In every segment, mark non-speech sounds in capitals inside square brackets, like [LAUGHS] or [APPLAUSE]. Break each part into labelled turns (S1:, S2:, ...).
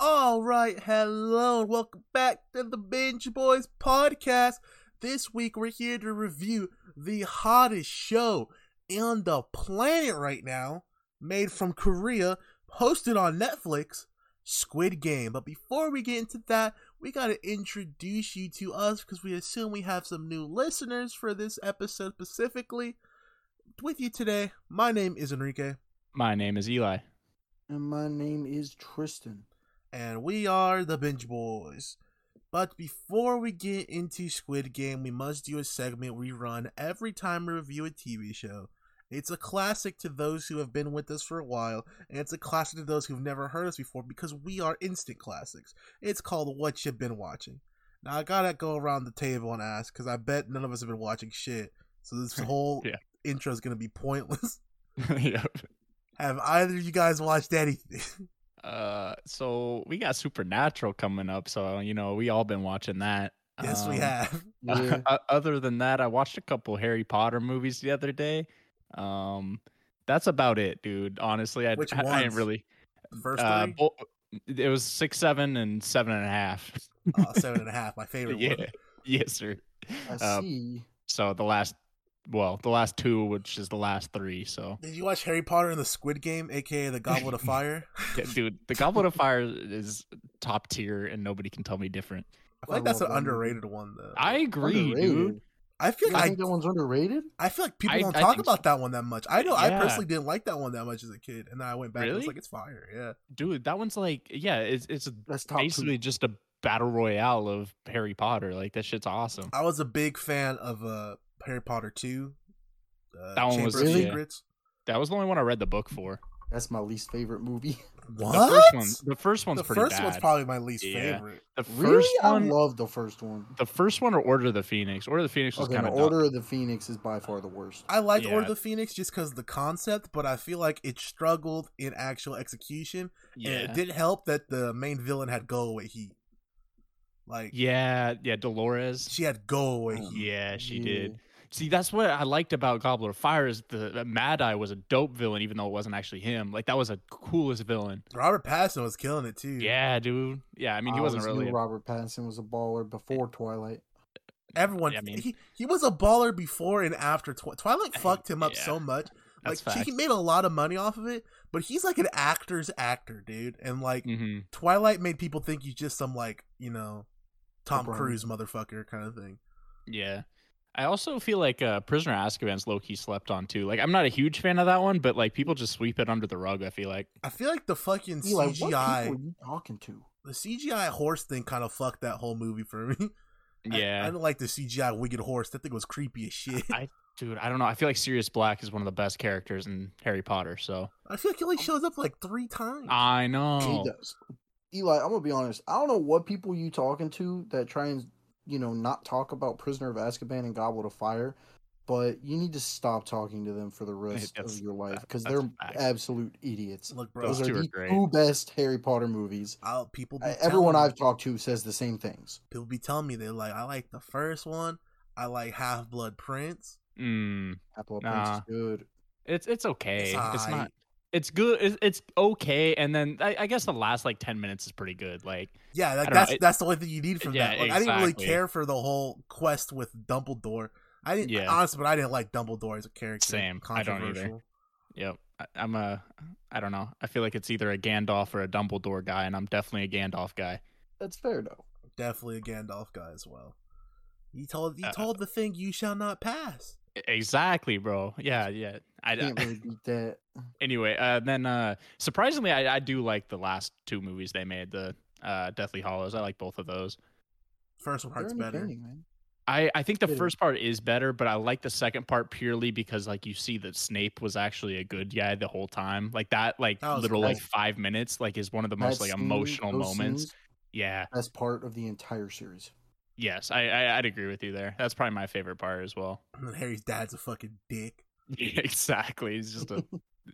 S1: right, hello, and welcome back to the Binge Boys podcast. This week, we're here to review the hottest show on the planet right now, made from Korea, hosted on Netflix, Squid Game. But before we get into that, we got to introduce you to us because we assume we have some new listeners for this episode specifically. With you today, my name is Enrique.
S2: My name is Eli. [LAUGHS]
S3: And my name is Tristan.
S1: and we are the Binge Boys. But before we get into Squid Game, we must do a segment we run every time we review a TV show. It's a classic to those who have been with us for a while, and it's a classic to those who've never heard us before because we are instant classics. It's called What You've Been Watching. Now, I gotta go around the table and ask because I bet none of us have been watching shit, so
S2: [LAUGHS]
S1: this whole
S2: Yeah.
S1: intro is gonna be pointless. [LAUGHS]
S2: yep.
S1: have either of you guys watched anything? [LAUGHS]
S2: Uh, so we got Supernatural coming up. So you know we all been watching that.
S1: yes, we
S2: Um,
S1: have.
S3: Yeah.
S2: [LAUGHS] o- other than that, I watched a couple Harry Potter movies the other day. Um, that's about it, dude. Honestly, I
S1: Which
S2: I, I
S1: ones?
S2: didn't really.
S1: The first
S2: Uh,
S1: three?
S2: bo- it was six, seven, and seven and a half.
S1: Oh, seven and a half, my favorite
S2: [LAUGHS] yeah,
S1: one.
S2: yes, sir.
S3: I
S2: Uh,
S3: see.
S2: So the last, well, the last two, which is the last three. So
S1: Did you watch Harry Potter and the Squid Game, aka the Goblet
S2: [LAUGHS]
S1: of Fire?
S2: Yeah, dude, the Goblet of Fire is top tier, and nobody can tell me different.
S1: I feel like
S3: I
S1: that's an
S3: love that movie.
S1: underrated one though.
S2: I agree, dude.
S3: Underrated.
S1: I feel
S3: You
S1: like I,
S3: think that one's underrated?
S1: I feel like people
S2: I-
S1: don't
S2: I
S1: talk
S2: think
S1: about that one that much. I know I
S2: Yeah.
S1: personally didn't like that one that much as a kid, and then I went back and it's
S2: Really?
S1: like it's fire. Yeah,
S2: Dude, that one's like, yeah, it's it's
S3: That's top
S2: basically just a battle royale of Harry Potter. Like that shit's awesome.
S1: I was a big fan of uh Harry Potter two. Uh,
S2: That one was-
S1: Chamber of
S3: Really?
S1: Secrets.
S2: That was the only one I read the book for.
S3: two. That's my least favorite movie. [LAUGHS]
S1: What?
S2: The first one, the first one's
S1: The
S2: pretty
S1: first
S2: bad.
S1: one's probably my least
S2: Yeah.
S1: favorite.
S2: the first
S3: really?
S2: one,
S3: I love the first one.
S2: the first one, or Order of the Phoenix. Order of the Phoenix was
S3: Okay,
S2: kind
S3: the
S2: of
S3: Order of the Phoenix is by far the worst.
S1: I liked
S2: Yeah.
S1: Order of the Phoenix just because the concept, but I feel like it struggled in actual execution.
S2: yeah,
S1: And it didn't help that the main villain had go away heat. Like
S2: yeah, yeah. Dolores.
S1: she had go away
S3: Oh,
S1: heat.
S2: Yeah, she
S3: Yeah.
S2: did. See, that's what I liked about Goblet of Fire is the that Mad Eye was a dope villain, even though it wasn't actually him. Like that was a coolest villain.
S1: Robert Pattinson was killing it too.
S2: Yeah, dude. Yeah, I mean
S1: Oh,
S2: he wasn't
S3: always knew
S2: really. a- Eh,
S3: Robert Pattinson was a baller before Twilight.
S1: everyone.
S2: I mean-
S1: he, he was a baller before and after Twi- Twilight. Fucked him up
S2: [LAUGHS] Yeah.
S1: so much. Like
S2: That's
S1: she-
S2: fact.
S1: he made a lot of money off of it, but he's like an actor's actor, dude. And like
S2: hmm
S1: Twilight made people think he's just some like you know Tom
S3: LeBron.
S1: Cruise motherfucker kind of thing.
S2: Yeah. I also feel like uh, Prisoner of Azkaban's low key slept on too. Like I'm not a huge fan of that one, but like people just sweep it under the rug. I feel like.
S1: I feel like the fucking
S3: Eli, what people
S1: CGI,
S3: are you talking to?
S1: the CGI horse thing, kind of fucked that whole movie for me. [LAUGHS] I- I,
S2: Yeah,
S1: didn't like the CGI wicked horse. That thing was creepy as shit. I,
S2: I- dude. I don't know. I feel like Sirius Black is one of the best characters in Harry Potter. So
S1: feel like he
S2: Oh.
S1: only shows up like three times.
S2: I know.
S3: He does. Eli, I'm gonna be honest. I don't know what people you talking to that try and you know not talk about Prisoner of Azkaban and Goblet of Fire, but you need to stop talking to them for the rest of
S2: That's-
S3: your life because
S2: that's
S3: they're
S2: a fact.
S3: absolute idiots.
S1: Look, bro,
S3: Those
S2: Those
S3: are
S2: two are
S3: the
S2: great.
S3: two best Harry Potter movies.
S1: I'll, people. Be
S3: I- Everyone
S1: telling me-
S3: I've talked to says the same things.
S1: people be telling me they're like, I like the first one. I like Half Blood Prince.
S2: Mm,
S3: Apple
S2: Nah.
S3: Prince is good.
S2: it's it's okay. It's,
S1: aight.
S2: not. It's good. It's, it's okay. And then I, I guess the last like ten minutes is pretty good. Like
S1: Yeah, like,
S2: don't know,
S1: that's
S2: it-
S1: that's the only thing you need from
S2: Yeah,
S1: that. Like, I didn't really
S2: exactly.
S1: care for the whole quest with Dumbledore. I didn't
S2: Yeah.
S1: honestly, but I didn't like Dumbledore as a character.
S2: Same. I don't either.
S1: Controversial.
S2: Yep. I, I'm a I don't know. I feel like it's either a Gandalf or a Dumbledore guy, and I'm definitely a Gandalf guy.
S3: That's fair though.
S1: Definitely a Gandalf guy as well. He told he
S2: Uh,
S1: told the thing you shall not pass.
S2: E- Exactly, bro. Yeah, yeah. I,
S3: Can't
S2: I
S3: really
S1: [LAUGHS]
S3: beat that.
S2: anyway, uh then uh surprisingly I, I do like the last two movies they made, the uh Deathly Hollows. I like both of those.
S1: First one
S3: They're
S1: hurts better.
S3: entertaining, man.
S2: I, I think the
S3: Really?
S2: first part is better, but I like the second part purely because like you see that Snape was actually a good guy the whole time. Like that like
S1: That was
S2: little like
S1: cool.
S2: five minutes like is one of the most
S3: That
S2: like
S3: scene,
S2: emotional
S3: those
S2: moments.
S3: scenes,
S2: Yeah.
S3: best part of the entire series.
S2: Yes, I, I I'd agree with you there. That's probably my favorite part as well. [LAUGHS]
S1: And then [LAUGHS] Harry's dad's a fucking dick.
S2: Yeah, exactly. He's
S1: [LAUGHS]
S2: just a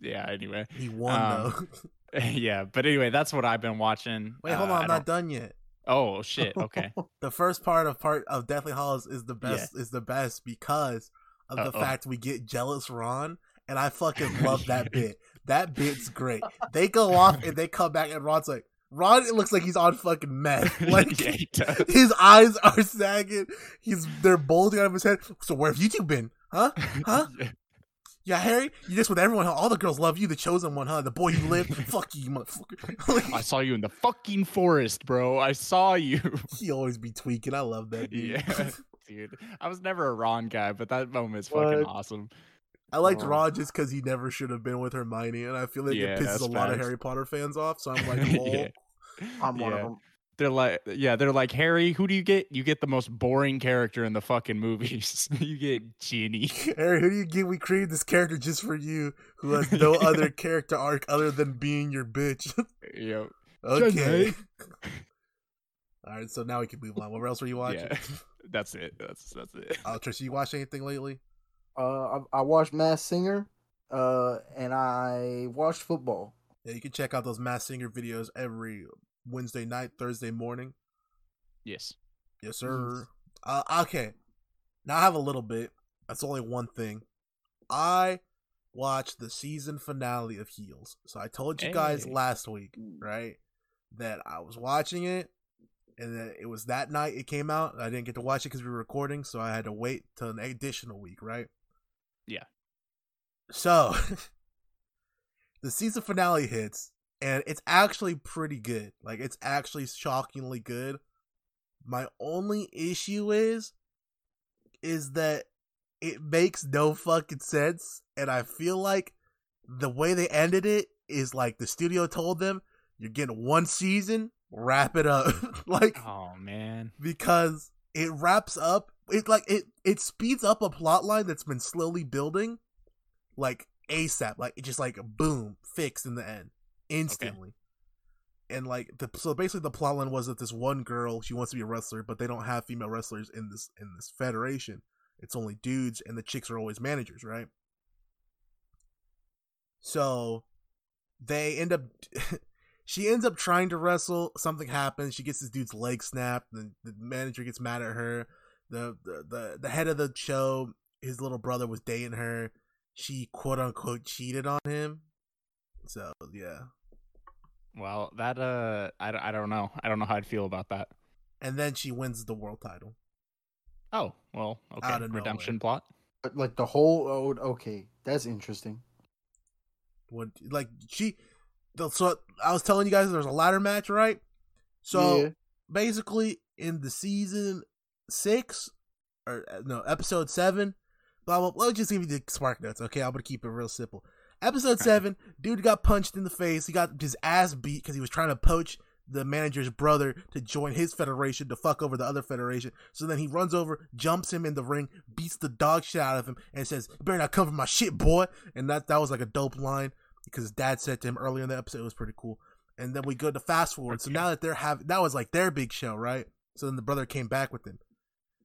S2: yeah. Anyway, [LAUGHS]
S1: He won
S2: Um,
S1: though. [LAUGHS]
S2: yeah. But anyway, that's what I've been watching.
S1: Wait, hold
S2: Uh,
S1: on,
S2: I
S1: I'm not
S2: don't-
S1: done yet.
S2: Oh shit.
S1: [LAUGHS]
S2: Okay.
S1: the first part of part of Deathly Hollows is the
S2: Yeah.
S1: best is the best because of the
S2: Uh-oh.
S1: fact we get jealous Ron and
S2: [LAUGHS]
S1: I fucking love that bit. That bit's great. They go off and they come back and Ron's like, Ron, it looks like he's on fucking
S2: [LAUGHS]
S1: meth. Like
S2: yeah, he does.
S1: his eyes are [LAUGHS] sagging. He's they're bulging out of his head. So where have you two been? Huh? Huh?
S2: [LAUGHS] Yeah.
S1: Yeah, Harry, you just with everyone. Huh? All the girls love you. The chosen one, huh? The boy you
S2: [LAUGHS]
S1: live. Fuck you, motherfucker. [LAUGHS]
S2: I
S1: Like,
S2: saw you in the fucking forest, bro. I saw you.
S1: he always be tweaking. I love that. Dude. [LAUGHS]
S2: yeah, [LAUGHS] dude. I was never a Ron guy, but that moment's fucking
S3: What?
S2: awesome.
S1: I liked
S3: Oh.
S1: Ron just because he never should have been with Hermione, and I feel like
S2: Yeah,
S1: it pisses
S2: that's
S1: a lot of
S2: facts.
S1: Harry Potter fans off. So I'm like,
S2: [LAUGHS] Yeah.
S1: lol.
S3: I'm one of
S2: Yeah.
S3: them.
S2: They're like, yeah, they're like, Harry, who do you get? You get the most boring character in the fucking movies. [LAUGHS] you get Ginny.
S1: Harry, who do you get? We created this character just for you, who has
S2: [LAUGHS]
S1: no
S2: Yeah.
S1: other character arc other than being your bitch. [LAUGHS]
S2: Yo,
S1: okay.
S2: Jenny.
S1: [LAUGHS] All right, so now we can move on. What else were you watching?
S2: Yeah. [LAUGHS] that's it. That's that's it.
S1: Uh, Trisha, you watch anything lately?
S3: Uh, I, I watched Mass Singer, uh, and I watched football.
S1: Yeah, you can check out those Mass Singer videos every Wednesday night, Thursday morning.
S2: Yes.
S1: Yes, sir. Uh, okay. Now I have a little bit. That's only one thing. I watched the season finale of Heels. So I told you guys
S2: Hey. Hmm.
S1: last week, right, that I was watching it, and that it was that night it came out. I didn't get to watch it because we were recording, so I had to wait till an additional week, right?
S2: Yeah.
S1: So [LAUGHS] the season finale hits, and it's actually pretty good. Like it's actually shockingly good. My only issue is is that it makes no fucking sense and I feel like the way they ended it is like the studio told them you're getting one season, wrap it up. [LAUGHS] like
S2: Oh man.
S1: because it wraps up it like it it speeds up a plot line that's been slowly building like asap like it just like boom fixed in the end instantly and like the so basically the plot line was that this one girl she wants to be a wrestler but they don't have female wrestlers in this in this federation it's only dudes and the chicks are always managers right so they end up [LAUGHS] she ends up trying to wrestle. Something happens. She gets this dude's leg snapped. The, the manager gets mad at her. The, the the the head of the show, his little brother was dating her. She quote unquote cheated on him. So yeah,
S2: Well, that uh, I, d- I don't know. I don't know how I'd feel about that.
S1: and then she wins the world title.
S2: Oh well, okay.
S1: Out of
S2: Redemption
S1: nowhere.
S2: plot.
S3: But, Like the whole. Oh, okay, that's interesting.
S1: What like she? the- So I was telling you guys there's a ladder match, right? So
S3: Yeah.
S1: basically in the season six or uh, no episode seven blah blah blah let's just give you the spark notes okay i'm gonna keep it real simple episode seven dude got punched in the face he got his ass beat because he was trying to poach the manager's brother to join his federation to fuck over the other federation so then he runs over jumps him in the ring beats the dog shit out of him and says "You better not come for my shit boy and that that was like a dope line because his dad said to him earlier in the episode it was pretty cool and then we go to fast forward. So
S2: Okay.
S1: now that they're having that was like their big show, right? So then the brother came back with him.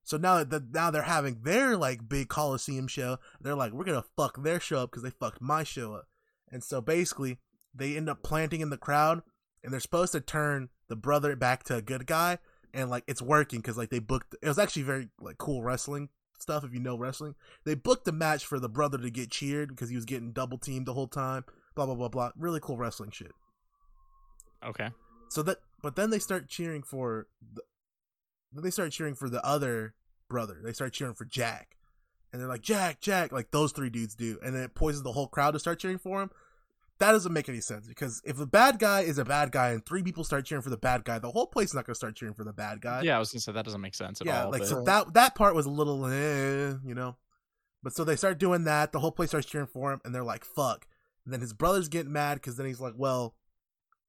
S1: So now that now they're having their like big Coliseum show, they're like, we're gonna fuck their show up because they fucked my show up. And so basically, they end up planting in the crowd, and they're supposed to turn the brother back to a good guy, and like it's working because like they booked. It was actually very like cool wrestling stuff if you know wrestling. They booked a match for the brother to get cheered because he was getting double teamed the whole time. Blah blah blah blah. Really cool wrestling shit.
S2: Okay.
S1: So that, but then they start cheering for, the, then they start cheering for the other brother. They start cheering for Jack, and they're like Jack, Jack, like those three dudes do, and then it poisons the whole crowd to start cheering for him. That doesn't make any sense because if a bad guy is a bad guy and three people start cheering for the bad guy, the whole place is not going to start cheering for the bad guy.
S2: Yeah, I was gonna say that doesn't make sense at
S1: yeah,
S2: all.
S1: like
S2: but-
S1: so
S3: Right.
S1: that that part was a little, eh, you know, but so they start doing that. The whole place starts cheering for him, and they're like, "Fuck!" And then his brother's getting mad because then he's like, "Well,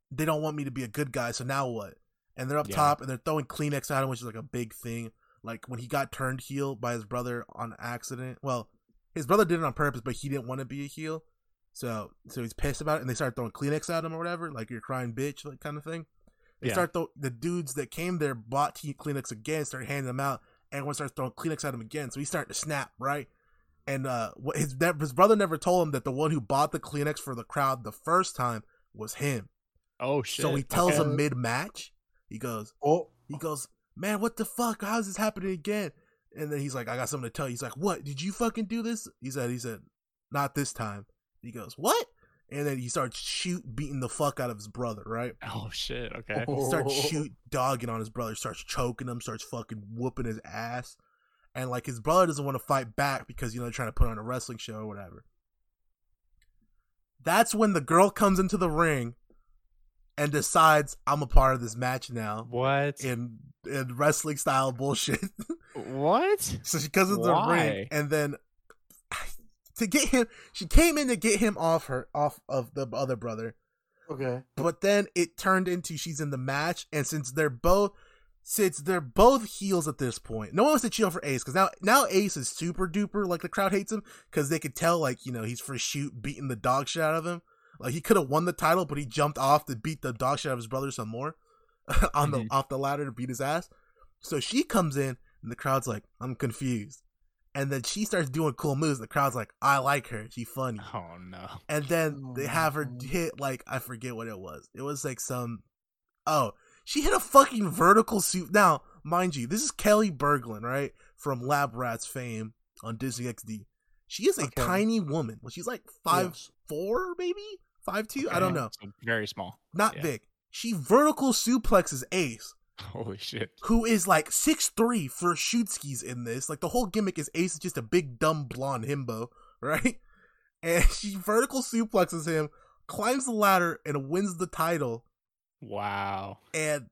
S1: they don't want me to be a good guy, so now what?" And they're up
S2: Yeah.
S1: top, and they're throwing Kleenex at him, which is like a big thing. Like when he got turned heel by his brother on accident. Well, his brother did it on purpose, but he didn't want to be a heel, so so he's pissed about it. And they start throwing Kleenex at him or whatever, like you're crying bitch, like kind of thing. They
S2: Yeah.
S1: start tho- the dudes that came there bought T Kleenex again, start handing them out. Everyone starts throwing Kleenex at him again, so he's starting to snap, right? And uh, what his that- his brother never told him that the one who bought the Kleenex for the crowd the first time was him.
S2: oh shit.
S1: So he tells
S2: okay.
S1: him mid match. He goes,
S3: Oh,
S1: he goes, man, what the fuck? How's this happening again? And then he's like, I got something to tell you. He's like, what? Did you fucking do this? He said, he said, not this time. He goes, what? and then he starts shoot beating the fuck out of his brother, right?
S2: Oh shit.
S1: [LAUGHS]
S2: Okay.
S1: He
S2: [LAUGHS]
S1: starts shoot dogging on his brother, starts choking him, starts fucking whooping his ass. And like his brother doesn't want to fight back because you know they're trying to put on a wrestling show or whatever. That's when the girl comes into the ring and decides I'm a part of this match now
S2: What?
S1: in in wrestling style bullshit. [LAUGHS]
S2: What?
S1: so she comes into the ring
S2: Why?
S1: and then [SIGHS] to get him she came in to get him off her off of the other brother
S3: Okay.
S1: but then it turned into she's in the match and since they're both since they're both heels at this point no one wants to cheer for ace because now now ace is super duper like the crowd hates him because they could tell like you know he's for shoot beating the dog shit out of him like he could have won the title but he jumped off to beat the dog shit out of his brother some more [LAUGHS] on
S2: Mhm.
S1: the off the ladder to beat his ass so she comes in and the crowd's like i'm confused and then she starts doing cool moves the crowd's like i like her she funny
S2: Oh no.
S1: and then
S3: Oh
S1: they
S3: my
S1: have her
S3: God.
S1: hit like I forget what it was. It was like some oh she hit a fucking vertical suit. Now mind you, this is Kelly Berglund right from Lab Rats fame on Disney XD. She is a
S3: Okay.
S1: tiny woman. Well, she's like five
S3: Yes.
S1: four maybe five two. I don't
S2: Okay,
S1: know,
S2: so very small. [LAUGHS]
S1: not
S2: Yeah.
S1: big. She vertical suplexes Ace,
S2: Holy shit.
S1: who is like six three for Shootskis in this. Like the whole gimmick is Ace is just a big dumb blonde himbo, [LAUGHS] right? And [LAUGHS] she vertical suplexes him, climbs the ladder, and wins the title.
S2: Wow.
S1: And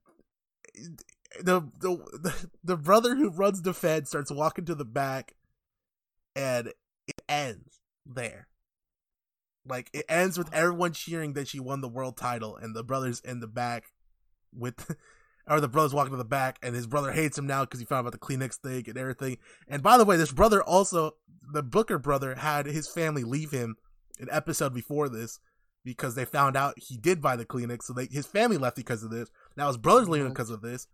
S1: the the the, [LAUGHS] the brother who runs the Fed starts walking to the back, and it ends there. Like it ends with everyone cheering that she won the world title, and the brothers in the back with [LAUGHS] or the brother's walking to the back and his brother hates him now because he found out about the Kleenex thing and everything. And by the way, this brother also the Booker brother had his family leave him an episode before this because they found out he did buy the Kleenex, so they, his family left because of this. Now his brother's leaving him because of this.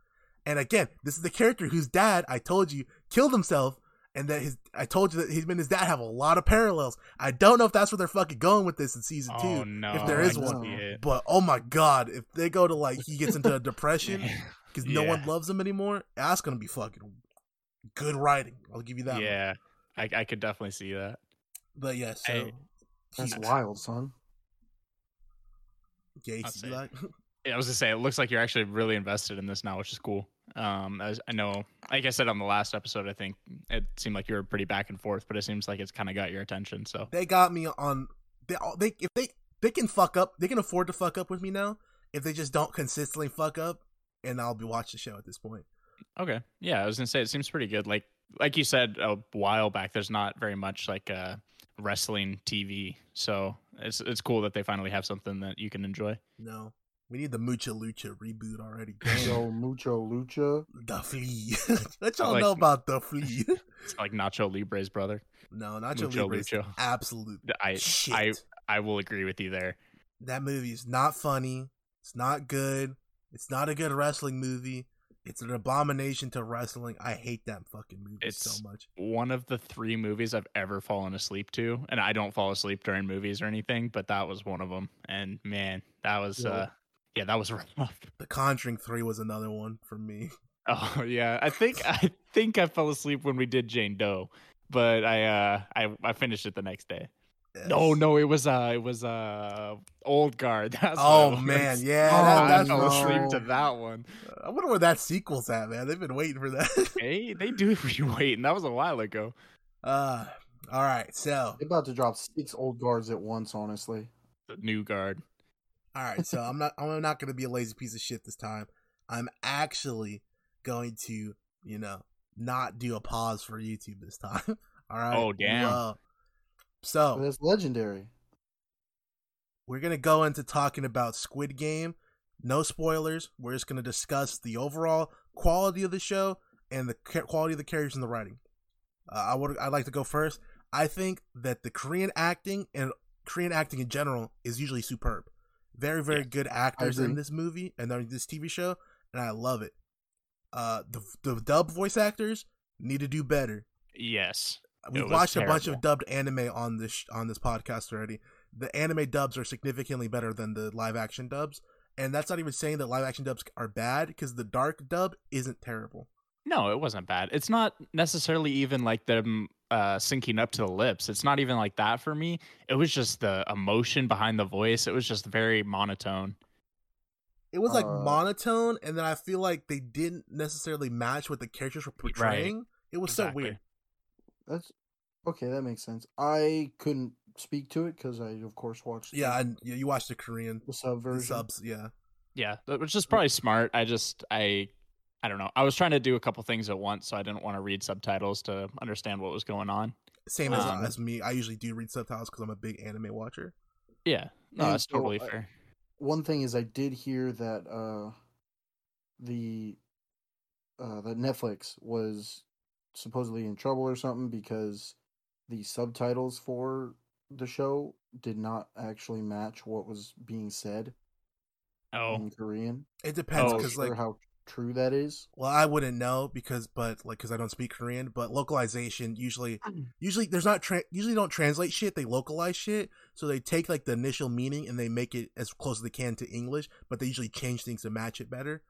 S1: And again, this is the character whose dad I told you killed himself, and that his I told you that him and his dad have a lot of parallels. I don't know if that's where they're fucking going with this in season two,
S2: Oh no.
S1: there
S2: I
S1: is
S2: can
S1: one. [LAUGHS]
S2: see it.
S1: but oh my god, if they go to like he gets
S2: [LAUGHS]
S1: into a depression because no one
S2: Yeah.
S1: loves him anymore, that's gonna be fucking good writing. I'll give you that. one.
S2: yeah. I, I could definitely see that.
S1: But yeah, so
S2: Hey,
S3: That's
S1: he-
S3: wild, son.
S1: Yeah,
S2: I'll
S1: he's
S2: say it.
S1: like,
S2: Yeah, I was gonna say it looks like you're actually really invested in this now, which is cool. Um, as I know, like I said on the last episode, I think it seemed like you were pretty back and forth, but it seems like it's kind of got your attention. So
S1: [LAUGHS] they got me on. They all they if they they can fuck up, they can afford to fuck up with me now. If they just don't consistently fuck up, and I'll be watching the show at this point.
S2: Okay. Yeah, I was gonna say it seems pretty good. Like like you said a while back, there's not very much like uh wrestling TV. So it's it's cool that they finally have something that you can enjoy.
S1: No, we need the Mucha Lucha reboot
S2: [LAUGHS]
S1: already.
S3: Yo, mucho lucha.
S1: the flea. [LAUGHS] Let y'all
S2: like-
S1: know about the flea. [LAUGHS]
S2: It's like Nacho Libre's brother.
S1: no, Nacho
S2: Mucho
S1: Libre's
S2: Lucha.
S1: absolute
S2: I
S1: shit.
S2: I I will agree with you there.
S1: that movie is not funny. It's not good. It's not a good wrestling movie. It's an abomination to wrestling. I hate that fucking movie
S2: It's-
S1: so much.
S2: One of the three movies I've ever fallen asleep to, and I don't fall asleep during movies or anything, but that was one of them. And man, that was
S3: Yeah.
S2: uh yeah, that was [LAUGHS] rough.
S1: The Conjuring Three was another one for me. [LAUGHS]
S2: Oh yeah, I think I think I fell asleep when we did Jane Doe, but I uh I I finished it the next day. No,
S1: Yes.
S2: no, it was uh it was uh old guard. [LAUGHS] That's what it
S1: Oh
S2: was.
S1: man,
S2: Oh,
S1: yeah,
S3: Oh,
S1: that,
S2: I
S1: that's
S2: fell asleep
S1: no.
S2: to that one.
S1: I wonder where that sequel's at, man. They've been waiting for that. [LAUGHS]
S2: Hey, they do [LAUGHS] rewait, and that was a while ago.
S1: uh, all right, so
S3: They about to drop six old guards at once, honestly.
S2: The new guard.
S1: All right, so I'm not I'm not going to be a lazy piece of shit this time. I'm actually going to, you know, not do a pause for YouTube this time. [LAUGHS] All right.
S2: Oh, damn.
S1: Well,
S3: But
S1: so,
S3: That's legendary.
S1: we're going to go into talking about Squid Game. No spoilers. We're just going to discuss the overall quality of the show and the ca- quality of the characters and the writing. Uh, I would I'd like to go first. I think that the Korean acting and Korean acting in general is usually superb. Very very
S2: Yes.
S1: good actors in
S3: agree.
S1: this movie and on this TV show, and I love it. Uh, the the dub voice actors need to do better.
S2: Yes.
S1: We
S2: was
S1: watched a bunch of
S2: terrible.
S1: dubbed anime on this sh- on this podcast already. The anime dubs are significantly better than the live action dubs, and that's not even saying that live action dubs are bad because the dark dub isn't terrible.
S2: No, it wasn't bad. It's not necessarily even like them uh, syncing up to the lips. It's not even like that for me. It was just the emotion behind the voice. It was just very monotone.
S1: It was like
S3: Uh,
S1: monotone, and then I feel like they didn't necessarily match what the characters were
S2: Right.
S1: portraying. It was
S2: Exactly.
S1: so weird.
S3: That's okay. That makes sense. I couldn't speak to it because I, of course, watched. the-
S1: Yeah, and you, you watched the Korean
S3: the sub version.
S1: subs. Yeah,
S2: Yeah, that- which is probably smart. I just I I don't know. I was trying to do a couple things at once, so I didn't want to read subtitles to understand what was going on.
S1: same as,
S2: Um,
S1: as me. I usually do read subtitles because I'm a big anime watcher.
S2: Yeah, no,
S1: Mm,
S3: And
S2: that's
S3: so
S2: totally
S3: I-
S2: fair.
S3: One thing is, I did hear that uh, the uh, that Netflix was supposedly in trouble or something because the subtitles for the show did not actually match what was being said
S2: Oh,
S3: in Korean.
S1: It depends
S2: Oh,
S3: Not
S1: because
S3: sure
S1: like,
S3: how true that is.
S1: well, I wouldn't know because, but like, because I don't speak Korean. But localization usually, usually there's not tra- usually don't translate shit. They localize shit, so they take like the initial meaning and they make it as close as they can to English. But they usually change things to match it better.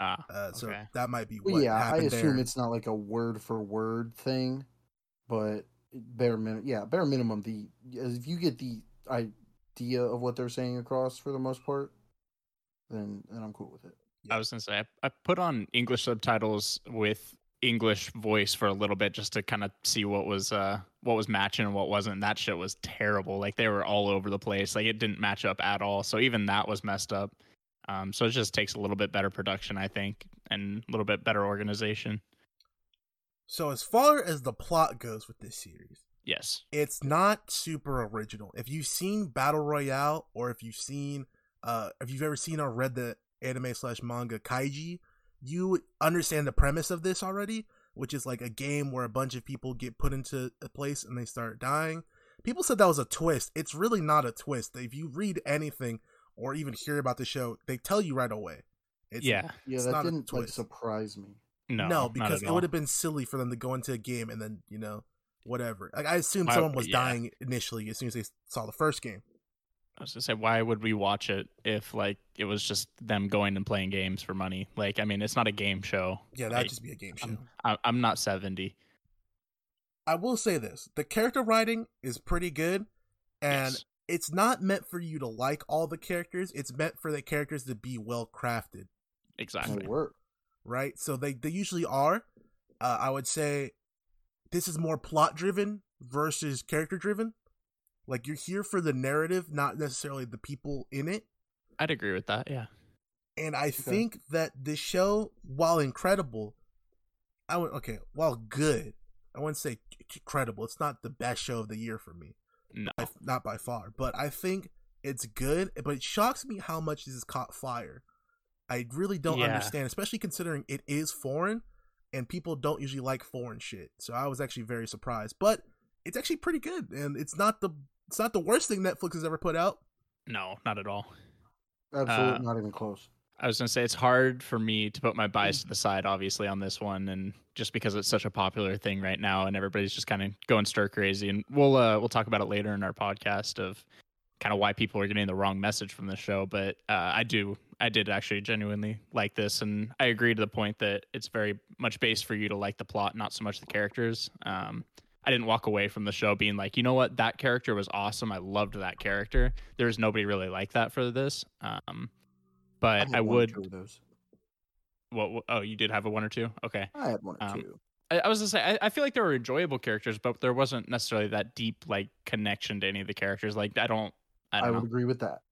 S2: ah,
S1: Uh, so
S2: Okay.
S1: that might be
S3: Well,
S1: what
S3: yeah, I
S1: happened
S3: assume
S1: there.
S3: it's not like a word for word thing, but bare minimum, yeah, bare minimum. The if you get the idea of what they're saying across for the most part, then then I'm cool with it.
S2: I was gonna say I, I put on English subtitles with English voice for a little bit just to kind of see what was uh what was matching and what wasn't. That shit was terrible. Like they were all over the place. Like it didn't match up at all. So even that was messed up. Um, so it just takes a little bit better production, I think, and a little bit better organization.
S1: So as far as the plot goes with this series,
S2: Yes.
S1: it's not super original. If you've seen Battle Royale or if you've seen uh if you've ever seen or read the anime slash manga Kaiji, you understand the premise of this already, which is like a game where a bunch of people get put into a place and they start dying. People said that was a twist. It's really not a twist. If you read anything or even hear about the show, they tell you right away. It's,
S2: yeah.
S3: Yeah,
S1: It's
S3: that
S1: not a
S3: didn't like
S1: twist.
S3: surprise me.
S2: No.
S1: no,
S2: not
S1: because
S2: at
S1: it
S2: all.
S1: would have been silly for them to go into a game and then you know whatever. Like I assume
S2: Why-
S1: someone was
S2: yeah.
S1: dying initially as soon as they saw the first game.
S2: I was gonna say, why would we watch it if like it was just them going and playing games for money? Like, I mean, it's not a game show.
S1: Yeah,
S2: Like,
S1: that'd just be a game show.
S2: I'm, I- I'm not seventy.
S1: I will say this: the character writing is pretty good, and
S2: Yes.
S1: it's not meant for you to like all the characters. It's meant for the characters to be well crafted.
S3: And
S2: Exactly.
S3: it worked.
S1: right? So they they usually are. Uh, I would say this is more plot driven versus character driven. Like you're here for the narrative, not necessarily the people in it.
S2: I'd agree with that. Yeah.
S1: And I
S3: Okay.
S1: think that this show, while incredible, I would okay, while good, I wouldn't say incredible. It's not the best show of the year for me,
S2: No.
S1: I- not by far. But I think it's good. But it shocks me how much this has caught fire. I really don't
S2: Yeah.
S1: understand, especially considering it is foreign, and people don't usually like foreign shit. So I was actually very surprised. But it's actually pretty good, and it's not the it's not the worst thing Netflix has ever put out.
S2: No, not at all.
S3: Absolutely
S2: Uh,
S3: not even close.
S2: I was gonna say it's hard for me to put my bias to the side, obviously, on this one, and just because it's such a popular thing right now, and everybody's just kind of going stir crazy. And we'll uh, we'll talk about it later in our podcast of kind of why people are getting the wrong message from the show. But uh, I do, I did actually genuinely like this, and I agree to the point that it's very much based for you to like the plot, not so much the characters. Um, I didn't walk away from the show being like, you know what, that character was awesome. I loved that character. There's nobody really like that for this. Um, but
S3: had
S2: I
S3: one or
S2: would
S3: two of those.
S2: what, what- oh, you did have a one or two? Okay.
S3: I had one or
S2: Um,
S3: two.
S2: I, I was gonna say I, I feel like there were enjoyable characters, but there wasn't necessarily that deep like connection to any of the characters. Like I don't I
S3: I,
S2: don't know.
S3: would agree with that.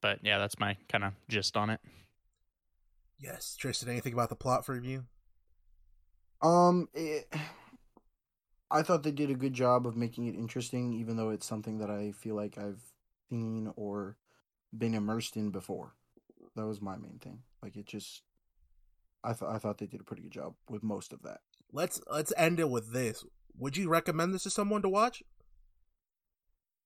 S2: But yeah, that's my kind of gist on it.
S1: Yes, Tristan. Anything about the plot for you?
S3: Um, it, [SIGHS] I thought they did a good job of making it interesting, even though it's something that I feel like I've seen or been immersed in before. That was my main thing. Like it just, I thought I thought they did a pretty good job with most of that.
S1: Let's let's end it with this. Would you recommend this to someone to watch?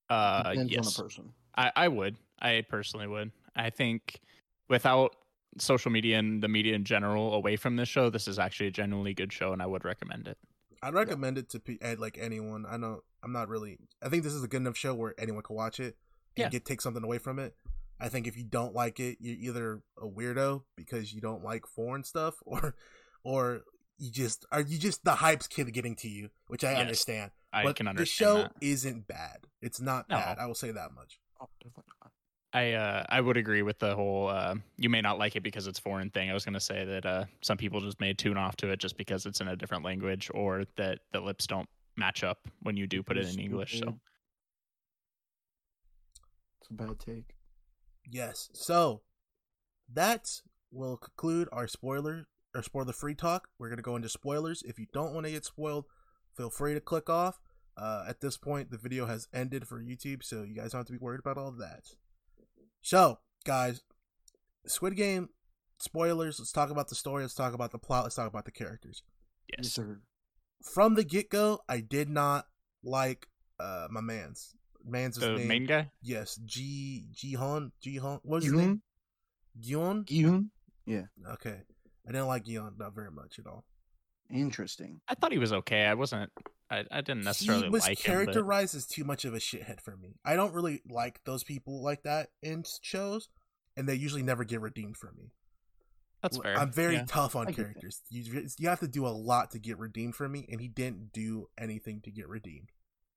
S2: Uh
S3: Depends
S2: yes.
S3: on a person.
S2: I, I would. I personally would. I think without social media and the media in general away from this show, this is actually a genuinely good show and I would recommend it.
S1: I'd recommend it to pe- eh, like anyone. I know I'm not really. I think this is a good enough show where anyone can watch it and
S2: Yeah.
S1: get take something away from it. I think if you don't [LAUGHS] like it, you're either a weirdo because you don't like foreign stuff, or or you just are you just the hype's kid getting to you, which I
S2: Yes,
S1: understand.
S2: I
S1: but
S2: can
S1: the
S2: understand
S1: show
S2: that.
S1: is isn't bad. It's not
S2: No.
S1: bad. I will say that much.
S3: Oh, definitely not.
S2: I uh, I would agree with the whole uh, you may not like it because it's foreign thing. I was gonna say that uh, some people just may tune off to it just because it's in a different language or that the lips don't match up when you do put it in English. So
S3: Stupid. It's a bad take.
S1: Yes. So that will conclude our spoiler or spoiler free talk. We're gonna go into spoilers. If you don't want to get spoiled, feel free to click off. Uh, at this point, the video has ended for YouTube, so you guys don't have to be worried about all that. So, guys, Squid Game spoilers. Let's talk about the story. Let's talk about the plot. Let's talk about the characters.
S3: Yes,
S2: yes,
S3: sir.
S1: From the get go, I did not like uh my man's man's
S2: the
S1: name.
S2: main guy.
S1: yes, G G Han G Han. What's his name?
S3: Yoon,
S1: Gion.
S3: Yoon.
S1: Okay. I didn't like Yon not very much at all.
S3: [LAUGHS] Interesting.
S2: I thought he was okay. I wasn't. I, I didn't necessarily
S1: he was
S2: like him. but-
S1: characterized as too much of a shithead for me. I don't really like those people like that in shows, and they usually never get redeemed for me.
S2: That's fair.
S1: I'm very
S2: Yeah.
S1: tough on
S3: I get that.
S1: characters. You you have to do a lot to get redeemed for me, and he didn't do anything to get redeemed.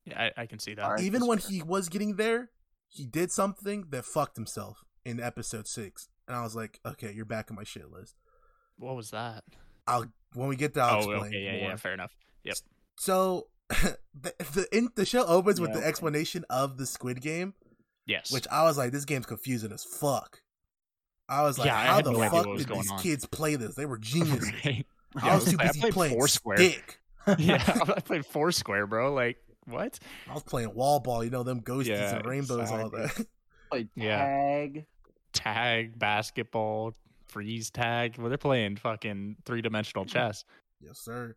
S2: Yeah, I, I can see that.
S3: Alright.
S1: Even
S3: that's
S1: when
S3: fair.
S1: he was getting there, he did something that fucked himself in episode six, and I was like, okay, you're back on my shit list.
S2: What was that?
S1: I'll when we get there, I'll
S2: oh,
S1: explain
S2: okay, yeah,
S1: more.
S2: yeah, fair enough. Yep.
S1: So [LAUGHS] the the, in, the show opens with
S3: Yeah,
S1: the
S3: okay.
S1: explanation of the Squid Game,
S2: Yes. [LAUGHS]
S1: which I was like, this game's confusing as fuck. I was like,
S2: Yeah, I
S1: how
S2: had
S1: the
S2: no idea
S1: fuck
S2: what was
S1: did
S2: going
S1: these
S2: on.
S1: kids play this? They were geniuses.
S2: [LAUGHS]
S1: [LAUGHS]
S2: Right. Yeah,
S1: I was
S2: I
S1: too
S2: was like, I
S1: busy
S2: played
S1: playing
S2: Foursquare.
S1: stick.
S2: yeah, [LAUGHS] I played Foursquare, bro. Like what?
S1: I was playing wall ball, you know, them ghosties
S2: Yeah,
S1: and rainbows, all that. [LAUGHS]
S3: Like
S2: Yeah.
S3: tag.
S2: tag basketball freeze tag well they're playing fucking three-dimensional
S1: Mm-hmm.
S2: chess
S1: yes, sir.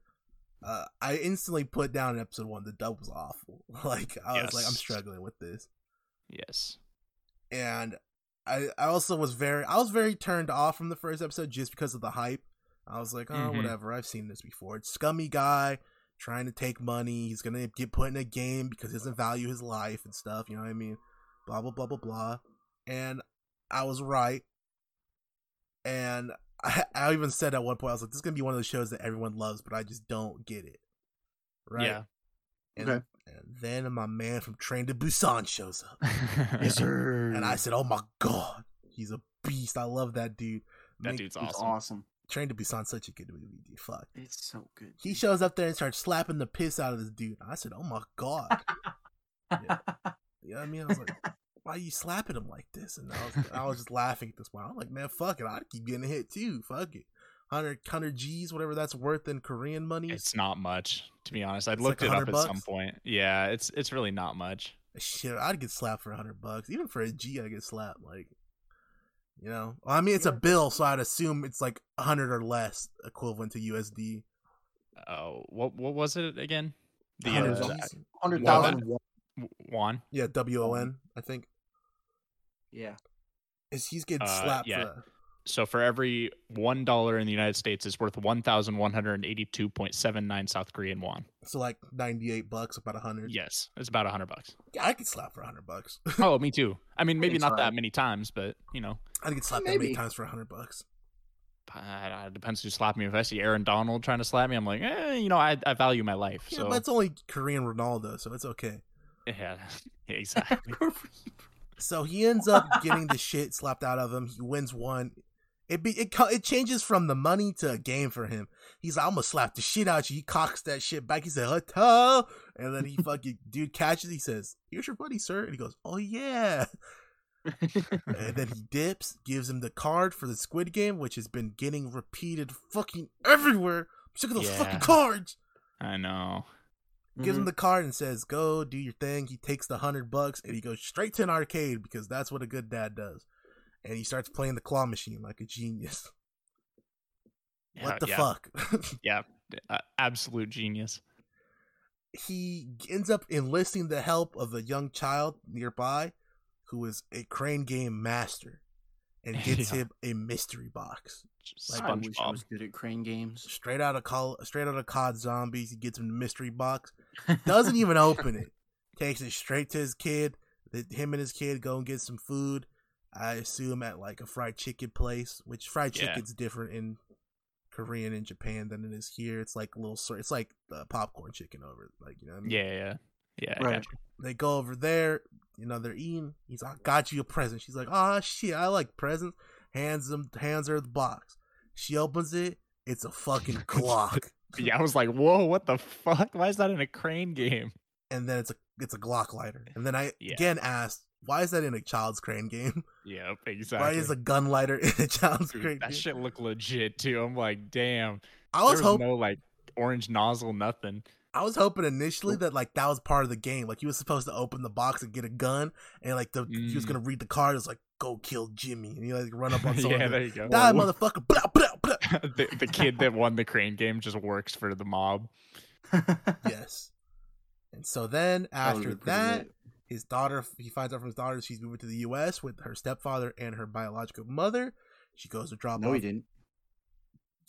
S1: Uh, I instantly put down in episode one the dub was awful. [LAUGHS] Like I was like, I'm
S2: Yes.
S1: struggling with this,
S2: yes
S1: and I I also was very I was very turned off from the first episode just because of the hype. I was like, oh,
S2: Mhm.
S1: whatever. I've seen this before. It's scummy guy trying to take money. He's gonna get put in a game because he doesn't value his life and stuff. You know what I mean? Blah blah blah blah blah. And I was right. And [LAUGHS] I, I even said at one point, I was like, this is gonna be one of those shows that everyone loves, but I just don't get it. Right.
S2: yeah
S1: [LAUGHS] And,
S3: Okay.
S1: and then my man from Train to Busan shows up.
S3: Yes, sir.
S1: And I said, oh my god, he's a beast. I love that dude.
S2: that
S1: Make-
S2: dude's
S3: it's awesome.
S2: awesome
S1: Train to Busan's such a good movie, dude. Fuck.
S3: It's so good.
S1: He shows up there and starts slapping the piss out of this dude. I said, "Oh my god!" Yeah. You know what I mean? I was like, "Why are you slapping him like this?" And I was, I was just laughing at this point. I'm like, "Man, fuck it! I'd keep getting hit too. Fuck it, 100, 100 G's, whatever that's worth in Korean money.
S2: it's not much to be honest i
S1: It's
S2: looked
S1: like
S2: it up
S1: 100
S2: at some
S1: bucks?
S2: point yeah it's it's really not much
S1: Shit, I'd get slapped for hundred bucks. Even for a G, I get slapped. Like, you know, Well, I mean, it's a
S3: Yeah.
S1: bill, so I'd assume it's like hundred or less equivalent to USD.
S2: oh what what was it again the
S3: Hundred
S2: uh,
S3: dollars.
S1: G's.
S3: Hundred
S2: Well,
S3: thousand.
S2: w- one
S1: yeah, W O N. I think
S3: Yeah.
S1: is he's getting
S2: Uh,
S1: slapped
S2: yeah.
S1: for. that.
S2: so for every one dollar in the united states it's worth 1182.79 south korean won
S1: So like ninety eight bucks, about a hundred.
S2: yes it's about a hundred bucks
S1: Yeah, I could slap for hundred bucks. [LAUGHS]
S2: oh me too i mean maybe
S3: can
S2: not
S3: try.
S2: that many times but you know
S1: I could slap that many
S3: Maybe.
S1: times for hundred bucks.
S2: I- I- it depends who slapped me. If I see Aaron Donald trying to slap me, I'm like, eh, you know, I, I value my life.
S1: Yeah,
S2: so
S1: but it's only Korean Ronaldo, so it's okay.
S2: [LAUGHS] yeah,
S1: [LAUGHS]
S2: yeah, exactly.
S1: So he ends up getting the shit slapped out of him. He wins one. It be it co- it changes from the money to a game for him. He's like, I'm gonna slap the shit out you. He cocks that shit back. He said, "Hotel," and then he fucking dude catches. He says, "Here's your buddy, sir," and he goes, "Oh yeah." and then he dips, gives him the card for the Squid Game, which has been getting repeated fucking everywhere. I'm sick of those fucking
S2: Yeah.
S1: cards.
S2: I know.
S3: Mm-hmm.
S1: gives him
S2: Mm-hmm.
S1: the card and says, "Go do your thing." He takes the hundred bucks and he goes straight to an arcade because that's what a good dad does. And he starts playing the claw machine like a genius. [LAUGHS]
S2: Yeah,
S1: what the
S2: yeah.
S1: fuck? [LAUGHS]
S2: Uh, absolute genius.
S1: he ends up enlisting the help of a young child nearby, who is a crane game master,
S2: [LAUGHS]
S1: and gets
S2: Yeah.
S1: him a mystery box.
S2: Just
S1: Like,
S3: I wish I
S2: SpongeBob.
S3: was good at crane games.
S1: Straight out of call, straight out of COD Zombies, he gets him the mystery box. [LAUGHS]
S3: [LAUGHS]
S1: doesn't even open it. Takes it straight to his kid. Th- Him and his kid go and get some food. I assume at like a fried chicken place, which fried
S2: Yeah.
S1: chicken's different in Korean in Japan than it is here. It's like little sort. It's like uh, popcorn chicken over. Like you know, what I mean?
S2: Yeah, yeah, yeah. I
S3: Right.
S2: gotcha.
S1: They go over there. You know, they're eating. He's like, "I got you a present." She's like, "Ah, shit, I like presents." Hands them, hands her the box. She opens it. It's a
S2: [LAUGHS]
S1: fucking Glock,
S2: Yeah, I was like, whoa, what the fuck? Why is that in a crane game? [LAUGHS]
S1: and then it's a it's a Glock lighter. And then I
S2: Yeah.
S1: again asked, "Why is that in a child's crane game? [LAUGHS]
S2: Yep, exactly.
S1: Why is a gun lighter [LAUGHS] in a child's
S2: Dude,
S1: crane
S2: that
S1: game?"
S2: shit looked legit too. I'm like, damn.
S1: I
S2: There
S1: was
S2: was
S1: hoping.
S2: no like orange nozzle, nothing.
S1: I was hoping initially that like that was part of the game. Like you was supposed to open the box and get a gun, and like the he was
S2: Mm.
S1: gonna read the card. It was like go kill Jimmy, and he like run
S2: [LAUGHS]
S1: up on someone.
S2: yeah,
S1: and be
S2: there you go.
S1: like, Die, motherfucker! Blah, blah, blah.
S2: [LAUGHS] the, the kid that won the crane game just works for the mob.
S1: yes. And so then after that, his daughter he finds out from his daughter she's moving to the U.S. with her stepfather and her biological mother. She goes to drop
S3: no,
S1: off.
S3: he didn't.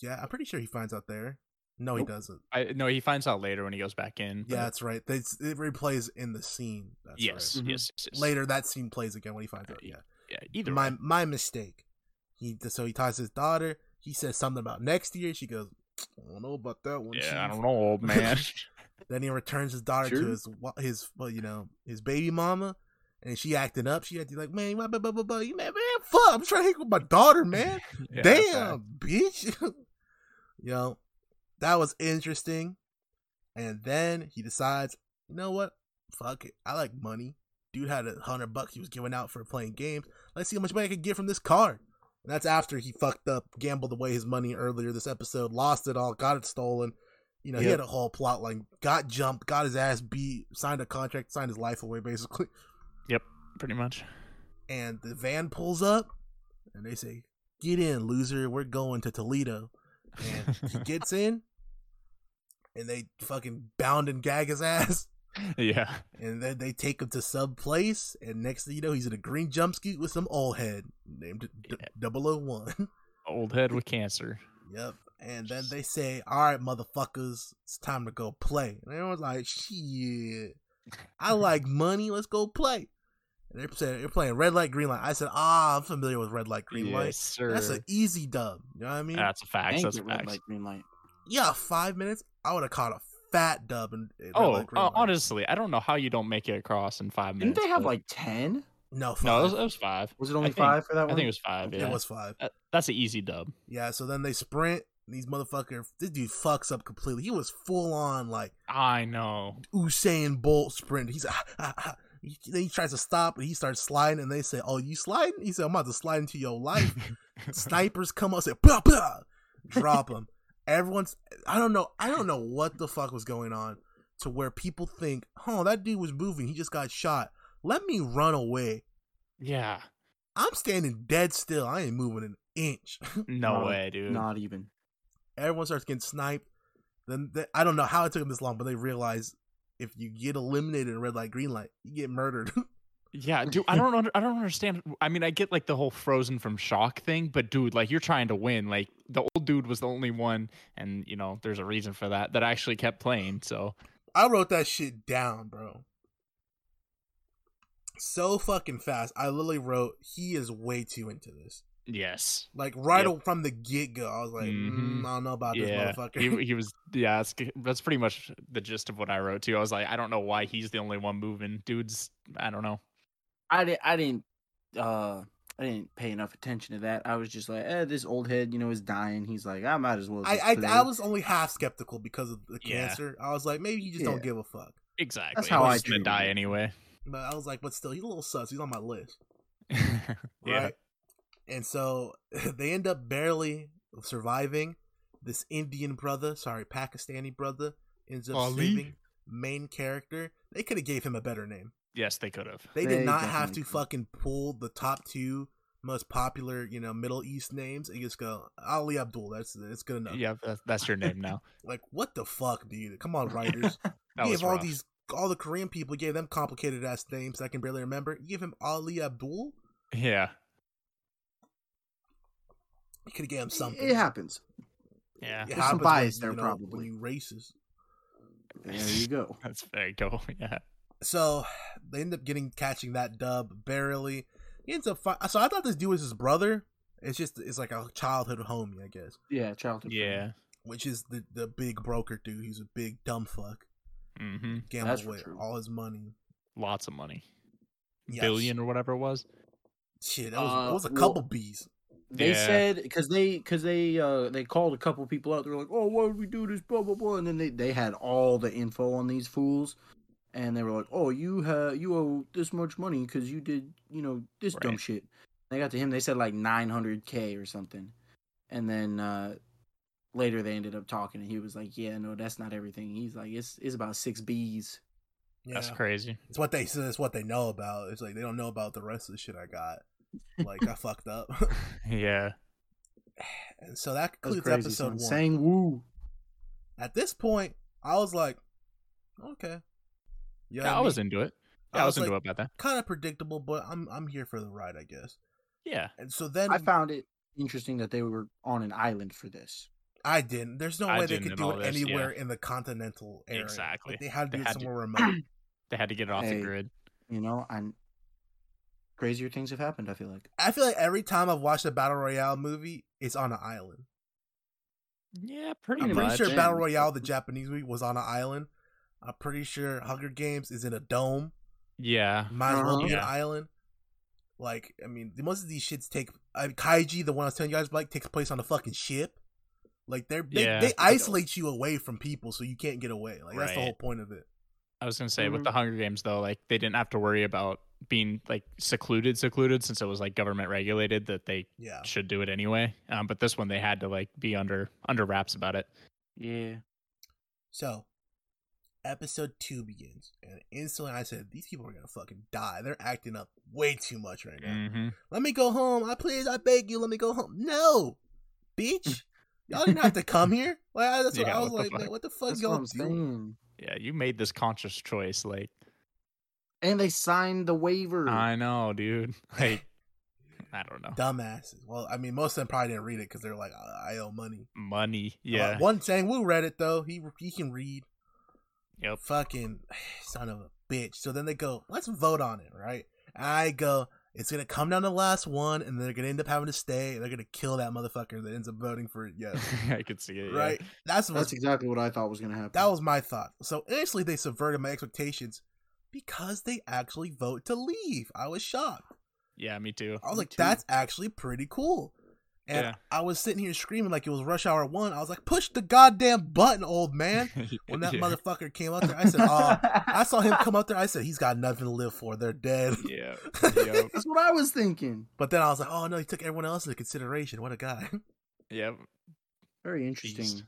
S1: Yeah, I'm pretty sure he finds out there. No, he
S3: Nope.
S1: doesn't.
S2: I no, he finds out later when Oh, he goes back in. but-
S1: Yeah, that's right. That's it replays in the scene. That's
S2: yes,
S1: Right.
S3: Mhm.
S2: yes, yes, yes.
S1: Later, that scene plays again when he finds out. Yeah.
S2: Yeah, either
S1: my
S2: way.
S1: my mistake. He so he ties his daughter. He says something about next year. She goes, I don't know about that one.
S2: Yeah, I
S1: chief."
S2: don't
S1: [LAUGHS]
S2: know, old man.
S1: Then he returns his daughter to
S3: Sure.
S1: his wa- his well, you know his baby mama, and she acting up. She acting like man, blah, blah, blah, blah, blah. you man, man, fuck. I'm trying to hang with my daughter, man.
S2: Yeah,
S1: Damn, bitch. [LAUGHS] you know, that was interesting. And then he decides, you know what? Fuck it. I like money. Dude had a hundred bucks he was giving out for playing games. Let's see how much money I can get from this card. And that's after he fucked up, gambled away his money earlier this episode, lost it all, got it stolen. You know, he
S3: Yep.
S1: had a whole plot line, got jumped, got his ass beat, signed a contract, signed his life away basically
S2: pretty much. [LAUGHS]
S1: and the van pulls up and they say get in loser we're going to toledo and he gets in and they fucking bound and gag his ass
S2: yeah,
S1: and then they take him to some place and next thing you know he's in a green jumpsuit with some old head named D-
S2: Yeah.
S1: 001
S2: old head with cancer.
S1: yep and then they say all right motherfuckers it's time to go play and everyone's like shit
S2: [LAUGHS]
S1: I like money. Let's go play. And they're saying they're playing red light, green light. I said, ah, I'm familiar with red light, green
S2: yes,
S1: light.
S2: sir.
S1: That's an easy dub. You know what I mean?
S2: That's a fact.
S3: Dang,
S2: That's a
S3: get red
S2: fact.
S3: light, green light.
S1: yeah, five minutes. I would have caught a fat dub. And
S2: Oh, uh, honestly, I don't know how you don't make it across in five
S3: Didn't
S2: minutes.
S3: they have
S2: but-
S3: like ten?
S1: no, five.
S2: No, it was, it was five.
S3: Was it only
S2: think-
S3: five for that
S2: I
S3: one?
S2: think it was five.
S1: It
S2: Yeah,
S1: was five.
S2: That- Uh, that's an easy dub.
S1: Yeah. So then they sprint. These motherfucker, this dude fucks up completely. He was full on like
S2: I know.
S1: Usain Bolt sprint. He's [LAUGHS] ah, ah, ah. He, then he tries to stop and he starts sliding. And they say, "Oh, you sliding?" He said, "I'm about to slide into your
S2: [LAUGHS]
S1: life." [LAUGHS] snipers come up, say blah blah, drop them. [LAUGHS] Everyone's I don't know I don't know what the fuck was going on to where people think, oh that dude was moving, he just got shot. Let me run away.
S2: yeah.
S1: I'm standing dead still. I ain't moving an inch. [LAUGHS]
S2: No
S3: Not-
S2: way, dude.
S3: Not even.
S1: Everyone starts getting sniped. Then they, I don't know how it took them this long, but they realize if you get eliminated in red light, green light, you get murdered. [LAUGHS]
S2: Yeah, dude. I don't. Under, I don't understand. I mean, I get like the whole frozen from shock thing, but dude, like you're trying to win. Like the old dude was the only one, and you know, there's a reason for that. That actually kept playing. So
S1: I wrote that shit down, bro. So fucking fast. I literally wrote, he is way too into this.
S2: yes.
S1: Like right
S2: Yep.
S1: from the get go, I was like,
S2: Mhm.
S1: mm, I don't know about
S2: Yeah,
S1: this motherfucker. [LAUGHS]
S2: he, he was. Yeah, that's, that's pretty much the gist of what I wrote too. I was like, I don't know why he's the only one moving. Dude's, I don't know.
S3: I didn't. I didn't. Uh, I didn't pay enough attention to that. I was just like, eh, this old head, you know, is dying. He's like, I might as well.
S1: I,
S3: just
S1: I
S3: play."
S1: I was only half skeptical because of the
S2: Yeah.
S1: cancer. I was like, maybe he just
S3: Yeah.
S1: don't give a fuck.
S2: Exactly.
S3: how
S2: He's
S3: I
S2: just gonna
S3: treated
S2: die
S3: it.
S2: anyway. [LAUGHS]
S1: But I was like, but still, he's a little sus. He's on my list,
S2: yeah.
S1: right? And so [LAUGHS] they end up barely surviving. This Indian brother, sorry, Pakistani brother, ends up
S2: Ali.
S1: saving main character. They could have gave him a better name.
S2: Yes, they could have.
S1: They,
S3: They
S1: did not have to
S3: definitely could've.
S1: fucking pull the top two most popular, you know, Middle East names and just go Ali Abdul. That's that's good enough.
S2: Yeah, that, that's your
S1: [LAUGHS]
S2: name now.
S1: Like, what the fuck, dude? Come on, writers.
S2: [LAUGHS] That
S1: you
S2: was
S1: gave all
S2: rough.
S1: these, all the Korean people, you gave them complicated ass names I can barely remember. You give him Ali Abdul,
S2: [LAUGHS] Yeah.
S1: you could have gave him something.
S3: It happens.
S2: Yeah.
S1: It
S3: There's some
S1: happens
S3: bias
S1: when,
S3: there,
S1: you know,
S3: probably.
S1: When you racist.
S3: There you
S1: [LAUGHS]
S3: go.
S2: That's very cool. [LAUGHS] Yeah.
S1: So they end up getting catching that dub barely. He ends up. Fi- so I thought this dude was his brother, It's just it's like a childhood homie, I guess.
S3: Yeah, childhood. friend.
S2: Yeah.
S1: Which is the the big broker dude. He's a big dumb fuck.
S2: hmm
S1: Gambled
S3: That's
S1: away
S3: true.
S1: all his money.
S2: Lots of money.
S1: Yes.
S2: Billion or whatever it was.
S1: Shit, that was, that
S3: Uh,
S1: was a
S3: well-
S1: couple B's.
S3: They
S2: Yeah.
S3: said because they because they uh they called a couple people out. They're like, oh, why would we do this? Blah blah blah. And then they they had all the info on these fools, and they were like, oh, you ha- you owe this much money because you did you know this dumb
S2: Right.
S3: shit. They got to him. They said like nine hundred k or something, and then uh later they ended up talking, and he was like, yeah, no, that's not everything. He's like, it's it's about six Bs.
S1: Yeah.
S2: That's crazy. [LAUGHS]
S1: It's what they so it's what they know about. It's like they don't know about the rest of the shit I got. Like I [LAUGHS] fucked up.
S2: Yeah.
S1: and so that
S3: That's
S1: concludes
S3: crazy.
S1: episode
S3: son.
S1: one.
S3: Sang woo.
S1: At this point, I was like, okay. You know
S2: Yeah,
S1: what
S2: I was
S1: mean?
S2: into it.
S1: I
S2: Yeah, I
S1: was
S2: was into
S1: like-
S2: it about that.
S1: kind of predictable, but I'm I'm here for the ride, I guess.
S2: Yeah.
S1: And so then
S3: I found it interesting that they were on an island for this.
S1: I didn't. There's no
S2: I
S1: way they
S2: didn't
S1: could
S2: in
S1: do
S2: all
S1: it
S2: this,
S1: anywhere in the continental area.
S2: Exactly.
S1: Like, they had to
S2: They
S1: do it
S2: had to-
S1: somewhere remote.
S2: They had to get it off
S3: Hey.
S2: the grid.
S3: You know, and crazier things have happened. I feel like.
S1: I feel like every time I've watched a battle royale movie, it's on an island.
S2: Yeah, pretty
S1: I'm
S3: Pretty
S1: pretty
S2: much.
S1: sure
S3: much.
S1: battle royale, the Japanese movie, was on an island. I'm pretty sure Hunger Games is in a dome.
S2: Yeah.
S1: Might as well be an
S2: Uh-huh.
S1: island. Like, I mean, the- most of these shits take. I Kaiji, the one I was telling you guys, like, takes place on a fucking ship. Like, they're, they
S2: Yeah.
S1: they isolate you away from people, so you can't get away. Like, that's the
S2: Right.
S1: whole point of it.
S2: I was gonna say with
S1: Mm-hmm.
S3: Mhm.
S2: the Hunger Games though, like they didn't have to worry about being like secluded, secluded since it was like government regulated that they
S1: Yeah.
S2: should do it anyway. Um, but this one they had to like be under under wraps about it.
S3: Yeah.
S1: So, episode two begins, and instantly I said, "These people are gonna fucking die. They're acting up way too much right now.
S2: Mm-hmm.
S1: Let me go home. I please, I beg you, let me go home. No,
S2: [LAUGHS]
S1: bitch, y'all didn't have to come here. Like I- that's what
S2: Yeah,
S1: I was
S2: what the
S1: like, man,
S2: fuck?
S1: what the fuck
S3: That's what
S1: y'all doing?
S3: I'm saying.
S2: Yeah, you made this conscious choice. Like
S3: And they signed the waiver.
S2: I know, dude. [LAUGHS] Like I don't know.
S1: Dumbasses. Well, I mean, most of them probably didn't read it because they're like, I-, I owe money.
S2: Money.
S1: Uh,
S2: Yeah.
S1: one Sang Woo read it though. He he can read.
S2: Yep.
S1: fucking [SIGHS] son of a bitch. So then they go, let's vote on it, right? I go, it's gonna come down to the last one, and they're gonna end up having to stay, and they're gonna kill that motherfucker that ends up voting for it. Yes,
S2: [LAUGHS] I could see it. yeah.
S1: right. That's what
S3: That's exactly what I thought was [LAUGHS] gonna happen.
S1: that was my thought. So initially, they subverted my expectations because they actually vote to leave. I was shocked.
S2: Yeah, me too.
S1: I was
S3: Me
S1: like,
S3: too.
S1: that's actually pretty cool. And
S2: Yeah.
S1: I was sitting here screaming like it was Rush Hour One. I was like, push the goddamn button, old man. When that
S2: [LAUGHS] yeah.
S1: motherfucker came out there, I said, oh,
S3: [LAUGHS]
S1: I saw him come up there. I said, he's got nothing to live for. They're dead.
S2: Yeah.
S1: [LAUGHS]
S2: Yep.
S3: That's what I was thinking.
S1: But then I was like, oh no, he took everyone else into consideration. What a guy. [LAUGHS]
S2: yep.
S3: Very interesting.
S2: Beast.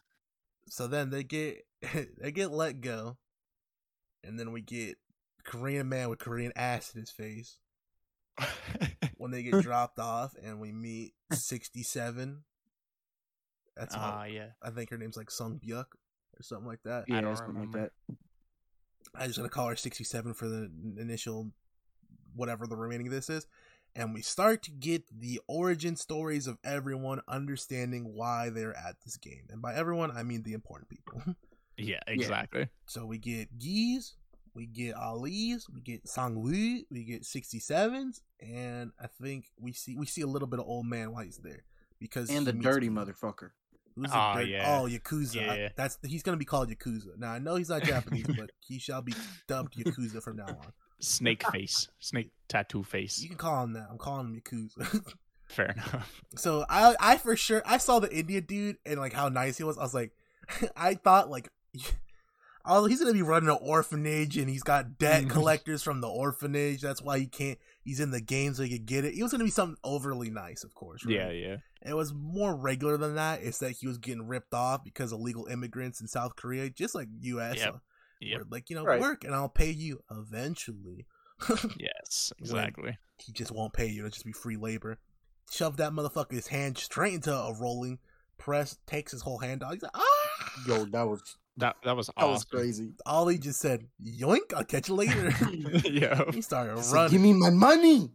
S1: So then they get [LAUGHS] they get let go, and then we get Korean man with Korean ass in his face when they get dropped off, and we meet sixty seven. That's all.
S2: Ah, yeah.
S1: I think her name's like Sung Byuk or something like that.
S2: I
S3: Yeah,
S2: don't
S3: something like
S2: remember.
S3: that.
S1: I just gonna call her 67 for the n- initial whatever the remaining of this is. And we start to get the origin stories of everyone understanding why they're at this game. And by everyone, I mean the important people. [LAUGHS]
S2: Yeah, exactly.
S1: so we get Geese, we get Ali's, we get Sangwoo, we get 67s, and I think we see we see a little bit of old man White's there because
S3: And the
S1: he meets
S3: dirty
S1: people.
S3: motherfucker.
S1: Who's
S2: Ah,
S1: the dirt-
S2: yeah.
S1: Oh, Yakuza. I-
S2: Yeah.
S1: that's he's gonna be called Yakuza. Now I know he's not
S2: [LAUGHS]
S1: Japanese, but he shall be dubbed Yakuza from now on.
S2: Snake face. Snake tattoo face.
S1: You can call him that. I'm calling him Yakuza.
S2: [LAUGHS]
S1: [LAUGHS]
S2: Fair enough.
S1: so I, I for sure, I saw the India dude and like how nice he was. I was like, [LAUGHS] I thought like, [LAUGHS] oh, he's gonna be running an orphanage and he's got
S2: Mm-hmm.
S1: debt collectors from the orphanage. That's why he can't. He's in the game so he could get it. He was gonna be something overly nice, of course. right?
S2: Yeah, yeah.
S1: It was more regular than that. It's that he was getting ripped off because illegal immigrants in South Korea, just like U.S.
S2: Yep.
S1: uh,
S2: Yep.
S1: were like you know,
S3: Right.
S1: work and I'll pay you eventually.
S2: Yes,
S1: When-
S2: exactly.
S1: he just won't pay you. It'll just be free labor. Shove that motherfucker's hand straight into a rolling press, takes his whole hand out. He's like, ah!
S3: Yo, that was
S2: That that was
S3: [LAUGHS] that was
S2: awesome.
S3: crazy.
S1: Ollie just said, yoink, I'll catch you later.
S2: [LAUGHS] yeah.
S1: he started
S3: He's like,
S1: running.
S3: Give me my money.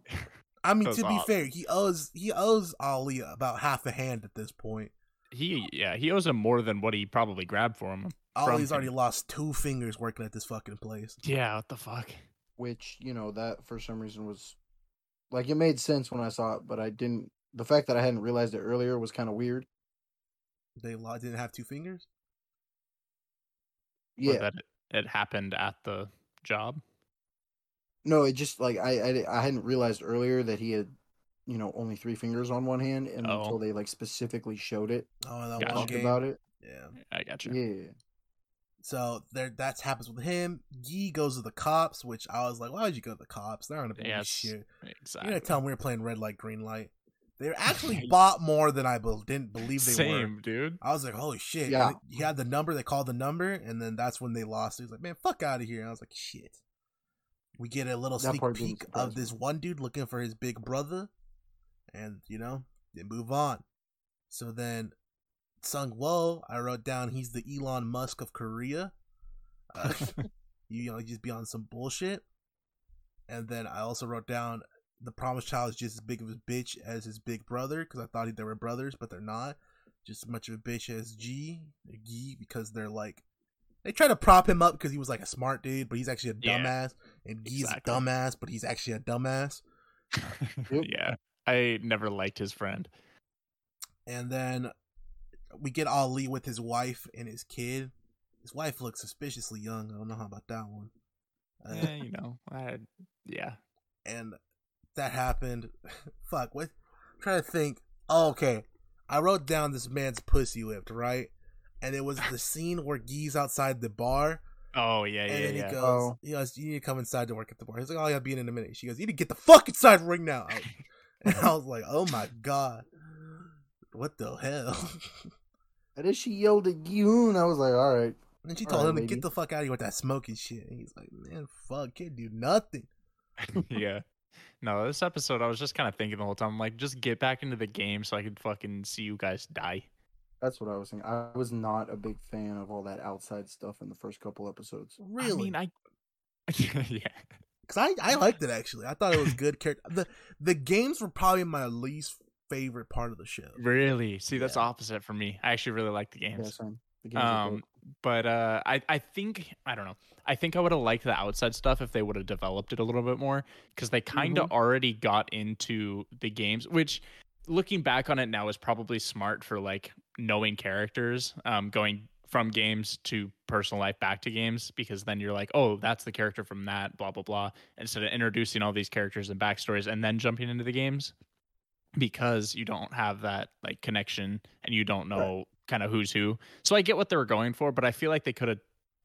S1: I mean,
S2: That
S1: to
S2: was
S1: be
S2: awesome.
S1: fair, he owes he owes Ollie about half a hand at this point.
S2: He yeah, he owes him more than what he probably grabbed for him. From
S1: Ollie's
S2: him.
S1: already lost two fingers working at this fucking place.
S2: Yeah, what the fuck?
S3: Which you know that for some reason was like it made sense when I saw it, but I didn't the fact that I hadn't realized it earlier was kind of weird.
S1: They lo- didn't have two fingers.
S2: Or
S3: Yeah.
S2: that it, it happened at the job.
S3: No, it just like I, I I hadn't realized earlier that he had, you know, only three fingers on one hand, and
S2: Oh.
S3: until they like specifically showed it,
S1: Oh, in that
S2: Gotcha.
S1: one
S3: talked
S1: game.
S3: about it.
S1: Yeah.
S2: I gotcha.
S3: Yeah.
S1: So there, that happens with him. Yi goes to the cops, which I was like, why would you go to the cops? They're on a
S2: Yes,
S1: shit.
S2: Exactly.
S1: You're gonna tell them we were playing red light, green light. They
S2: [LAUGHS]
S1: actually bought more than I be- didn't believe they were.
S2: Same, dude.
S1: I was like, holy shit.
S3: Yeah.
S1: And He had the number, they called the number, and then that's when they lost. He was like, man, fuck out of here. And I was like, shit. We get a little
S3: That
S1: sneak
S3: part didn't
S1: peek
S3: surprise
S1: of this one dude looking for his big brother, and, you know, they move on. So then, Sung Wo, I wrote down, he's the Elon Musk of Korea.
S2: [LAUGHS]
S1: Uh, you know, just be on some bullshit. And then I also wrote down, the promised child is just as big of a bitch as his big brother, because I thought they were brothers, but they're not just as much of a bitch as G, G, because they're like, they try to prop him up because he was like a smart dude, but he's actually a
S2: Yeah,
S1: dumbass, and G's
S2: exactly.
S1: a dumbass, but he's actually a dumbass.
S3: Yep.
S2: yeah. I never liked his friend.
S1: And then we get Ali with his wife and his kid. His wife looks suspiciously young. I don't know how about that one. Uh,
S2: Eh, you know. I, yeah.
S1: and that happened. [LAUGHS] Fuck, what? trying to think. Oh, okay, I wrote down this man's pussy whipped, right? And it was
S2: [LAUGHS]
S1: the scene where Gee's outside the bar,
S2: Oh yeah, yeah,
S1: and then
S2: yeah.
S1: he goes,
S3: Oh.
S1: you, know, you need to come inside to work at the bar. He's like, oh, yeah, I'll be in in a minute. She goes, you need to get the fuck inside right
S2: [LAUGHS]
S1: now. I, and I was like, oh my god, what the hell? [LAUGHS]
S3: And then she yelled at Gihoon. I was like, all right.
S1: and she
S3: All
S1: told
S3: right,
S1: him to
S3: lady.
S1: get the fuck out of here with that smoking shit. And he's like, man, fuck, can't do nothing.
S2: [LAUGHS] yeah. No, this episode, I was just kind of thinking the whole time, I'm like, just get back into the game so I could fucking see you guys die.
S3: That's what I was thinking. I was not a big fan of all that outside stuff in the first couple episodes.
S2: I
S1: Really?
S2: mean, I. [LAUGHS] yeah.
S1: Because I, I, liked it actually. I thought it was good character. The the games were probably my least favorite part of the show.
S2: Really? See, that's
S1: Yeah.
S2: opposite for me. I actually really like the
S3: Yeah,
S2: games.
S3: same. The games are
S2: Um,
S3: dope.
S2: but uh, I I think I don't know. I think I would have liked the outside stuff if they would have developed it a little bit more because they kind of already got into the games, which looking back on it now is probably smart for like knowing characters, um, going from games to personal life back to games because then you're like, oh, that's the character from that, blah blah blah, instead of introducing all these characters and backstories and then jumping into the games because you don't have that like connection and you don't
S3: Right.
S2: know kind of who's who. So I get what they were going for, but I feel like they could have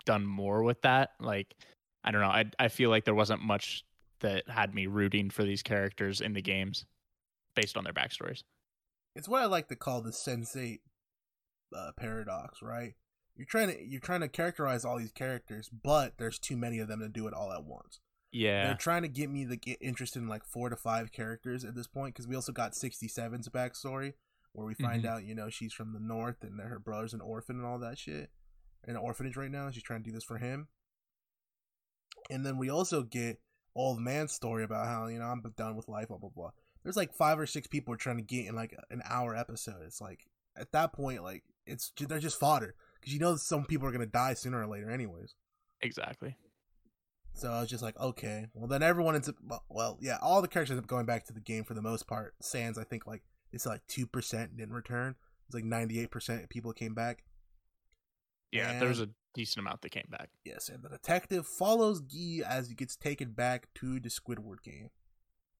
S2: done more with that. Like, I don't know. I I feel like there wasn't much that had me rooting for these characters in the games based on their backstories.
S1: It's what I like to call the sensate uh, paradox, right? You're trying to you're trying to characterize all these characters, but there's too many of them to do it all at once. They're
S2: Yeah.
S1: trying to get me to get interested in like four to five characters at this point because we also got 67's backstory where we find
S2: Mhm.
S1: out you know she's from the north and that her brother's an orphan and all that shit in an orphanage right now. and She's trying to do this for him, and then we also get old man's story about how you know I'm done with life, blah blah blah. There's like five or six people are trying to get in like an hour episode. It's like at that point like it's they're just fodder because you know some people are gonna die sooner or later anyways.
S2: Exactly.
S1: So I was just like, okay. Well, then everyone ends up. well- Well, yeah, all the characters end up going back to the game for the most part. Sans, I think, like it's like two percent didn't return. It's like ninety-eight percent people came back.
S2: Yeah. There's a decent amount that came back.
S1: Yes, and the detective follows Gee as he gets taken back to the Squidward game.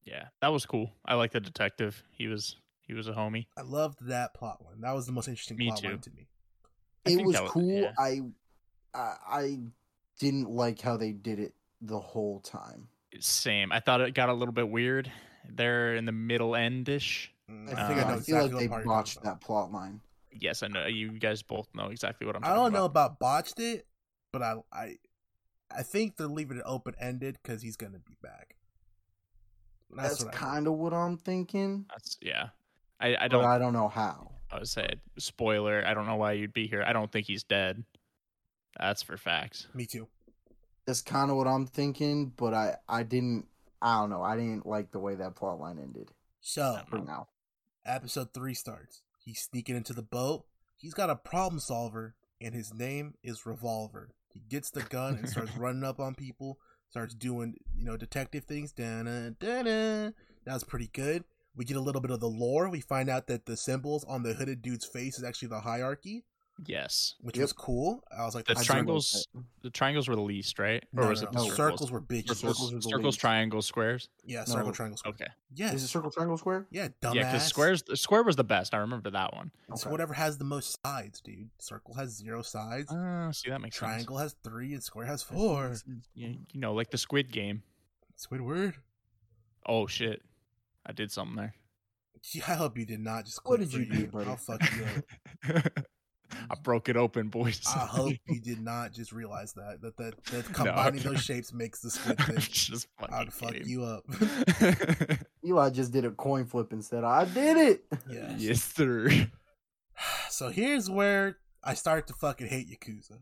S2: Yeah. That was cool. I like the detective. He was he was a homie.
S1: I loved that plot line. That was the most interesting
S2: Me
S1: plot
S2: too.
S1: line to me.
S2: I
S3: it
S2: think
S3: was
S2: that was-
S3: cool.
S2: yeah.
S3: I, I I didn't like how they did it the whole time.
S2: Same. I thought it got a little bit weird there in the middle endish.
S1: Mm,
S3: I,
S2: Uh, I
S3: feel- I
S2: know
S3: feel like
S1: what
S3: they
S1: part you're talking
S3: botched
S1: about.
S3: that plot line.
S2: Yes, I know you guys both know exactly what I'm
S1: I
S2: talking
S1: don't know
S2: about.
S1: about botched it, but I I I think they're leaving it open ended because he's gonna be back.
S3: That's,
S1: what I-
S3: kind of what I'm thinking.
S2: That's yeah. I, I
S3: I
S2: don't
S3: don't, but I don't know how.
S2: I would say spoiler. I don't know why you'd be here. I don't think he's dead. That's for facts.
S1: Me too.
S3: That's kind of what I'm thinking, but I I didn't. I don't know. I didn't like the way that plot line ended.
S1: So
S2: Um,
S3: For now,
S1: episode three starts. He's sneaking into the boat. He's got a problem solver, and his name is Revolver. He gets the gun and
S2: [LAUGHS]
S1: starts running up on people, starts doing, you know, detective things. Da-na, da-na. That was pretty good. We get a little bit of the lore. We find out that the symbols on the hooded dude's face is actually the hierarchy,
S2: Yes.
S1: which
S3: Yep.
S1: was cool. I was like,
S2: The
S1: I don't-
S2: triangles- The triangles were the least, right?
S1: No, no,
S2: was
S1: no,
S2: the
S1: circles? were bitches.
S2: Circles,
S3: Circles were
S2: circles,
S3: the least.
S2: triangles, squares.
S1: Yeah,
S3: No.
S1: circle, triangle, square.
S2: Okay.
S1: Yeah,
S3: Is it circle, triangle, square?
S1: yeah, dumbass.
S2: Yeah, because squares, the square was the best. I remember that one.
S1: It's
S3: Okay.
S1: whatever has the most sides, dude. Circle has zero sides.
S2: Uh, see, that makes
S1: Triangle has three, and square has four.
S2: sense. Yeah, you know, like the Squid Game.
S1: Squidward.
S2: Oh shit, I did
S1: [LAUGHS]
S2: something there.
S1: Gee, I hope you did not just.
S3: What
S1: click
S3: did you
S1: for
S3: do, buddy?
S1: I'll fuck you
S2: [LAUGHS]
S1: up.
S2: I broke it open, boys.
S1: I
S2: [LAUGHS]
S1: hope you did not just realize that that that, that
S2: No.
S1: combining those shapes makes the
S2: [LAUGHS]
S1: squid
S2: I'm
S1: thing.
S2: just fucking
S1: I'd fuck
S2: [LAUGHS] kidding.
S1: you [LAUGHS] up.
S3: Eli just did a coin flip instead. I did it. [LAUGHS]
S1: yeah.
S2: yes, sir.
S1: So here's where I start to fucking hate Yakuza.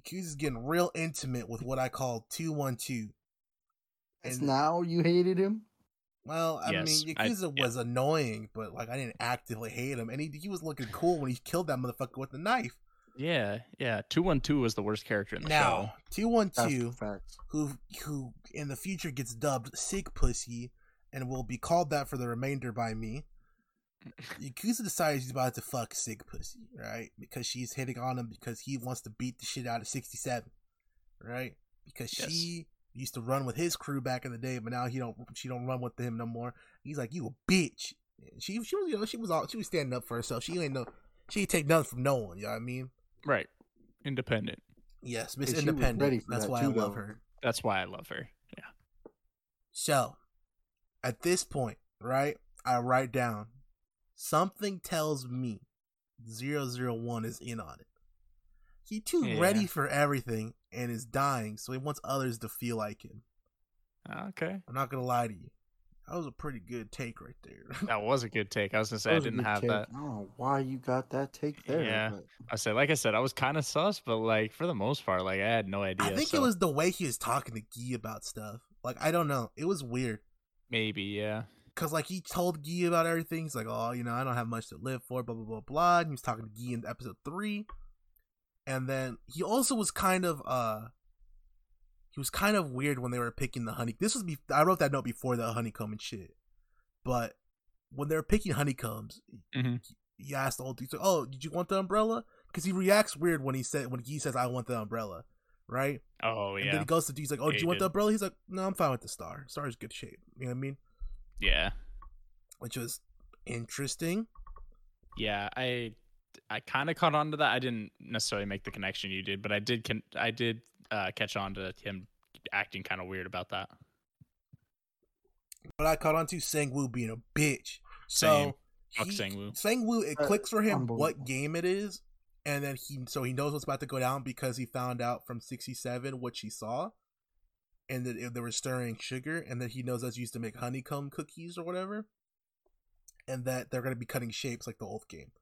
S1: Yakuza's getting real intimate with what I call two one two.
S3: It's now you hated him.
S1: Well, I
S2: Yes,
S1: mean,
S2: I-
S1: Yakuza
S2: yeah.
S1: was annoying, but like I didn't actively hate him, and he, he was looking cool when he killed that motherfucker with the knife.
S2: Yeah, yeah. Two one two was the worst character in the show.
S1: Now, two one
S3: That's
S1: two,
S3: facts.
S1: who who in the future gets dubbed sick pussy, and will be called that for the remainder by me. Yakuza decides he's about to fuck sick pussy, right? Because she's hitting on him because he wants to beat the shit out of sixty seven, right? Because
S2: Yes.
S1: she used to run with his crew back in the day, but now he don't. She don't run with him no more. He's like, you a bitch. She she was you know she was all she was standing up for herself. She ain't no she ain't take nothing from no one. You know what I mean?
S2: Right, independent.
S1: Yes, Miss
S3: And she was
S1: Independent.
S3: ready for
S1: That's
S3: that
S1: why
S3: too,
S1: I love
S3: though.
S1: her.
S2: That's why I love her. Yeah.
S1: So, at this point, right, I write down something tells me 001 is in on it. He too
S2: Yeah.
S1: ready for everything and is dying, so he wants others to feel like him. [LAUGHS]
S2: Okay,
S1: I'm not gonna lie to you. That was a pretty good take right there. [LAUGHS]
S2: that was a good take. I was gonna say I
S3: was a
S2: didn't
S3: good
S2: have
S3: take.
S2: that.
S3: I don't know why you got that take there.
S2: Yeah.
S3: but
S2: I said, like I said, I was kind of sus, but like for the most part, like I had no idea.
S1: I think
S2: so
S1: it was the way he was talking to Guy about stuff. Like I don't know. It was weird.
S2: maybe, yeah.
S1: Cause like he told Guy about everything. He's like, oh, you know, I don't have much to live for, blah blah blah blah. And he was talking to Guy in episode three, and then he also was kind of uh, he was kind of weird when they were picking the honey. This was be- I wrote that note before the honeycomb and shit, but when they were picking honeycombs,
S2: Mhm.
S1: he asked the old dude, he's like, oh, did you want the umbrella? Because he reacts weird when he said when Guy says, I want the umbrella, right?
S2: Oh
S1: And then
S2: yeah,
S1: he goes to, he's like, oh,
S2: Yeah,
S1: do
S2: he
S1: you want the
S2: did.
S1: umbrella? He's like, no, I'm fine with the star. Star's good shape. You know what I mean?
S2: yeah,
S1: which was interesting.
S2: yeah. I I kind of caught on to that. I didn't necessarily make the connection you did, but I did. Con- I did uh, catch on to him acting kind of weird about that.
S1: But I caught on to Sangwoo being a bitch.
S2: Same.
S1: So
S2: Fuck
S1: he-
S2: Sangwoo.
S1: Sangwoo, it
S3: Uh,
S1: clicks for him what
S3: unbelievable.
S1: game it is, and then he so he knows what's about to go down because he found out from sixty seven what she saw, and that they were stirring sugar, and that he knows that's used to make honeycomb cookies or whatever, and that they're gonna be cutting shapes like the old game,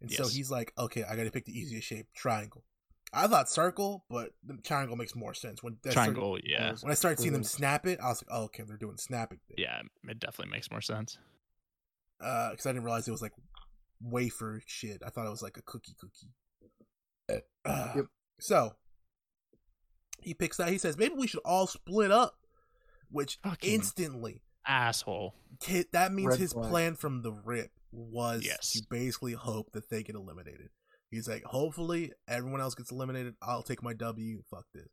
S1: and so
S2: Yes.
S1: he's like, okay, I gotta pick the easiest shape, triangle. I thought circle, but the triangle makes more sense when that circle-
S2: Triangle, yeah,
S1: When I started seeing them
S3: Mhm.
S1: snap it, I was like, oh, okay, they're doing snapping thing.
S2: yeah. It definitely makes more sense.
S1: Because I didn't realize it was like wafer shit. I thought it was like a cookie cookie. Uh,
S3: Eh. Yep.
S1: So he picks that. He says, maybe we should all split up, which
S2: Fucking-
S1: instantly
S2: Asshole.
S1: hit, that means
S3: Red
S1: his
S3: flag.
S1: plan from the rip was
S2: Yes.
S1: to basically hope that they get eliminated. He's like, hopefully everyone else gets eliminated. I'll take my W. Fuck this.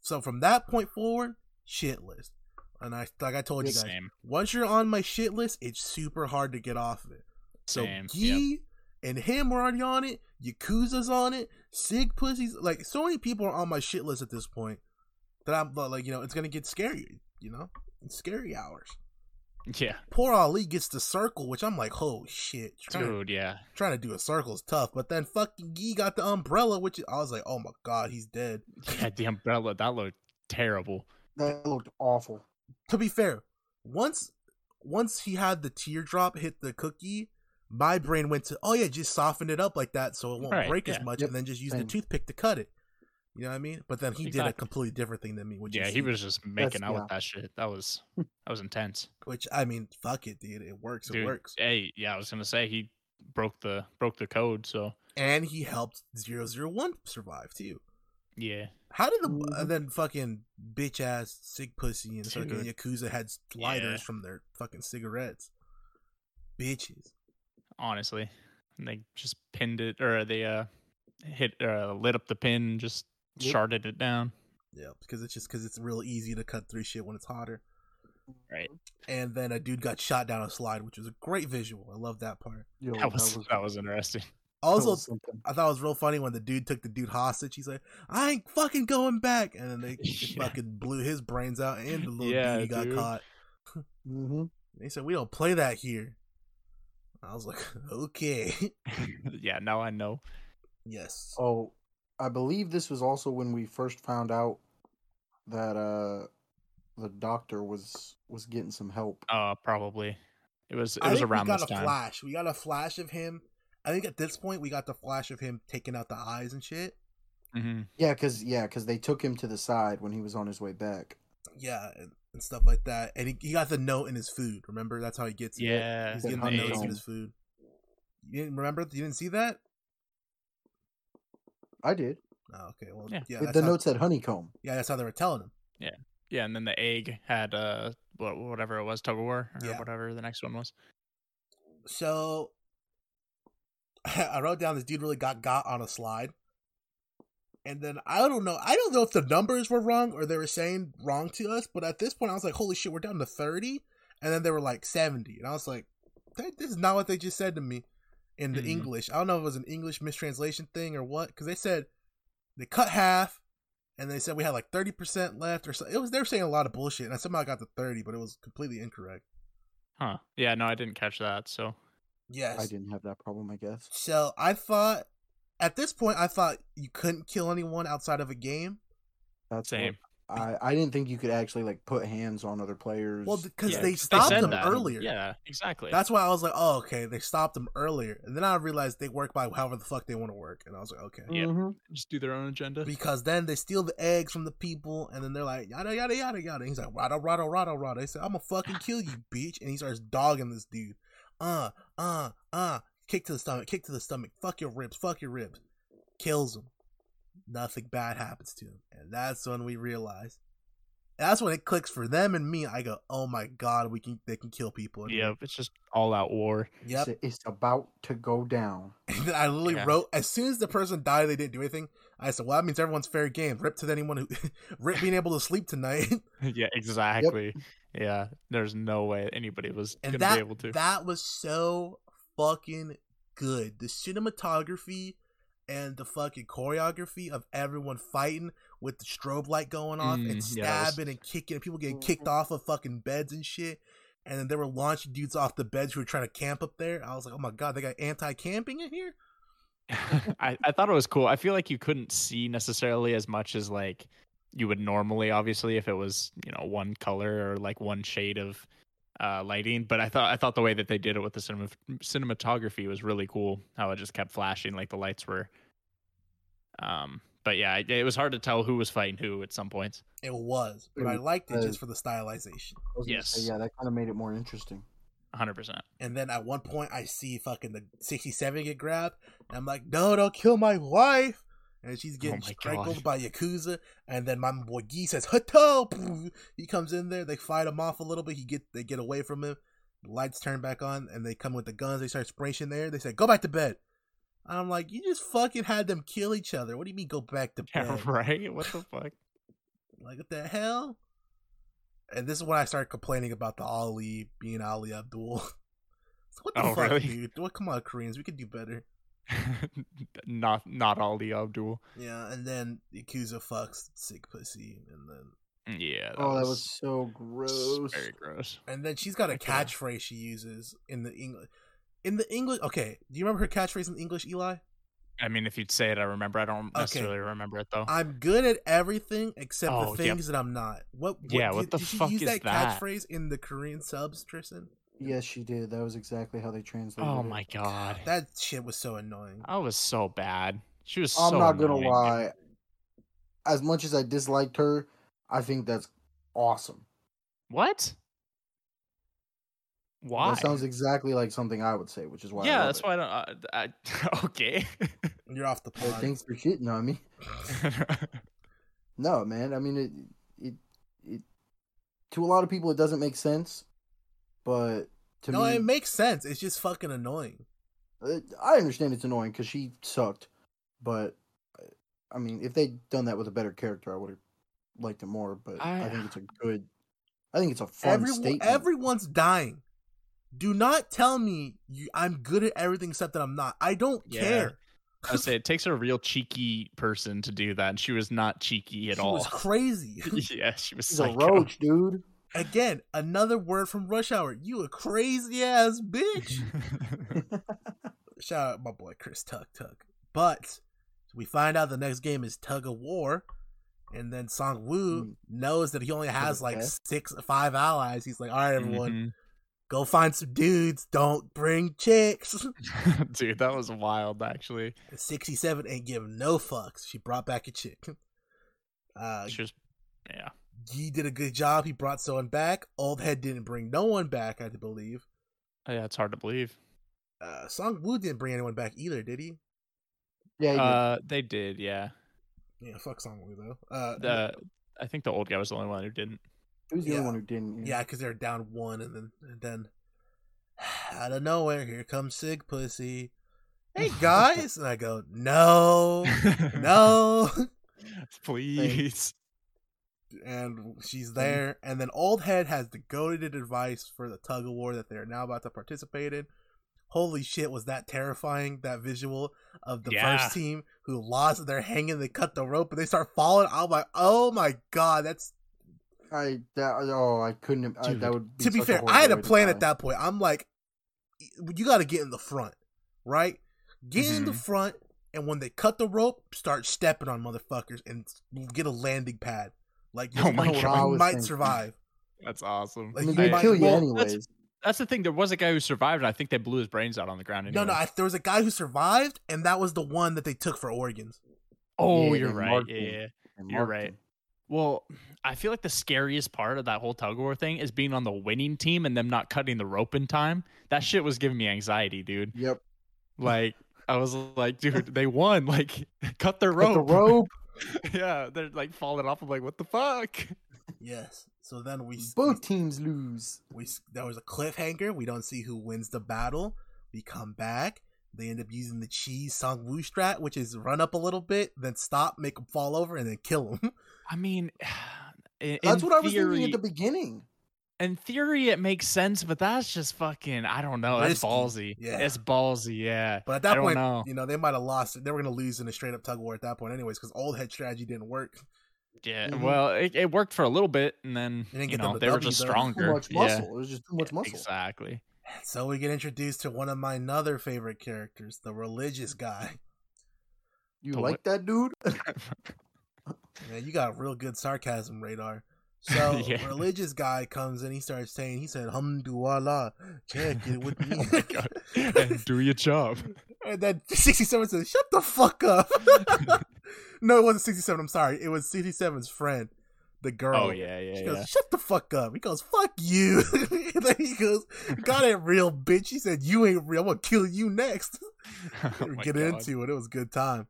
S1: So from that point forward, shit list. And I like I told you guys,
S2: Same.
S1: once you're on my shit list, it's super hard to get off of it. So
S2: Same.
S1: Gee
S2: Yeah.
S1: and him were already on it. Yakuza's on it. Sig pussies. Like so many people are on my shit list at this point that I'm but, like, you know, it's gonna get scary. You know, it's scary hours.
S2: [LAUGHS] Yeah.
S1: Poor Ali gets the circle, which I'm like, oh shit, trying,
S2: Dude. Yeah.
S1: trying to do a circle is tough. But then fucking Gee got the umbrella, which I was like, oh my god, he's dead.
S2: Yeah. The umbrella. That looked terrible.
S3: [LAUGHS] That looked awful.
S1: to be fair, once once he had the teardrop hit the cookie, my brain went to, oh yeah, just soften it up like that so it won't
S2: Right,
S1: break as
S2: yeah.
S1: much,
S3: Yep,
S1: and then just use the
S3: same.
S1: toothpick to cut it. You know what I mean? But then he did a
S2: Exactly.
S1: completely different thing than me. Which
S2: Yeah.
S1: is-
S2: He was just making out
S3: yeah.
S2: with that shit. That was that was intense.
S1: which I mean, fuck it, dude, it works, it
S2: Dude,
S1: works.
S2: Hey, yeah, I was gonna say he broke the broke the code. So
S1: And he helped 001 survive too.
S2: yeah,
S1: How did the
S3: Mhm.
S1: and then fucking bitch ass sick pussy and fucking
S2: Dude.
S1: yakuza had lighters
S2: Yeah.
S1: from their fucking cigarettes? bitches.
S2: honestly. And they just pinned it, or they uh hit uh, lit up the pin, and just
S3: Yep.
S2: sharded it down.
S1: Yeah, because it's just because it's real easy to cut through shit when it's hotter.
S2: Right.
S1: And then a dude got shot down a slide, which was a great visual. I love that part.
S3: Yo,
S2: That was that was interesting. [LAUGHS]
S1: Also,
S3: something.
S1: I thought it was real funny when the dude took the dude hostage. He's like, "I ain't fucking going back," and then they
S2: [LAUGHS] Yeah.
S1: fucking blew his brains out, and the little
S2: Yeah,
S1: dude got
S2: dude.
S1: caught.
S3: Mhm.
S1: They said, "We don't play that here." I was like, [LAUGHS] "Okay, [LAUGHS]
S2: yeah, now I know.
S1: yes,
S3: Oh, I believe this was also when we first found out that uh the doctor was was getting some help.
S2: Uh, probably it was it
S1: I
S2: was
S1: think
S2: around
S1: we got
S2: this
S1: a
S2: time.
S1: flash. We got a flash of him. I think at this point we got the flash of him taking out the eyes and shit.
S2: Mhm.
S3: Yeah, cause yeah, cause they took him to the side when he was on his way back.
S1: Yeah, and, and stuff like that. And he, he got the note in his food. Remember, that's how he gets. it.
S2: Yeah,
S1: he's
S3: the
S1: getting the
S2: they-
S3: note.
S1: notes in his food. You didn't remember? You didn't see that?
S3: I did.
S1: Oh, okay. Well, yeah.
S2: Yeah.
S1: that's
S3: the
S1: how,
S3: note said honeycomb.
S1: yeah, that's how they were telling him.
S2: yeah, and then the egg had uh what whatever it was tug of war or
S1: Yeah.
S2: whatever the next one was.
S1: so [LAUGHS] I wrote down this dude really got got on a slide. And then I don't know. I don't know if the numbers were wrong or they were saying wrong to us, but at this point I was like, holy shit, we're down to 30. And then they were like 70. And I was like, "That- this is not what they just said to me in the
S2: Mhm.
S1: English. I don't know if it was an English mistranslation thing or what, because they said they cut half and they said we had like 30% left or so. It was, they were saying a lot of bullshit. And I somehow got to 30, but it was completely incorrect.
S2: Huh? Yeah, no, I didn't catch that. So
S1: Yes.
S3: I didn't have that problem, I guess.
S1: So I thought at this point I thought you couldn't kill anyone outside of a game.
S3: That's what-
S2: same.
S3: I I didn't think you could actually like put hands on other players.
S1: Well, because
S2: Yeah,
S1: they
S2: 'cause
S1: stopped
S2: said
S1: them
S2: that.
S1: earlier.
S2: Yeah, exactly.
S1: That's why I was like, oh, okay, they stopped them earlier. And then I realized they work by however the fuck they want to work. And I was like, okay.
S2: yeah.
S3: Mhm.
S2: just do their own [LAUGHS] agenda.
S1: [LAUGHS] Because then they steal the eggs from the people, and then they're like, yada, yada, yada, yada. He's like, rada, rada, rada, rada. He said, I'm gonna fucking kill you, bitch. And he starts dogging this dude. Uh, uh, uh. Kick to the stomach, kick to the stomach. Fuck your ribs, fuck your ribs. Kills him. Nothing bad happens to him. And that's when we realize. That's when it clicks for them and me. I go, oh my god, we can they can kill people.
S2: Yep, it's just all out war.
S1: Yep.
S3: It's, it's about to go down.
S1: And then [LAUGHS] I literally
S2: Yeah.
S1: wrote as soon as the person died, they didn't do anything. I said, "Well, that means everyone's fair game. Rip to anyone who, [LAUGHS] rip being able to sleep tonight." [LAUGHS]
S2: [LAUGHS] yeah, exactly. Yeah, there's no way anybody was
S1: And
S2: gonna
S1: that
S2: be able to.
S1: that was so fucking good. The cinematography and the fucking choreography of everyone fighting with the strobe light going off and
S2: Mm, yeah, that was- Mm.
S1: stabbing and kicking, and people getting kicked off of fucking beds and shit. And then they were launching dudes off the beds who were trying to camp up there. I was like, "Oh my god, they got anti-camping in here."
S2: [LAUGHS] I, I thought it was cool. I feel like you couldn't see necessarily as much as like you would normally, obviously, if it was you know one color or like one shade of uh, lighting. But I thought I thought the way that they did it with the cinema, cinematography was really cool. How it just kept flashing, like the lights were. Um, but yeah, it, it was hard to tell who was fighting who at some points.
S1: It was, but I
S3: It
S1: liked it
S3: was.
S1: just for the stylization.
S3: I was gonna say,
S2: Yes.
S3: yeah, that kind of made it more interesting.
S2: 100. percent
S1: And then at one point, I see fucking the 67 get grabbed. And I'm like, no, don't kill my wife. And she's getting
S2: Oh my God.
S1: strangled by Yakuza. And then my boy Gee says, Hutto! [LAUGHS] He comes in there. They fight him off a little bit. He get They get away from him. The lights turn back on. And they come with the guns. They start spraying there. They say, go back to bed. And I'm like, you just fucking had them kill each other. What do you mean, go back
S2: [LAUGHS]
S1: to
S2: [LAUGHS] Yeah,
S1: bed?
S2: right. What the fuck? [LAUGHS]
S1: Like, what the hell? And this is when I started complaining about the Ali being Ali Abdul. [LAUGHS] It's like, what the
S2: Oh,
S1: fuck,
S2: really?
S1: dude? What, come on, Koreans, we could do better.
S2: not not Ali Abdul.
S1: Yeah, and then Yakuza fucks sick pussy, and then
S2: Mm, Yeah.
S3: oh, that was so gross.
S2: very gross.
S1: and then she's got a
S2: Heck yeah.
S1: catchphrase she uses in the English. In the English, okay. Do you remember her catchphrase in English, Eli?
S2: I mean, if you'd say it, I remember. I don't
S1: Okay.
S2: necessarily remember it though.
S1: I'm good at everything except
S2: Oh,
S1: the
S2: yeah.
S1: things that I'm not. What? what
S2: Yeah, what
S1: did,
S2: the
S1: did she
S2: fuck
S1: use
S2: is
S1: that,
S2: that?
S1: catchphrase in the Korean subs, Tristan?
S3: Yes, she did. That was exactly how they translated.
S2: oh
S3: it.
S2: my god,
S1: That shit was so annoying.
S2: I was so bad. She was.
S3: I'm
S2: so
S3: not gonna
S2: annoying, dude.
S3: lie. As much as I disliked her, I think that's awesome.
S2: What? Why?
S3: That sounds exactly like something I would say, which is why. I
S2: yeah,
S3: love
S2: that's
S3: it.
S2: why I don't. I, I, [LAUGHS] okay.
S1: You're off the
S3: Hey,
S1: pod.
S3: thanks for shitting on me. [LAUGHS] No, man. I mean, it, it, it. To a lot of people, it doesn't make sense, but To
S1: no,
S3: me,
S1: it makes sense. It's just fucking annoying.
S3: Uh, I understand it's annoying because she sucked, but uh, I mean, if they'd done that with a better character, I would have liked it more. But I,
S2: I-
S3: think it's a good. I think it's a fun
S1: Everyone,
S3: statement.
S1: everyone's dying. Do not tell me you, I'm good at everything except that I'm not. I don't
S2: Yeah.
S1: care.
S2: I would say it takes a real cheeky person to do that, and she was not cheeky at
S1: she
S2: all. [LAUGHS]
S1: was [LAUGHS] crazy.
S2: yeah, she was
S3: She's a
S2: psycho. [LAUGHS]
S3: roach, dude.
S1: Again, another word from Rush Hour. You a crazy ass bitch.
S2: [LAUGHS]
S1: shout out my boy Chris Tuck Tuck. But we find out the next game is Tug of War, and then Song Woo
S2: Hmm.
S3: Mm.
S1: knows that he only has like
S3: Okay.
S1: six, five allies. He's like, all right, everyone,
S2: Mhm.
S1: go find some dudes. Don't bring chicks.
S2: Mm-hmm. [LAUGHS] Dude, that was wild, actually.
S1: 67 ain't giving no fucks. She brought back a chick. [LAUGHS] Uh,
S2: She was, yeah.
S1: Gee did a good job. He brought someone back. Old Head didn't bring no one back, I believe.
S2: Yeah, it's hard to believe.
S1: Uh, Song Woo didn't bring anyone back either, did he?
S3: Yeah, he did.
S2: Uh, they did, yeah.
S1: Yeah, fuck Song Woo though. Uh,
S2: The, I think the old guy was the only one who [LAUGHS] didn't.
S3: he was the
S1: yeah.
S3: only one who didn't.
S1: Yeah, because they're down one, and then and then [SIGHS] out of nowhere, here comes Sig Pussy. Hey guys, and I go no, no,
S2: [LAUGHS]
S1: [LAUGHS]
S2: Please.
S1: and
S3: Mm-hmm.
S1: she's there. And then Old Head has the goaded advice for the tug of war that they're now about to participate in. Holy shit, was that terrifying? That visual of the
S2: Yeah.
S1: first team who lost, they're hanging, they cut the rope, and they start falling. I'm like, oh my god, that's
S3: I that oh I couldn't. I,
S2: Dude.
S3: that would be
S1: to be
S3: such
S1: fair,
S3: horrible
S1: I had a
S3: way to
S1: plan
S3: die.
S1: at that point. I'm like, you got to get in the front, right? Get in
S3: Mm-hmm.
S1: the front, and when they cut the rope, start stepping on motherfuckers and get a landing pad. Like,
S2: Oh
S1: you
S2: my
S1: might-
S2: God.
S1: you might
S3: I was
S1: survive.
S2: That's awesome.
S1: Like,
S3: I mean,
S1: you
S3: they
S1: might-
S3: kill you
S2: well,
S3: anyways.
S2: That's the thing. There was a guy who survived, and I think they blew his brains out on the ground.
S1: No, no,
S2: anyway.
S1: I, there was a guy who survived, and that was the one that they took for organs.
S2: Oh,
S3: Yeah,
S2: you're
S3: they
S2: right.
S3: marked
S2: Yeah,
S3: him.
S2: yeah.
S3: And
S2: you're
S3: marked
S2: right.
S3: him.
S2: Well, I feel like the scariest part of that whole tug of war thing is being on the winning team and them not cutting the rope in time. That shit was giving me anxiety, dude.
S3: Yep.
S2: Like I was like, dude, they won. [LAUGHS] Like cut their
S3: Cut
S2: rope.
S3: the rope.
S2: [LAUGHS] yeah, they're like falling off. I'm like, what the fuck?
S1: Yes. So then we
S3: Both teams lose.
S1: we there was a cliffhanger. We don't see who wins the battle. We come back. They end up using the cheese song woo strat, which is run up a little bit, then stop, make them fall over, and then kill them.
S2: I mean, [SIGHS] in,
S3: That's
S2: in
S3: what I was
S2: theory,
S3: thinking at the beginning.
S2: in theory, it makes sense, but that's just fucking. I don't know. That's
S1: Risky,
S2: ballsy.
S1: yeah.
S2: it's ballsy. Yeah.
S1: [LAUGHS] But at
S2: I
S1: that
S2: don't
S1: point,
S2: know.
S1: you know they might have lost. it. They were gonna lose in a straight up tug of war at that point, anyways, because old head strategy didn't work.
S2: Yeah.
S3: Mhm.
S2: Well, it, it worked for a little bit, and then
S1: Mm-hmm. didn't
S2: you
S1: get them
S2: know
S1: the
S2: they were
S1: W,
S2: just
S1: though.
S2: stronger.
S3: Too much
S2: Yeah.
S3: muscle. It was just too much
S2: Yeah,
S1: [LAUGHS]
S3: muscle.
S2: Exactly.
S1: So we get introduced to one of my another favorite characters, the religious guy.
S3: You
S2: The
S3: like
S1: [LAUGHS]
S3: that, dude?
S1: Man, you got real good sarcasm
S2: [LAUGHS]
S1: radar. So
S2: Yeah.
S1: religious guy comes in, he starts saying, he said, Alhamdulillah, check it with me.
S2: [LAUGHS] Oh my God. and do your job.
S1: [LAUGHS] And then 67 says, Shut the fuck up. [LAUGHS] no, it wasn't 67. I'm sorry. It was 67's friend, the girl.
S2: Oh yeah, yeah,
S1: She
S2: yeah.
S1: goes, Shut the fuck up. He goes, Fuck you. [LAUGHS] and then he goes, God ain't real, bitch. He said, You ain't real. I'm going to kill you next.
S2: [LAUGHS] [LAUGHS]
S1: [LAUGHS]
S2: Oh
S1: We
S2: my
S1: Get
S2: God.
S1: into it. It was a good time.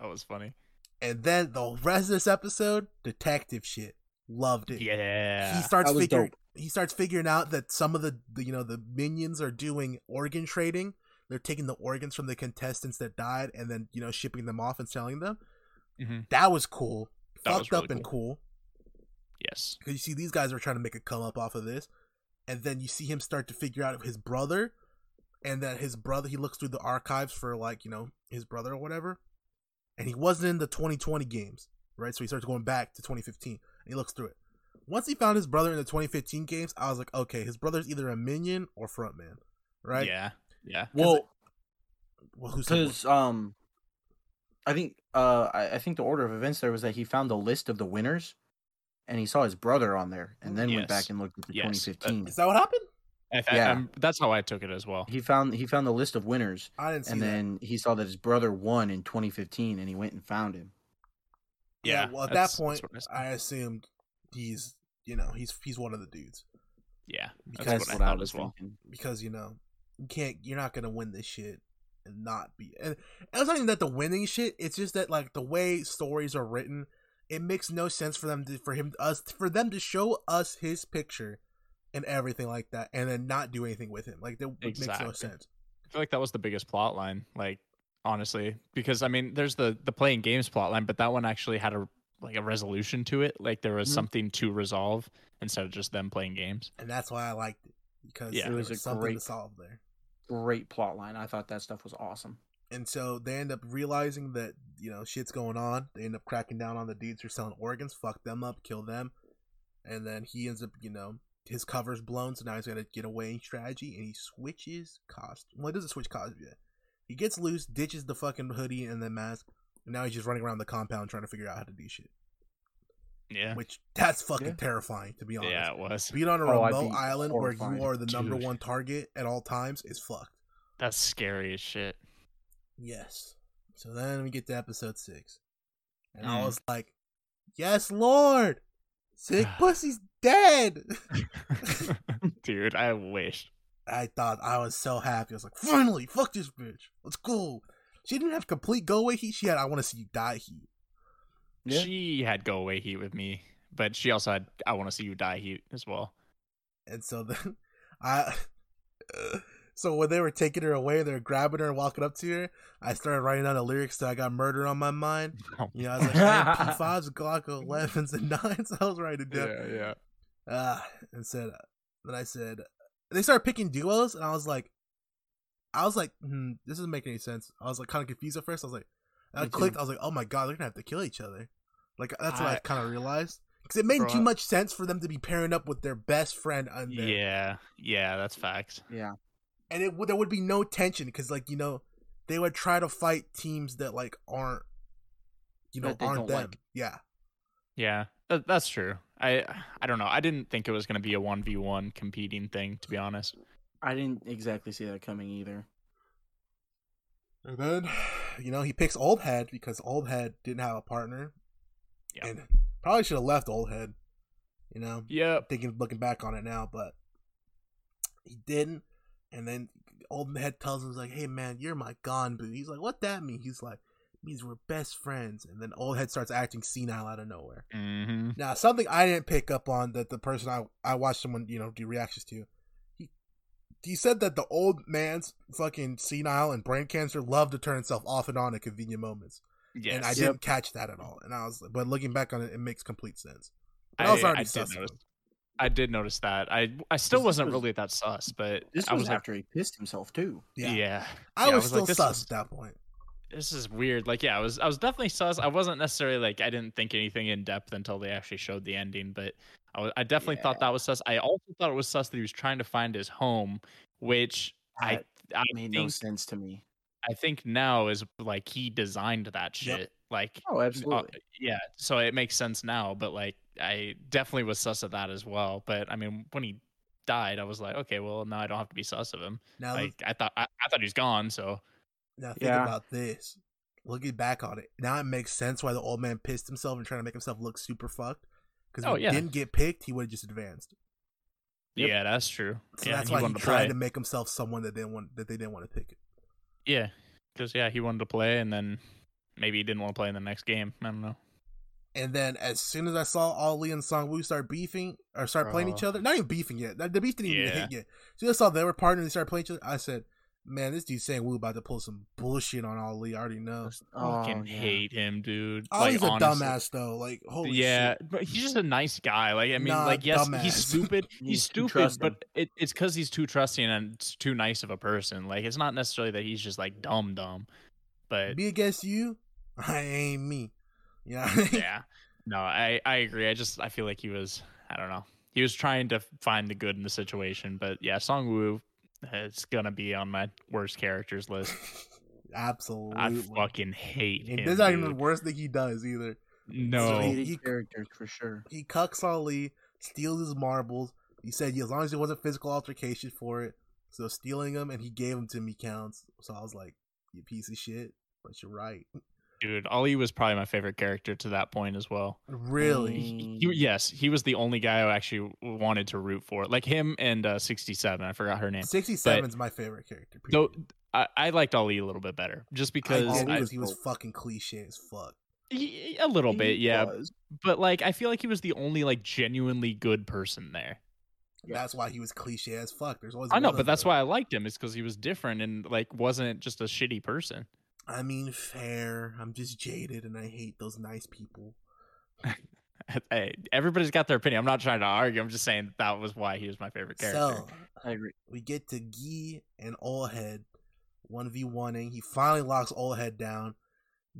S2: That was funny.
S1: And then the rest of this episode, detective shit. Loved it.
S2: Yeah.
S1: He starts
S3: That was
S1: figuring
S3: dope.
S1: he starts figuring out that some of the, the you know the minions are doing organ trading. They're taking the organs from the contestants that died and then you know shipping them off and selling them.
S2: Mhm.
S1: That was cool.
S2: That was
S1: Fucked up
S2: really
S1: and cool.
S2: Yes.
S1: Because you see these guys are trying to make a come up off of this, and then you see him start to figure out his brother, and that his brother he looks through the archives for like you know his brother or whatever, and he wasn't in the 2020 games, right? So he starts going back to 2015, and he looks through it. Once he found his brother in the 2015 games, I was like, okay, his brother's either a minion or frontman, right?
S2: Yeah. Yeah.
S3: Well,
S1: Well, who's
S3: because um, I think uh, I, I think the order of events there was that he found the list of the winners, and he saw his brother on there, and then went
S2: Yes.
S3: back and looked at the
S2: Yes, that-
S3: 2015.
S1: is that? What happened?
S2: I, I,
S3: yeah.
S2: I'm- that's how I took it as well.
S3: He found he found the list of winners,
S1: I didn't see
S3: and
S1: that.
S3: then he saw that his brother won in 2015, and he went and found him.
S1: yeah,
S2: Yeah,
S1: well, at
S2: that's-
S1: that point,
S2: that's what I
S1: I assumed he's you know he's he's one of the dudes.
S2: Yeah.
S1: That's
S2: That's what I thought as well.
S3: thinking.
S1: because you know you can't you're not gonna win this shit and not be and it's not even that the winning shit it's just that like the way stories are written it makes no sense for them to for him us for them to show us his picture and everything like that, and then not do anything with him. Like that makes no
S2: Exactly.
S1: sense.
S2: I feel like that was the biggest plot line, like honestly, because I mean, there's the the playing games plot line, but that one actually had a like a resolution to it. Like there was
S3: Mhm.
S2: something to resolve instead of just them playing games.
S1: And that's why I liked it because
S2: Yeah.
S1: there
S3: It
S1: was,
S3: was a
S1: something to
S3: great-
S1: solve there.
S3: Great plot line. I thought that stuff was awesome.
S1: And so they end up realizing that you know shit's going on. They end up cracking down on the dudes who are selling organs, fuck them up, kill them, and then he ends up you know his cover's blown, so now he's got to get away strategy, and he switches cost. Well, he doesn't switch costume yet. He gets loose, ditches the fucking hoodie and the mask, and now he's just running around the compound trying to figure out how to do shit.
S2: Yeah,
S1: Which that's fucking
S3: Yeah.
S1: terrifying to be honest.
S2: yeah, it was.
S1: Being on a
S3: Oh, I'd
S1: remote
S3: be
S1: island where you
S3: horrified.
S1: are the number
S2: Dude.
S1: one target at all times is fucked.
S2: That's scary as shit.
S1: Yes. So then we get to episode six. And I
S2: Mm.
S1: was like, Yes, Lord!
S2: [SIGHS]
S1: Sick pussy's dead! [LAUGHS]
S2: Dude, I wish.
S1: I thought I was so happy. I was like, finally, fuck this bitch. Let's go. She didn't have complete go away heat. She had I wanna see you die heat.
S3: Yeah.
S2: She had go away heat with me, but she also had I want to see you die heat as well.
S1: And so then [LAUGHS] I so when they were taking her away, they were grabbing her and walking up to her. I started writing down the lyrics that I got murder on my mind.
S2: Oh.
S1: You know, I was like,
S2: [LAUGHS]
S1: P5s, Glock 11s, and 9s. [LAUGHS] I was writing it down.
S2: yeah.
S1: uh, and said then I said they started picking duos and I was like I was like hmm, this doesn't make any sense. I was like kind of confused at first. I was like I
S3: Me
S1: clicked.
S3: too.
S1: I was like oh my god they're gonna have to kill each other. Like that's what I
S2: I-
S1: kind of realized because it made
S2: Bro,
S1: too
S2: I-
S1: much sense for them to be pairing up with their best friend on there.
S2: Yeah, yeah, that's facts.
S3: Yeah.
S1: and it would there would be no tension because like you know they would try to fight teams that like aren't you know
S3: That they
S1: aren't
S3: don't
S1: them.
S3: like.
S1: Yeah,
S2: Yeah, tha- that's true. I I don't know. I didn't think it was going to be a one v one competing thing, to be honest.
S3: I didn't exactly see that coming either.
S1: and then you know he picks old head because old head didn't have a partner
S2: Yeah.
S1: and probably should have left old head you know
S2: Yep.
S1: thinking looking back on it now but he didn't and then old head tells him he's like hey man you're my ganbu he's like what that mean he's like means we're best friends and then old head starts acting senile out of nowhere
S2: Mm-hmm.
S1: now something i didn't pick up on that the person i i watched someone you know do reactions to he he said that the old man's fucking senile and brain cancer love to turn itself off and on at convenient moments
S2: Yes.
S1: and I
S3: Yep.
S1: didn't catch that at all. And I was, but looking back on it, it makes complete sense. But I was already sus
S2: did
S1: of
S2: notice,
S1: him.
S2: I did notice that. I I still
S3: This
S2: wasn't
S3: was-
S2: really that sus, but
S3: This
S2: I
S3: was,
S2: was like,
S3: after he pissed himself too.
S1: Yeah,
S2: yeah. yeah.
S1: I was, still
S2: like, this
S1: sus
S2: is-
S1: at that point.
S2: this is weird. Like, yeah, I was I was definitely sus. I wasn't necessarily like I didn't think anything in depth until they actually showed the ending, but I was, I definitely thought that was sus. I also thought it was sus that he was trying to find his home, which I
S3: That
S2: I
S3: made
S2: think
S3: no sense to me.
S2: I think now is like he designed that
S1: Yep.
S2: shit. Like
S3: Oh,
S2: Uh,
S3: absolutely.
S2: yeah, so it makes sense now, but like I definitely was sus of that as well. But I mean, when he died, I was like, okay, well now I don't have to be sus of him.
S1: Now,
S2: Like I thought, I, I thought he was gone. So
S1: now think
S3: yeah.
S1: about this. Looking back on it, now it makes sense why the old man pissed himself and trying to make himself look super fucked. Because if
S2: Oh,
S1: he
S2: yeah.
S1: didn't get picked, he would have just advanced.
S3: Yep.
S2: yeah, that's true.
S1: So
S2: yeah,
S1: that's why he
S2: wanted to
S1: tried
S2: play.
S1: to make himself someone that they didn't want that they didn't want to pick.
S2: Yeah, because yeah, he wanted to play, and then maybe he didn't want to play in the next game. I don't know.
S1: And then as soon as I saw Ali and Songwoo start beefing or start playing each
S2: Bro.
S1: other, not even beefing yet. that- The beef didn't even
S2: Uh-huh. Yeah.
S1: hit yet. So I saw they were partnering and they started playing each other. I said, Man, this dude saying Woo about to pull some bullshit on Ali. I already know.
S3: Oh,
S2: Fucking
S3: yeah.
S2: hate him, dude.
S1: Ali's
S2: like,
S1: Oh, a
S2: honestly.
S1: dumbass though. Like holy
S2: yeah,
S1: shit.
S2: but he's just a nice guy. Like I mean,
S1: Nah,
S2: like yes,
S1: dumbass.
S2: he's
S1: [LAUGHS]
S2: stupid.
S3: You
S2: He's
S3: just don't
S2: stupid,
S3: trust him.
S2: but it, it's because he's too trusting and it's too nice of a person. Like it's not necessarily that he's just like dumb, dumb.
S1: [LAUGHS]
S2: But
S1: Be against you, I ain't me. Yeah. You know?
S2: yeah, no, I I agree. I just I feel like he was I don't know. He was trying to find the good in the situation, but yeah, Song Woo, it's gonna be on my worst characters list.
S1: [LAUGHS] Absolutely.
S2: I fucking hate
S1: And
S2: him.
S1: this is not even the
S2: dude.
S1: worst thing he does either.
S2: No,
S1: So
S3: hated
S1: he-
S3: characters for sure.
S1: He cucks Ali, steals his marbles. He said as long as it wasn't physical altercation for it, so stealing them and he gave them to me counts. So I was like, you piece of shit, but you're right.
S2: dude, Ali was probably my favorite character to that point as well.
S1: Really?
S2: He-
S3: Mm.
S2: he- yes, he was the only guy who actually wanted to root for. Like him and uh, 67. I forgot her name.
S1: 67 is my favorite character.
S2: So
S1: period.
S2: I, I liked Ali a little bit better
S1: I
S2: just because
S1: did
S2: I,
S1: because he was fucking cliche as fuck.
S2: he- a little bit,
S3: He
S2: yeah.
S3: was.
S2: But like, I feel like he was the only like genuinely good person there.
S3: Yeah.
S1: That's why he was cliche as fuck. There's always
S2: I know,
S1: one
S2: but
S1: of
S2: that's
S1: them.
S2: why I liked him is because he was different and like wasn't just a shitty person. [LAUGHS]
S1: I mean, fair. I'm just jaded and I hate those nice people.
S2: Hey, everybody's got their opinion. I'm not trying to argue. I'm just saying that, that was why he was my favorite character.
S1: So
S3: I agree.
S1: we get to Gee and Allhead, one v oneing. He finally locks Allhead down.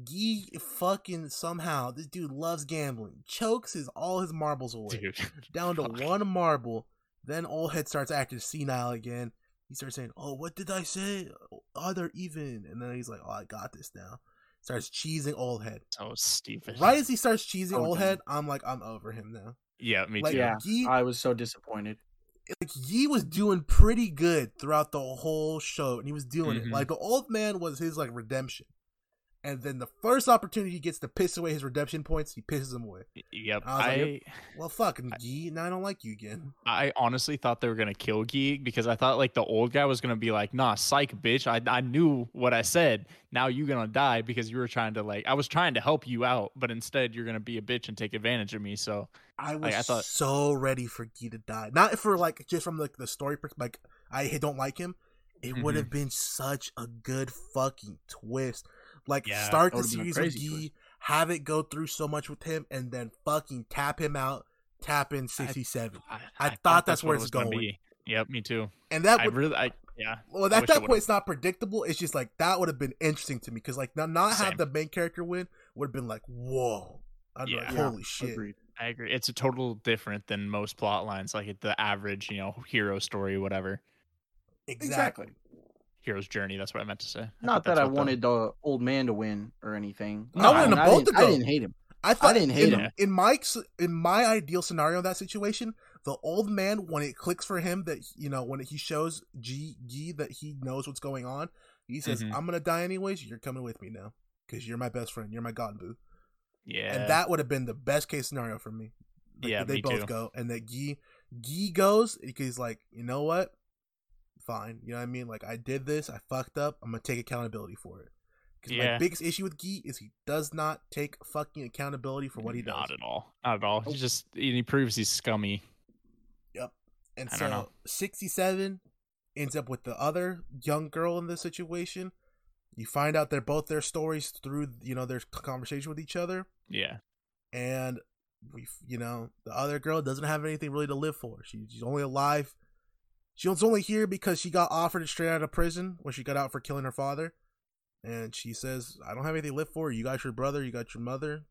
S1: Gee fucking somehow this dude loves gambling. Chokes his all his marbles away.
S2: Dude, [LAUGHS]
S1: down to
S2: Fuck.
S1: one marble. Then old head starts acting senile again. He starts saying, "Oh, what did I say? Are they even?" And then he's like, "Oh, I got this now." Starts cheesing old head.
S2: so stupid.
S1: Right as he starts cheesing
S3: Oh,
S1: old
S3: damn.
S1: head, I'm like, I'm over him now.
S2: Yeah, me
S1: like,
S2: too.
S3: Yeah.
S1: Ye,
S3: I was so disappointed.
S1: like Ye was doing pretty good throughout the whole show, and he was doing it.
S2: Mhm.
S1: Like the old man was his like redemption, and then the first opportunity he gets to piss away his redemption points, he pisses him away.
S2: Yep.
S1: I was like,
S2: I
S1: Well, fuck, Ye, now I don't like you again.
S2: I honestly thought they were gonna kill Geek because I thought like the old guy was gonna be like, nah, psych, bitch. I I knew what I said. Now you gonna die because you were trying to like I was trying to help you out, but instead you're gonna be a bitch and take advantage of me. So
S1: I was
S2: Like, I thought-
S1: so ready for Guy to die. Not for like just from like the story perspective. Like I h- don't like him. It would have been such a good fucking twist. Like
S2: Yeah,
S1: start
S3: that
S1: the
S3: would've been a
S1: series with
S3: crazy
S1: Guy,
S3: twist.
S1: have it go through so much with him, and then fucking tap him out. Tap in sixty seven,
S2: I,
S1: I thought that's
S2: what
S1: where
S2: it
S1: it's
S2: was gonna
S1: going.
S2: be. Yep, me too.
S1: and that
S2: I
S1: would.
S2: really I yeah.
S1: well,
S2: I
S1: at that
S2: wish it
S1: point,
S2: would've-
S1: it's not predictable. It's just like that would have been interesting to me because like not not
S2: Same.
S1: have the main character win would have been like whoa, I'd be like,
S3: Yeah,
S1: holy shit.
S3: Agreed.
S2: I agree. It's a total different than most plot lines, like it- the average, you know, hero story, whatever.
S1: exactly.
S2: Hero's journey, that's what I meant to say. I think
S3: Not that
S2: that's
S3: I
S2: what the-
S3: wanted the... old man to win or anything.
S2: No, I
S3: mean,
S2: wanted
S1: both
S3: didn't-
S1: to
S3: I
S1: go.
S3: didn't hate him.
S1: I thought
S3: didn't hate
S1: in,
S2: him.
S1: In my s- in my ideal scenario in that situation, the old man when it clicks for him that you know when he shows G G that he knows what's going on, he says,
S2: Mhm.
S1: "I'm gonna die anyways. You're coming with me now because you're my best friend. You're my god boo."
S2: Yeah.
S1: And that would have been the best case scenario for me. Like,
S2: Yeah,
S1: that they
S2: me
S1: both
S2: too.
S1: go and that G G goes because he's like, you know what, fine. You know what I mean? Like I did this. I fucked up. I'm gonna take accountability for it. Because my
S2: Yeah.
S1: biggest issue with Gee is he does not take fucking accountability for what he does.
S2: Not at all. Not at
S1: Oh.
S2: all. He
S3: Nope.
S2: just and he proves he's scummy.
S1: And
S2: I
S1: so
S2: don't know.
S1: 67 ends up with the other young girl in this situation. You find out they're both their stories through, you know, their conversation with each other.
S2: Yeah.
S1: And we, you know, the other girl doesn't have anything really to live for. She, she's only alive. She was only here because she got offered straight out of prison when she got out for killing her father. And she says, I don't have anything to live for. You got your brother, you got your mother.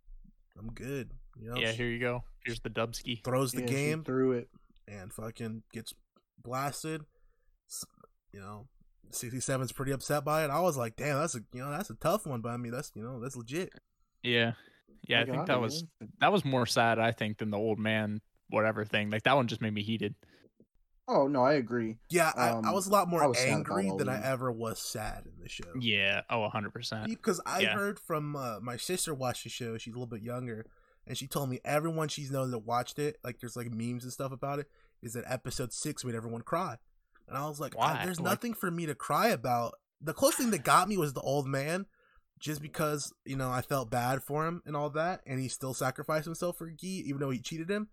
S1: I'm good. You know,
S2: Yeah,
S1: she
S2: here you go. Here's the Dubski.
S1: throws the
S3: Yeah, she
S1: game
S3: threw it.
S1: and fucking gets blasted. S- You know, 67's pretty upset by it. I was like, damn, that's a you know that's a tough one, but I mean that's you know that's legit.
S2: Yeah. Yeah, I
S3: Like, "Oh,
S2: think that
S3: don't
S2: was
S3: know.
S2: that was more sad, I think, than the old man whatever thing. Like that one just made me heated.
S3: Oh no, I agree.
S1: Yeah, I, I
S3: Um,
S1: was a lot
S3: I
S1: more
S3: was sad about
S1: angry
S3: all
S1: than I
S3: of them.
S1: ever was sad in the show.
S2: Yeah. Oh, hundred percent.
S1: because I
S2: Yeah.
S1: heard from uh, my sister watched the show. She's a little bit younger, and she told me everyone she's known that watched it, like there's like memes and stuff about it, is that episode six made everyone cry, and I was like, I-
S2: Why?
S1: there's
S2: Like-
S1: nothing for me to cry about. The closest thing that got me was the old man, just because you know I felt bad for him and all that, and he still sacrificed himself for Gee, even though he cheated him.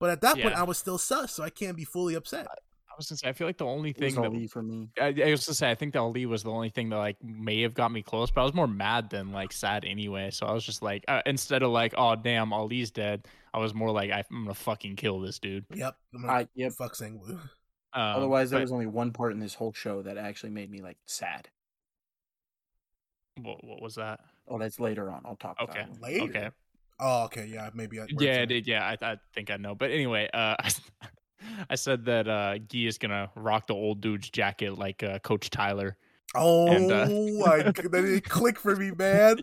S1: But at that point,
S2: Yeah.
S1: I was still sus, so I can't be fully upset.
S2: I was gonna say I feel like the only
S3: It was
S2: thing that
S3: Ali for me.
S2: I, I was gonna say I think the Ali was the only thing that like may have got me close, but I was more mad than like sad anyway. So I was just like, uh, instead of like, oh damn, Ali's dead, I was more like, I'm gonna fucking kill this dude.
S1: Yep, I'm gonna
S3: I yep.
S1: fuck Sangwoo.
S2: Mm, Um,
S3: Otherwise, there
S2: but-
S3: was only one part in this whole show that actually made me like sad.
S2: what, what was that?
S3: Oh, that's later on. I'll talk
S2: Okay.
S3: about it.
S1: Later.
S2: Okay,
S1: Oh, okay, yeah, maybe. I,
S2: yeah, I did. Yeah, I, I think I know. But anyway, uh, [LAUGHS] I said that uh, Gee is gonna rock the old dude's jacket like uh, Coach [LAUGHS] Tyler.
S1: Oh
S2: And, uh,
S1: my god, that
S2: [LAUGHS]
S1: didn't click for me, man.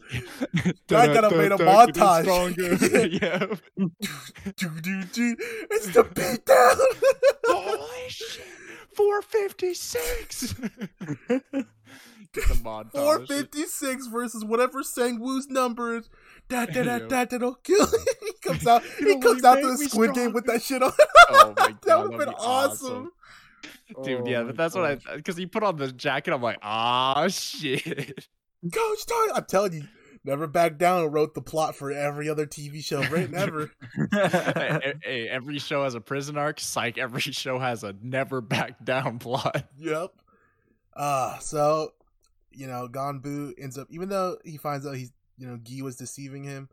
S2: Dun,
S1: coulda
S2: dun,
S1: made a
S2: dun, to be
S1: montage. [LAUGHS]
S2: stronger. yeah.
S1: Do, do, do. It's the beatdown.
S2: [LAUGHS] Holy shit!
S1: [LAUGHS]
S2: 456! Get the mod
S1: Four
S2: down. Oh, This shit-
S1: fifty six versus whatever Sang Woo's number is. Da da da
S2: Yeah.
S1: da da da. Kill. [LAUGHS] He comes out.
S2: It
S1: He
S2: only
S1: comes out to the
S2: made me
S1: Squid Game with
S2: stronger.
S1: that shit on. [LAUGHS]
S2: Oh my god.
S1: That would have
S2: that'd
S1: been
S2: be
S1: awesome.
S2: Oh, [LAUGHS] Dude, yeah, but that's what I. Because he put on the jacket, I'm like, ah, shit.
S1: Coach Tyler, I'm telling you, never backed down and wrote the plot for every other TV show written
S2: [LAUGHS]
S1: ever.
S3: [LAUGHS]
S2: hey, hey, E-, every show has a prison arc. Psych. Every [LAUGHS] show has a never back down [LAUGHS] plot.
S1: yep. Uh so you know, Ganbu ends up even though he finds out he's you know, Gi was deceiving him,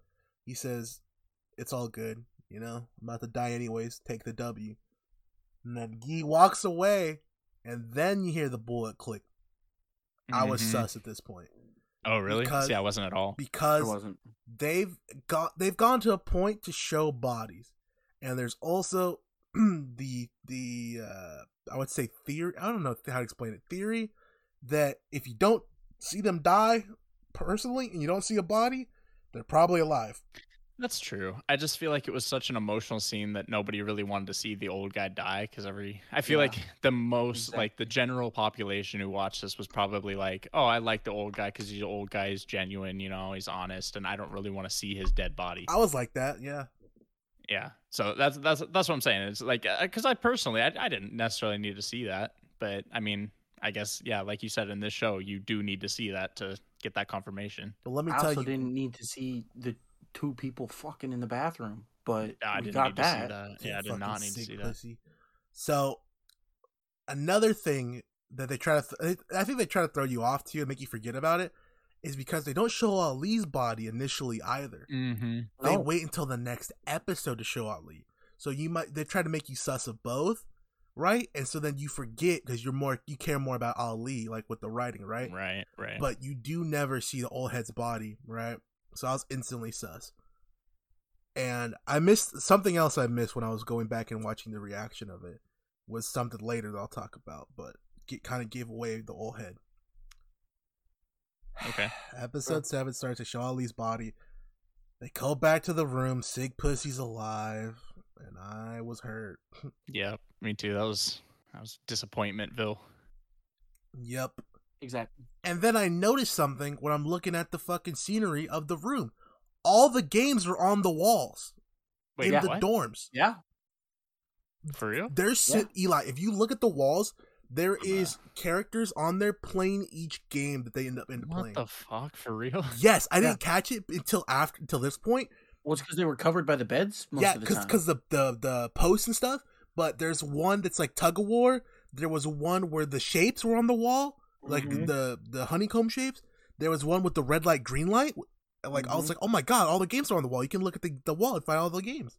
S1: he says, It's all good, you know, I'm about to die anyways, take the W. And then Gi walks away and then you hear the bullet click. I was
S2: Mhm.
S1: sus at this point.
S2: Oh really?
S1: because-
S2: See, I wasn't at all.
S3: It
S1: Because
S3: wasn't.
S1: they've got they've gone to a point to show bodies and there's also [CLEARS THROAT] the the uh i would say theory i don't know how to explain it theory that if you don't see them die personally and you don't see a body they're probably alive
S2: That's true. I just feel like it was such an emotional scene that nobody really wanted to see the old guy die because every I feel
S3: Yeah,
S2: like the most like
S3: exactly.
S2: the general population who watched this was probably like, "Oh, I like the old guy because the old guy is genuine, you know, he's honest, and I don't really want to see his dead body."
S1: i was like that yeah
S2: Yeah. So that's that's that's what I'm saying. It's like because I personally I, I didn't necessarily need to see that, but I mean, I guess yeah, like you said in this show, you do need to see that to get that confirmation.
S1: but let me
S3: I
S1: tell
S3: also
S1: you
S3: didn't need to see the two people fucking in the bathroom, but
S2: I
S3: we
S2: didn't
S3: got
S2: need to see
S3: that.
S2: that. Yeah, I did
S1: fucking
S2: not need to
S1: sick
S2: see that.
S1: pussy. so another thing that they try to th- i think they try to throw you off to and make you forget about it is because they don't show ali's body initially either
S2: Mm-hmm.
S1: they
S3: No.
S1: wait until the next episode to show Ali. So you might they try to make you sus of both, right? And so then you forget because you're more you care more about Ali, like with the writing, right?
S2: Right. Right.
S1: But you do never see the old head's body, right? So I was instantly sus. And I missed something else I missed when I was going back and watching the reaction of it was something later that I'll talk about, but get kind of gave away the old head. [SIGHS]
S2: okay.
S1: Episode seven starts to show Ali's body. They go back to the room. Sig Pussy's alive, and I was hurt.
S2: Yeah, me too. That was that was disappointmentville.
S1: Yep.
S3: Exactly.
S1: And then I noticed something when I'm looking at the fucking scenery of the room. All the games are on the walls
S2: Wait,
S1: in
S3: yeah,
S1: the
S2: what?
S1: dorms.
S3: Yeah.
S2: For real?
S1: There's sit- Eli. If you look at the walls, there is characters on there playing each game that they end up in
S2: What
S1: playing.
S2: the fuck? For real? [LAUGHS]
S1: yes, I didn't catch it until after until this point.
S3: Well, it's because they were covered by the beds most
S1: yeah,
S3: of the
S1: because
S3: time.
S1: because the, the the posts and stuff. But there's one that's like tug of war. There was one where the shapes were on the wall, like
S2: Mm-hmm.
S3: Mhm.
S1: the the honeycomb shapes. There was one with the red light, green light. And, Like I was
S3: Mhm.
S2: Mm-hmm.
S1: like, oh my god, all the games are on the wall. You can look at the, the wall and find all the games.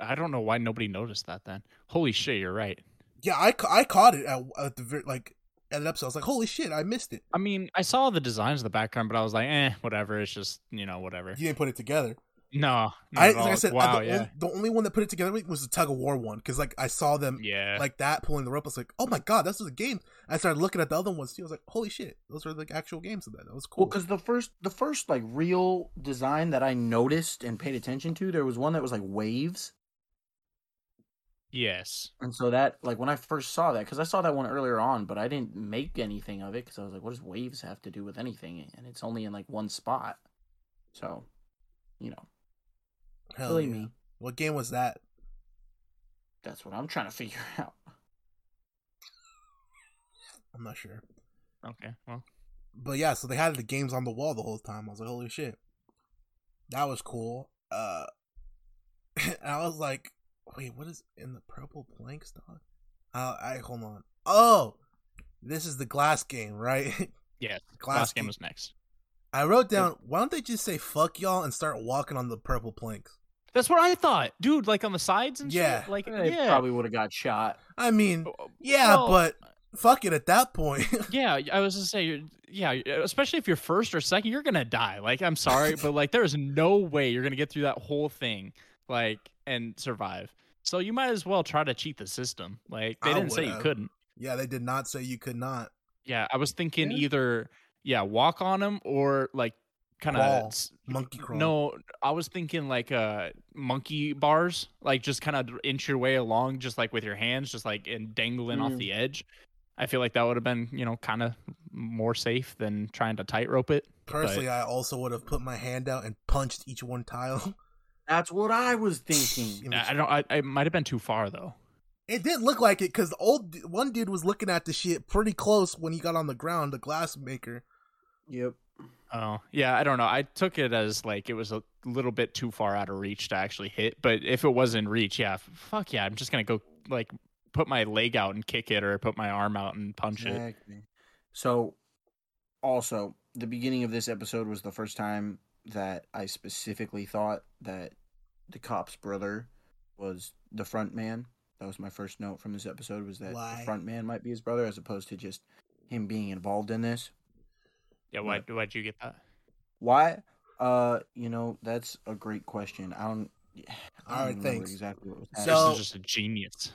S2: I don't know why nobody noticed that then. Holy shit, you're right.
S1: Yeah, I, ca- I caught it at, at the ver- like at an episode. I was like, holy shit, I missed it.
S2: I mean, I saw the designs of the background, but I was like, eh, whatever. It's just you know, whatever.
S1: You didn't put it together.
S2: No, not
S1: I
S2: at
S1: like I
S2: all.
S1: said, I-
S2: oh, wow,
S1: the,
S2: yeah,
S1: only, the only one that put it together was the tug of war one because like I saw them
S2: yeah.
S1: like that pulling the rope. I was like, oh my god, this is a game. I started looking at the other ones too. I was like, holy shit, those are like actual games of that. That was cool.
S3: Well, because the first, the first like real design that I noticed and paid attention to, there was one that was like waves,
S2: yes.
S3: and so that like when I first saw that, because I saw that one earlier on, but I didn't make anything of it because I was like, what does waves have to do with anything? And it's only in like one spot, so you know,
S1: Hell
S3: silly
S1: yeah.
S3: me.
S1: What game was that?
S3: That's what I'm trying to figure [LAUGHS] out.
S1: I'm not sure.
S2: Okay. Well,
S1: But yeah, so they had the games on the wall the whole time. I was like, holy shit, that was cool. Uh, [LAUGHS] and I was like, wait, what is in the purple planks, dog? Uh, I hold on. Oh, this is the glass game, right? [LAUGHS]
S2: yes.
S1: Glass
S2: Last game
S1: game.
S2: was next.
S1: I wrote down. Why don't they just say "fuck y'all" and start walking on the purple planks?
S2: That's what I thought, dude. Like on the sides and
S1: Yeah.
S2: shit. Like
S3: They
S2: yeah.
S3: probably would have got shot.
S1: I mean,
S2: Oh,
S1: yeah,
S2: well,
S1: but fuck it at that point.
S2: [LAUGHS]
S1: [LAUGHS]
S2: Yeah, I was gonna say, you're- yeah, especially if you're first or second, you're gonna die. Like, I'm sorry, but like, there is no way you're gonna get through that whole thing, like, and survive. So you might as well try to cheat the system. Like, they
S1: I
S2: didn't say you
S1: would've.
S2: couldn't.
S1: yeah, they did not say you could not.
S2: Yeah, I was thinking
S3: Yeah.
S2: either, yeah, walk on them or like, kind
S1: Crawl.
S2: of.
S1: Monkey crawl.
S2: No, I was thinking like uh monkey bars, like just kind of inch your way along, just like with your hands, just like and dangling off
S3: Mm.
S2: the edge. I feel like that would have been, you know, kind of more safe than trying to tightrope it.
S1: Personally, I also would have put my hand out and punched each one tile.
S3: That's what I was
S1: [LAUGHS]
S3: thinking.
S1: It was-
S2: I I don't. I, I might have been too far though.
S1: It didn't look like it because the old one dude was looking at the shit pretty close when he got on the ground, the glass maker,
S3: yep.
S2: Oh, yeah, I don't know. I took it as like it was a little bit too far out of reach to actually hit, but if it was in reach, yeah, f- fuck yeah, I'm just going to go like put my leg out and kick it or put my arm out and punch it.
S3: Exactly. So, also, the beginning of this episode was the first time that I specifically thought that the cop's brother was the front man. That was my first note from this episode was that
S1: Why?
S3: the front man might be his brother as opposed to just him being involved in this.
S2: Yeah, why why'd you get that?
S3: Why? Uh, you know, that's a great question. I don't I
S1: All
S3: don't
S1: right,
S3: remember
S1: thanks.
S3: exactly what was
S1: So-
S2: this is just a genius.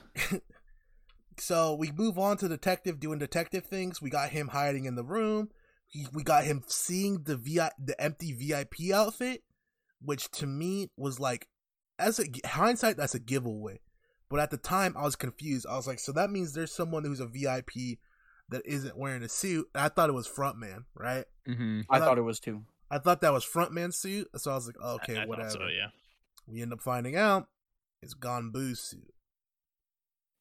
S1: So we move on to detective doing detective things. We got him hiding in the room. He, we got him seeing the VI, the empty VIP outfit, which to me was like, as a hindsight, that's a giveaway. But at the time, I was confused. I was like, so that means there's someone who's a VIP that isn't wearing a suit. And I thought it was frontman, right?
S2: Mm-hmm.
S1: uh,
S3: I thought it was too.
S1: I thought that was frontman suit. So I was like, okay, whatever.
S2: So, yeah.
S1: We end up finding out it's Ganbu suit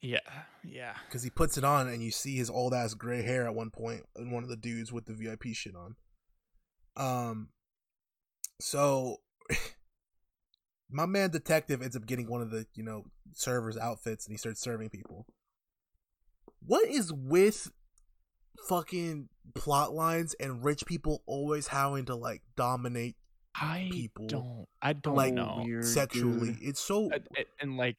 S2: Yeah. Yeah.
S1: because he puts it on and you see his old ass gray hair at one point in one of the dudes with the VIP shit on. Um, so [LAUGHS] my man detective ends up getting one of the you know servers outfits and he starts serving people. What is with fucking plot lines and rich people always having to like dominate
S2: I
S1: People
S2: don't I don't
S1: like
S2: know.
S3: weird,
S1: sexually?
S3: dude.
S1: It's so
S2: and, and- and like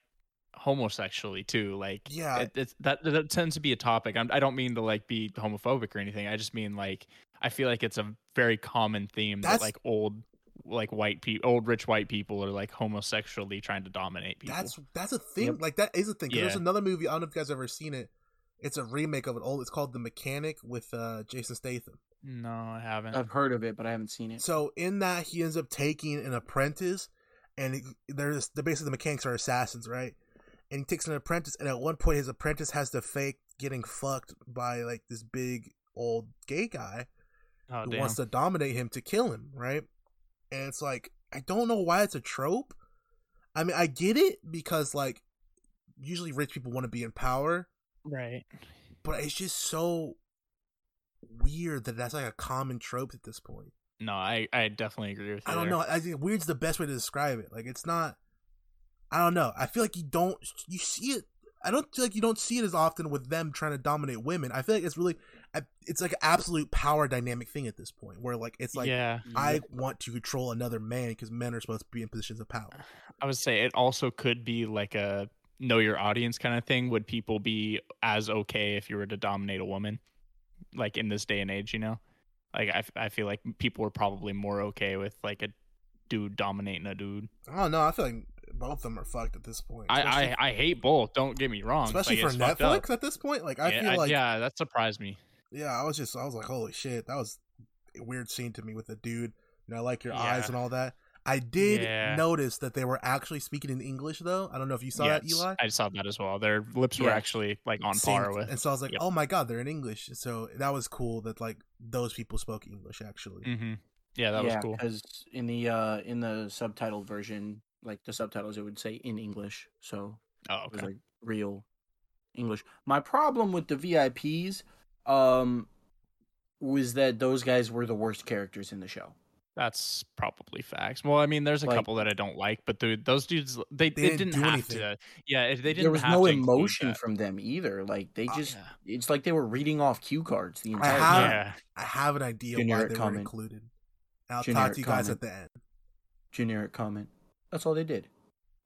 S2: homosexually too like
S1: Yeah.
S2: it, it's, that that tends to be a topic I'm, i don't mean to like be homophobic or anything i just mean like i feel like it's a very common theme
S1: That's-
S2: that like old like white people old rich white people are like homosexually trying to dominate people
S1: That's that's a thing.
S3: Yep.
S1: Like that is a thing. 'Cause There's
S2: Yeah.
S1: another movie. I don't know if you guys have ever seen it. It's a remake of an old. It's called The Mechanic with uh, Jason Statham.
S2: no i haven't
S3: I've heard of it, but I haven't seen it.
S1: So in that, he ends up taking an apprentice, and it, there's the basically the mechanics are assassins, right? And he takes an apprentice, and at one point, his apprentice has to fake getting fucked by like this big old gay guy
S2: oh
S1: who
S2: damn
S1: wants to dominate him to kill him, right? And it's like I don't know why it's a trope. I mean, I get it because like usually rich people want to be in power,
S2: right
S1: but it's just so weird that that's like a common trope at this point.
S2: no i i definitely agree with you
S1: I don't
S2: there.
S1: know. I think weird's the best way to describe it. Like it's not. I don't know. I feel like you don't you see it. I don't feel like you don't see it as often with them trying to dominate women. I feel like it's really, it's like an absolute power dynamic thing at this point, where like it's like
S2: yeah
S1: I want to control another man because men are supposed to be in positions of power.
S2: I would say it also could be like a know your audience kind of thing. Would people be as okay if you were to dominate a woman, like in this day and age? You know, like I, f- I feel like people are probably more okay with like a dude dominating a dude.
S1: I don't know. I feel like both of them are fucked at this point.
S2: I, I I hate both. Don't get me wrong.
S1: especially,
S2: like,
S1: especially
S2: it's
S1: for
S2: fucked up.
S1: Netflix at this point. Like I
S2: yeah,
S1: feel like yeah.
S2: yeah, that surprised me.
S1: I was just I was like, holy shit, that was a weird scene to me with the dude. You know, I like your
S2: Yeah.
S1: eyes and all that. I did
S2: Yeah.
S1: notice that they were actually speaking in English though. I don't know if you saw that,
S2: Yes,
S1: Eli.
S2: I saw that as well. Their lips were
S3: Yeah.
S2: actually like on
S1: Synced.
S2: par with.
S1: and so I was like,
S2: Yep.
S1: oh my god, they're in English. So that was cool that like those people spoke English actually.
S2: hmm Yeah, that was cool.
S3: Because in the uh in the subtitled version, like the subtitles, it would say in English, so
S2: Oh,
S3: it was
S2: okay.
S3: like real English. My problem with the VIPs, um, was that those guys were the worst characters in the show.
S2: That's probably facts. Well, I mean, there's a
S3: Like-
S2: couple that I don't like, but dude, those dudes,
S1: They
S2: they, they,
S1: didn't
S2: didn't,
S1: do
S2: have
S1: anything.
S2: to. Yeah, it- they didn't.
S3: There was
S2: have
S3: no
S2: to include
S3: emotion
S2: that.
S3: from them either. Like they
S2: Uh,
S3: just,
S2: yeah.
S3: it's like they were reading off cue cards the entire
S1: have-
S3: time.
S2: yeah,
S1: I have an idea why
S3: Generic
S1: they were
S3: comment.
S1: included. And I'll talk
S3: Generic
S1: to you guys
S3: comment.
S1: at the end.
S3: Generic comment. That's all they did.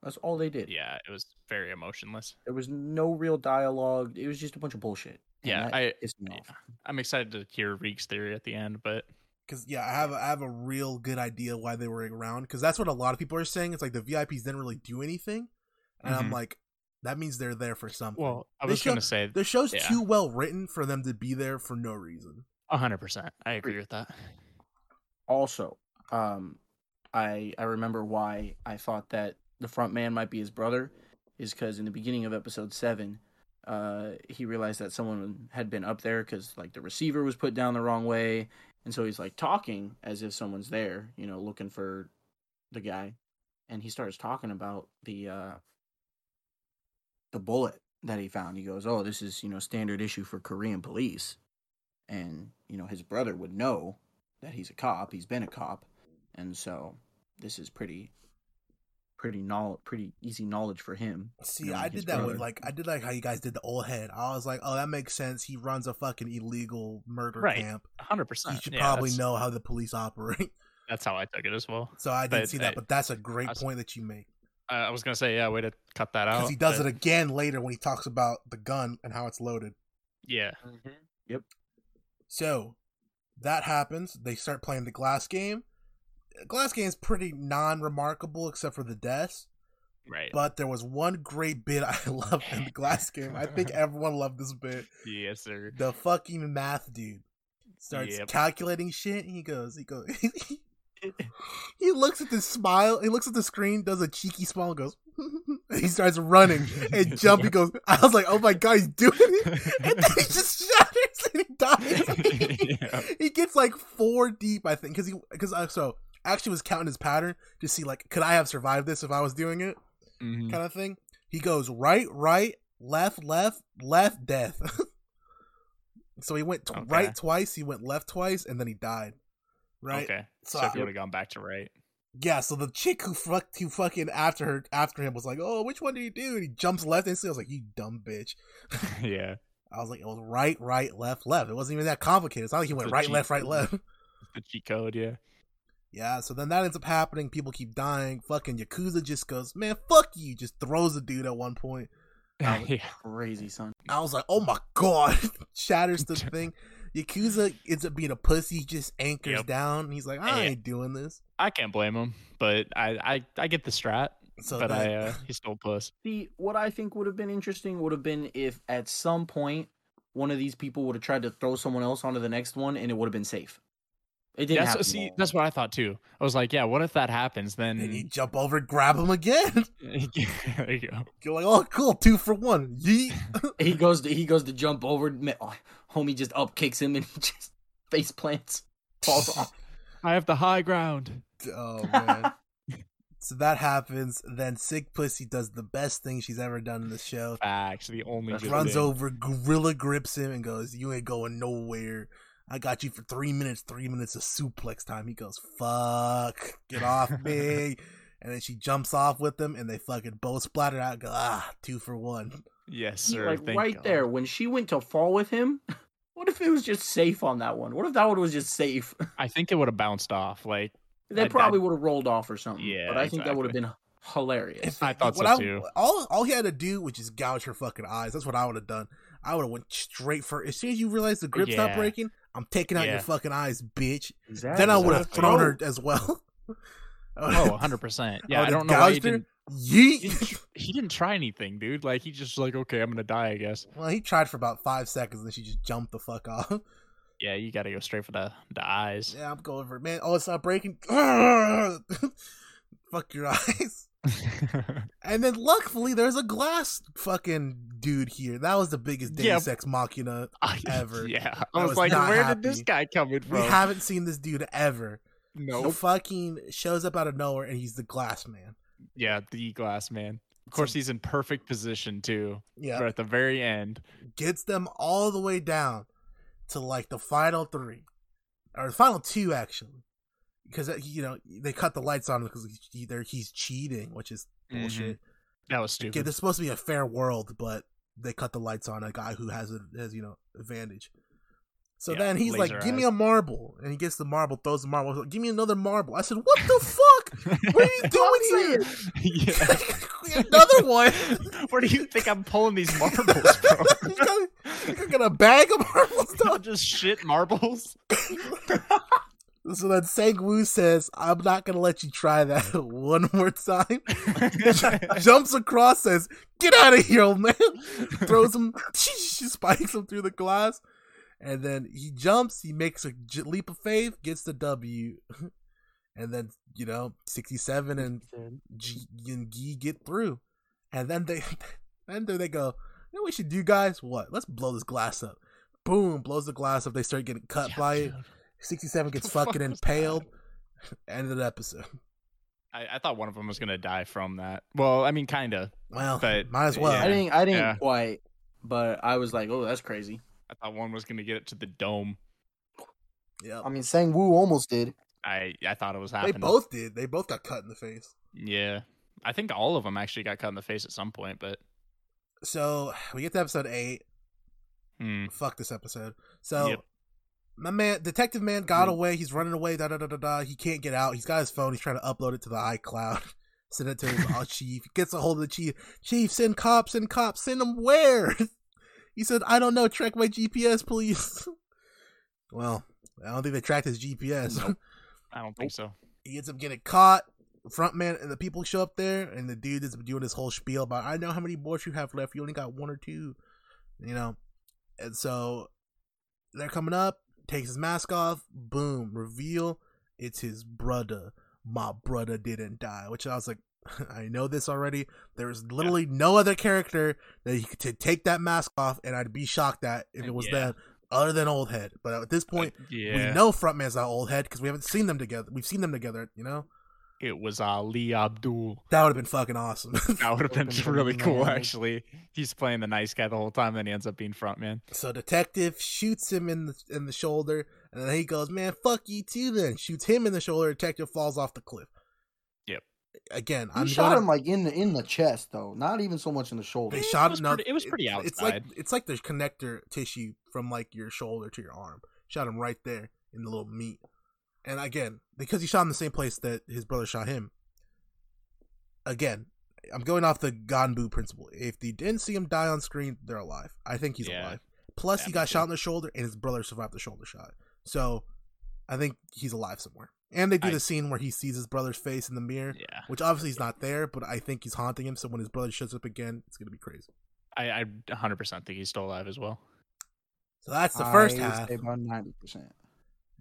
S3: That's all they did.
S2: yeah, it was very emotionless.
S3: There was no real dialogue. It was just a bunch of bullshit. and
S2: Yeah,
S3: that
S2: I-
S3: pissed me off.
S2: I'm excited to hear Reek's theory at the end, but
S1: Cause yeah, I have a, I have a real good idea why they were around. Cause that's what a lot of people are saying. It's like the VIPs didn't really do anything, and I'm
S2: Mhm.
S1: like, that means they're there for something.
S2: well, I
S1: This
S2: was
S1: show-
S2: gonna say
S1: the show's
S2: yeah.
S1: too well written for them to be there for no reason.
S2: 100. percent I agree with that.
S3: also um i i remember why i thought that the front man might be his brother is because in the beginning of episode seven uh he realized that someone had been up there because like the receiver was put down the wrong way and so he's like talking as if someone's there you know looking for the guy and he starts talking about the uh the bullet that he found he goes oh this is you know standard issue for korean police and you know his brother would know that he's a cop. He's been a cop, and so this is pretty, pretty knowledge, pretty easy knowledge for him.
S1: See,
S3: knowing
S1: I
S3: his
S1: did that
S3: brother.
S1: with like I did like how you guys did the old head. I was like, oh, that makes sense. He runs a fucking illegal murder
S2: Right.
S1: camp.
S2: Hundred
S1: He
S2: percent.
S1: should
S2: yeah,
S1: probably
S2: that's,
S1: know how the police operate. [LAUGHS]
S2: That's how I took it as well.
S1: So I didn't
S2: But
S1: see that,
S2: I-
S1: but that's a great
S2: I was-
S1: point that you make
S2: Uh, I was gonna say, yeah, way to cut that out.
S1: because he does
S2: but
S1: it again later when he talks about the gun and how it's loaded.
S2: Yeah, Mm-hmm.
S1: So that happens. They start playing the glass game. Glass game is pretty non-remarkable except for the deaths.
S2: right.
S1: But there was one great bit I [LAUGHS] loved in the glass game. I think everyone loved this bit.
S2: yes, sir.
S1: The fucking math dude starts
S2: Yep.
S1: calculating shit. He goes, he goes, [LAUGHS] he looks at the smile. He looks at the screen, does a cheeky smile, and goes. [LAUGHS] and he starts running
S2: [LAUGHS]
S1: and jump. He [LAUGHS] goes. I was like, oh my god, he's doing it. And then he just [LAUGHS] shatters and he dies.
S2: [LAUGHS] Yeah.
S1: he gets like four deep, I think, because he because uh, so I actually was counting his pattern to see like could I have survived this if I was doing it
S2: Mhm.
S1: kind of thing. He goes right, right, left, left, left, death. [LAUGHS] so he went t-
S2: Okay.
S1: right twice, he went left twice, and then he died. Right?
S2: Okay.
S1: So
S2: So,
S1: I-
S2: if you would have gone back to right, [LAUGHS]
S1: Yeah. So the chick who fucked, who fucking after her, after him was like, "Oh, which one do you do?" And he jumps left and I was like, "You dumb bitch."
S2: yeah,
S1: I was like, "It was right, right, left, left. It wasn't even that complicated. It's not like he went
S2: It's a
S1: right,
S2: cheat
S1: left, right,
S2: code.
S1: left." [LAUGHS]
S2: the cheat code, yeah.
S1: Yeah, so then that ends up happening. People keep dying. Fucking Yakuza just goes, man, fuck you. Just throws a dude at one point.
S3: Um,
S2: [LAUGHS] yeah.
S3: Crazy son.
S1: I was like, oh my god. [LAUGHS] Shatters
S2: [LAUGHS]
S1: the thing. Yakuza ends up being a pussy. He just anchors
S2: Yep.
S1: down. And he's like, I
S2: Yeah.
S1: ain't doing this.
S2: I can't blame him, but I I, I get the strat,
S1: So
S2: but
S1: then, [LAUGHS]
S2: I uh, he's still a puss.
S3: See, what I think would have been interesting would have been if at some point one of these people would have tried to throw someone else onto the next one, and it would have been safe. It didn't
S2: That's
S3: happen.
S2: see, that's what I thought too. I was like, yeah, what if that happens?
S1: then you
S2: Then
S1: jump over and grab him again. [LAUGHS]
S2: [LAUGHS] there you go.
S1: You're like, oh, cool. Two for one. Yeet.
S3: [LAUGHS] He goes to he goes to jump over. ma- oh, Homie just up kicks him and [LAUGHS] he just face plants,
S2: [LAUGHS]
S3: falls off.
S2: I have the high ground.
S1: Oh,
S2: [LAUGHS]
S1: man. so that happens. Then Sick Pussy does the best thing she's ever done in the show.
S2: Facts. The only
S3: That's
S2: good
S1: runs
S2: thing.
S1: over, gorilla grips him, and goes, "You ain't going nowhere. I got you for three minutes. Three minutes of suplex time." He goes, "Fuck, get
S2: [LAUGHS]
S1: off me!" and then she jumps off with him, and they fucking both splatter out. Go, ah, two for one.
S2: Yes,
S3: He,
S2: sir.
S3: like
S2: thank
S3: right
S2: God.
S3: there when she went to fall with him. What if it was just safe on that one? What if that one was just safe? [LAUGHS]
S2: I think it would have bounced off. Like
S3: They
S2: I'd-
S3: probably
S2: I'd-
S3: would have rolled off or something.
S2: Yeah,
S3: but I think that would have been hilarious.
S1: If-
S2: I thought
S1: what
S2: so
S1: I-
S2: too.
S1: All all he had to do was just gouge her fucking eyes. That's what I would have done. I would have went straight for. As soon as you realize the grip's not
S2: Yeah.
S1: breaking, I'm taking out your
S2: Yeah.
S1: fucking eyes, bitch.
S3: Exactly.
S1: then I would have
S2: exactly.
S1: thrown her as well. [LAUGHS]
S2: Oh, 100 percent. Yeah, I
S1: would've
S2: don't know why he
S1: gouged her.
S2: didn't. He
S1: Yeet.
S2: didn't, tr- he didn't try anything, dude. Like he just like, okay, I'm gonna die, I guess.
S1: Well, he tried for about five seconds, and then she just jumped the fuck off. [LAUGHS]
S2: Yeah, you gotta go straight for the the eyes.
S1: yeah, I'm going for it, man. Oh, it's not breaking. [LAUGHS] fuck your eyes.
S2: [LAUGHS]
S1: And then, luckily, there's a glass fucking dude here. That was the biggest Deus
S2: Yeah.
S1: Ex Machina.
S2: I-
S1: Ever.
S2: Yeah, I,
S1: I
S2: was,
S1: was
S2: like,
S1: not
S2: where did this
S1: happy.
S2: guy coming
S1: We
S2: from?
S1: haven't seen this dude ever.
S2: no.
S1: He fucking shows up out of nowhere, and he's the glass man.
S2: Yeah, the glass man. Of course, he's in perfect position too.
S1: Yeah,
S2: But at the very end,
S1: gets them all the way down to like the final three or the final two actually because you know they cut the lights on because either he's cheating which is bullshit
S2: that was
S1: Okay,
S2: stupid.
S1: there's supposed to be a fair world but they cut the lights on a guy who has a has you know advantage so
S2: Yeah,
S1: then he's like
S2: laser
S1: give me
S2: eyes.
S1: a marble and he gets the marble throws the marble like, give me another marble i said what the fuck what are
S2: [LAUGHS]
S1: you doing here [LAUGHS]
S2: yeah. [LAUGHS]
S1: another one [LAUGHS]
S2: Where do you think I'm pulling these marbles from? [LAUGHS]
S1: you, got, you got a bag of marbles
S2: Not just
S1: [LAUGHS]
S2: shit marbles.
S1: So then Sangwoo says, I'm not gonna let you try that [LAUGHS] one more time. [LAUGHS] Jumps across, says, Get out of here, old man. [LAUGHS] Throws him, [LAUGHS] she spikes him through the glass. And then he jumps, he makes a j- leap of faith, gets the W. [LAUGHS] And then, you know, 67 and G and G get through. And then they [LAUGHS] and then they go, You know what we should do, guys? What? Let's blow this glass up. Boom, blows the glass up. They start getting cut
S2: [LAUGHS] Yeah,
S1: by it.
S2: dude.
S1: 67 gets
S2: fuck
S1: fucking
S2: was that?
S1: impaled. [LAUGHS] End of the episode.
S2: I, I thought one of them was gonna die from that. Well, I mean, kinda.
S1: Well,
S2: But,
S1: might as well.
S3: I
S2: yeah.
S3: didn't. I didn't
S2: Yeah.
S3: quite. But I was like, oh, that's crazy.
S2: I thought one was gonna get it to the dome.
S1: Yeah,
S3: I mean, Sang Woo almost did.
S2: I I thought it was
S1: they
S2: happening.
S1: both did. They both got cut in the face.
S2: Yeah, I think all of them actually got cut in the face at some point. But
S1: So we get to episode eight.
S2: hmm,
S1: Fuck this episode. So
S2: Yep.
S1: my man, detective man, got
S3: Yep.
S1: away. He's running away. Da da da da da. He can't get out. He's got his phone. He's trying to upload it to the iCloud. [LAUGHS] Send it to his uh, chief. He gets a hold of the chief. Chief, send cops, send cops, send them where? [LAUGHS] he said, I don't know. Track my GPS, please. [LAUGHS] well, I don't think they tracked his
S3: [LAUGHS]
S1: GPS.
S2: Nope. I don't think so.
S1: he ends up getting caught. Front man and the people show up there, and the dude is doing this whole spiel about I know how many boards you have left. You only got one or two, you know. And so they're coming up. Takes his mask off. Boom! Reveal. It's his brother. My brother didn't die. Which I was like, [LAUGHS] I know this already. There's literally no other character that you could t- take that mask off, and I'd be shocked that if it was
S2: Yeah.
S1: them, other than Old Head. But at this point,
S2: yeah,
S1: we know frontman's not old head because we haven't seen them together. We've seen them together, you know.
S2: it was Ali Abdul.
S1: That would have been fucking awesome. [LAUGHS]
S2: That would have
S3: Open
S2: been really
S3: banana.
S2: cool, actually. He's playing the nice guy the whole time, then he ends up being front man.
S1: so detective shoots him in the in the shoulder, and then he goes, "Man, fuck you too." Then shoots him in the shoulder. Detective falls off the cliff.
S2: Yep.
S1: Again,
S3: He
S1: I'm
S3: shot
S1: gonna-
S3: him like in the in the chest though, not even so much in the shoulder.
S1: They
S2: It
S1: shot
S2: was
S1: him. no,
S2: pretty- it was pretty
S1: it's- It's like
S2: outside.
S1: it's like the connector tissue from like your shoulder to your arm. Shot him right there in the little meat. And again, because he shot him the same place that his brother shot him. Again, I'm going off the Ganbu principle. If you didn't see him die on screen, they're alive. I think he's
S2: Yeah.
S1: alive. Plus,
S2: Yeah,
S1: he
S2: me
S1: got
S2: too.
S1: shot in the shoulder, and his brother survived the shoulder shot. So, I think he's alive somewhere. And they do
S2: I-
S1: the scene where he sees his brother's face in the mirror,
S2: Yeah.
S1: which obviously he's not there, but I think he's haunting him. So when his brother shows up again, it's gonna be crazy.
S2: I, I 100% think he's still alive as well.
S1: So that's the first
S3: I would
S1: half.
S3: say about ninety percent.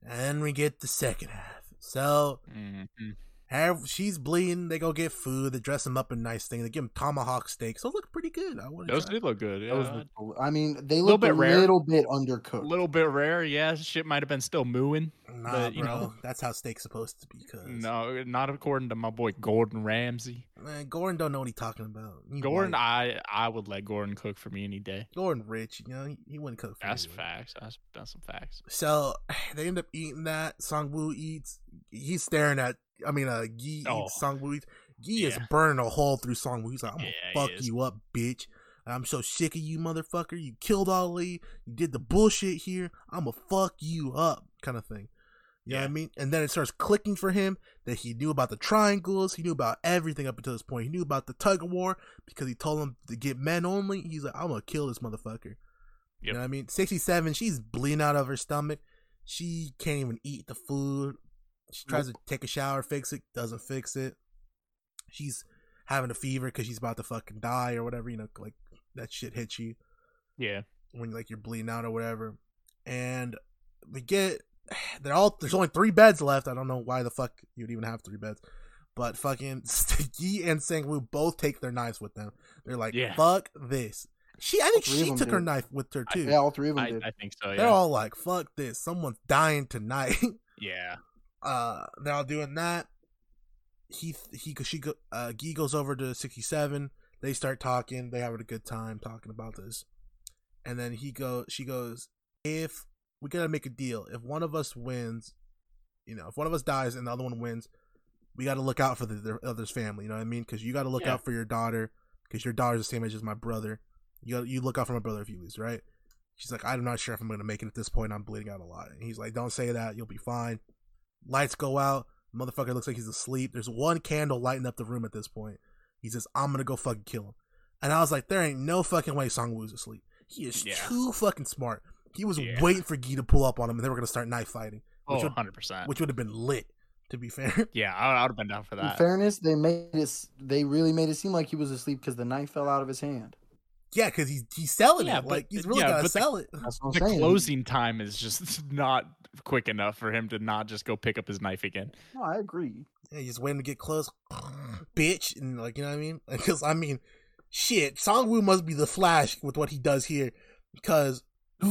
S1: And then we get the second half. So
S2: Mhm.
S1: her, she's bleeding. They go get food. They dress him up in nice thing. They give him tomahawk steaks. Those look pretty good. I want
S2: Those
S1: to.
S2: did look good. Yeah.
S3: I mean, they look
S2: bit
S3: a
S2: rare.
S3: little bit
S2: a
S3: undercooked.
S2: little bit rare. Yeah, shit might have been still mooing.
S1: Nah,
S2: but, you
S1: bro.
S2: know.
S1: That's how steaks supposed to be. Cause
S2: No, not according to my boy Gordon Ramsay.
S1: man, Gordon don't know what he's talking about. He
S2: Gordon,
S1: white.
S2: I I would let Gordon cook for me any day.
S1: Gordon rich. You know he, he wouldn't cook. For
S2: That's
S1: anyone.
S2: facts. That's, that's some facts.
S1: So [SIGHS] they end up eating that. Songwoo eats. He's staring at. I mean, uh, Gi
S2: Oh.
S1: eats Songwoo. Eats. Gi is
S2: Yeah.
S1: burning a hole through Songwoo. He's like, "I'm gonna
S2: Yeah, he
S1: fuck
S2: is.
S1: you up, bitch. I'm so sick of you, motherfucker. You killed Ali. You did the bullshit here. I'm gonna fuck you up, kind of thing. You know what I
S2: Yeah.
S1: mean? And then it starts clicking for him that he knew about the triangles. He knew about everything up until this point. He knew about the tug of war because he told him to get men only. He's like, I'm gonna kill this motherfucker. You
S2: Yep.
S1: know what I mean? 67, she's bleeding out of her stomach. She can't even eat the food. She tries to take a shower, fix it, doesn't fix it. She's having a fever because she's about to fucking die or whatever. You know, like that shit hits you
S2: Yeah.
S1: when like you're bleeding out or whatever. And we get [SIGHS] they're all there's only three beds left. I don't know why the fuck you'd even have three beds. But fucking [LAUGHS] Yi and Sangwoo both take their knives with them. They're like,
S2: Yeah.
S1: fuck this. She I think
S3: Three of
S1: she
S3: them
S1: took her
S3: do.
S1: knife with her
S2: I-
S1: too.
S3: yeah, all three of them
S2: I,
S3: did.
S2: I think so.
S1: They're
S2: Yeah.
S1: all like, fuck this. Someone's dying tonight. [LAUGHS]
S2: yeah.
S1: uh they're all doing that he he she go uh Gee goes over to 67 they start talking they having a good time talking about this and then he go she goes if we gotta make a deal if one of us wins you know if one of us dies and the other one wins we gotta look out for the, the other's family you know what i mean because you gotta look
S2: Yeah.
S1: out for your daughter because your daughter's the same age as my brother you gotta, you look out for my brother if you lose right she's like i'm not sure if i'm gonna make it at this point i'm bleeding out a lot and he's like don't say that you'll be fine lights go out motherfucker looks like he's asleep there's one candle lighting up the room at this point he says i'm gonna go fucking kill him and i was like there ain't no fucking way song woo's asleep he is
S2: Yeah.
S1: too fucking smart he was
S2: Yeah.
S1: waiting for Gee to pull up on him and they were gonna start knife fighting
S2: Oh,
S1: would-
S2: 100%.
S1: which would have been lit to be fair [LAUGHS]
S2: yeah, I, I would have been down for
S3: In
S2: that.
S3: fairness, they made it. s- They really made it seem like he was asleep because the knife fell out of his hand.
S1: yeah because he's, he's selling
S2: Yeah,
S1: it like
S2: but-
S1: he's really
S2: yeah,
S1: gotta
S2: but the-
S1: sell it [LAUGHS]
S3: That's what I'm
S2: the
S3: saying.
S2: closing time is just [LAUGHS] not quick enough for him to not just go pick up his knife again.
S3: No, I agree.
S1: Yeah, you just waiting to get close, [LAUGHS] bitch, and like you know what I mean? [LAUGHS] Because I mean, shit, Songwoo must be the Flash with what he does here, because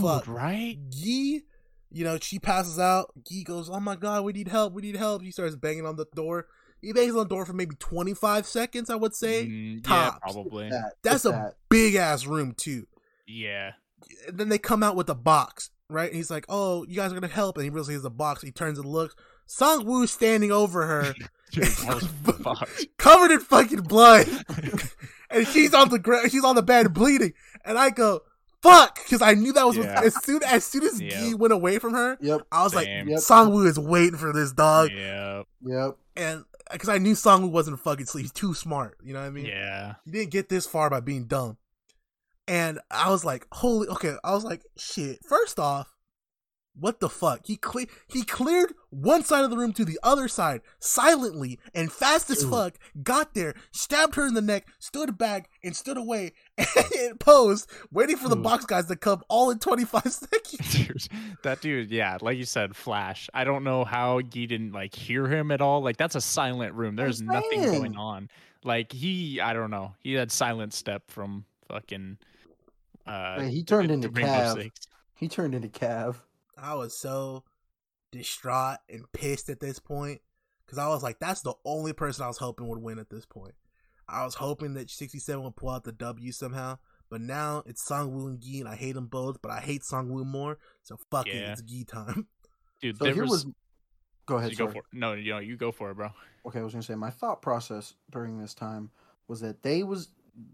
S1: fuck,
S2: right?
S1: Yi, you know she passes out. Yi goes, "Oh my god, we need help, we need help." He starts banging on the door. He bangs on the door for maybe twenty five seconds, I would say.
S2: Mm, yeah,
S1: tops.
S2: probably.
S3: That,
S1: That's
S3: just
S1: a
S3: that.
S1: big ass room too.
S2: Yeah.
S1: And then they come out with a box. right? And he's like, "Oh, you guys are gonna help," and he realizes the box. He turns and looks. Song Woo standing over
S2: [LAUGHS]
S1: her,
S2: Dude, that was fucked.
S1: covered in fucking blood, [LAUGHS] and she's on the ground. She's on the bed bleeding, and I go, "Fuck!" Because I knew that was what-
S2: Yeah.
S1: as soon as soon as
S2: Yep.
S1: Gee went away from her.
S3: Yep.
S1: I was
S2: Same.
S1: like,
S3: Yep.
S1: Song Woo is waiting for this dog,
S2: yeah,
S3: Yep.
S1: and because I knew Song Woo wasn't fucking sleep. He's too smart. You know what I mean?
S2: yeah. [LAUGHS]
S1: you didn't get this far by being dumb. And I was like, holy, okay. I was like, shit. First off, what the fuck? He cle- he cleared one side of the room to the other side silently and fast as
S3: Dude.
S1: fuck. Got there, stabbed her in the neck, stood back and stood away [LAUGHS] and posed, waiting for the
S2: Ooh.
S1: box guys to come all in twenty five [LAUGHS] seconds.
S2: Dude, that dude, yeah, like you said, Flash. I don't know how Gee didn't like hear him at all. Like that's a silent room. There's nothing going
S3: saying.
S2: on. Like he, I don't know. He had silent step from fucking. Uh,
S3: Yeah, he turned into
S2: Rainbow
S3: Cav.
S2: Six.
S3: He turned into Cav.
S1: I was so distraught and pissed at this point because I was like, that's the only person I was hoping would win at this point. I was hoping that 67 would pull out the W somehow, but now it's Song Woo and Gi, and I hate them both, but I hate Song Woo more, so fuck it,
S2: Yeah.
S1: it's Gi time. [LAUGHS]
S2: Dude,
S3: So
S2: there
S3: here
S2: was.
S3: was. Go ahead.
S2: you go
S3: sorry.
S2: for it. No, you know, you go for it, bro.
S3: okay, I was gonna say my thought process during this time was that they was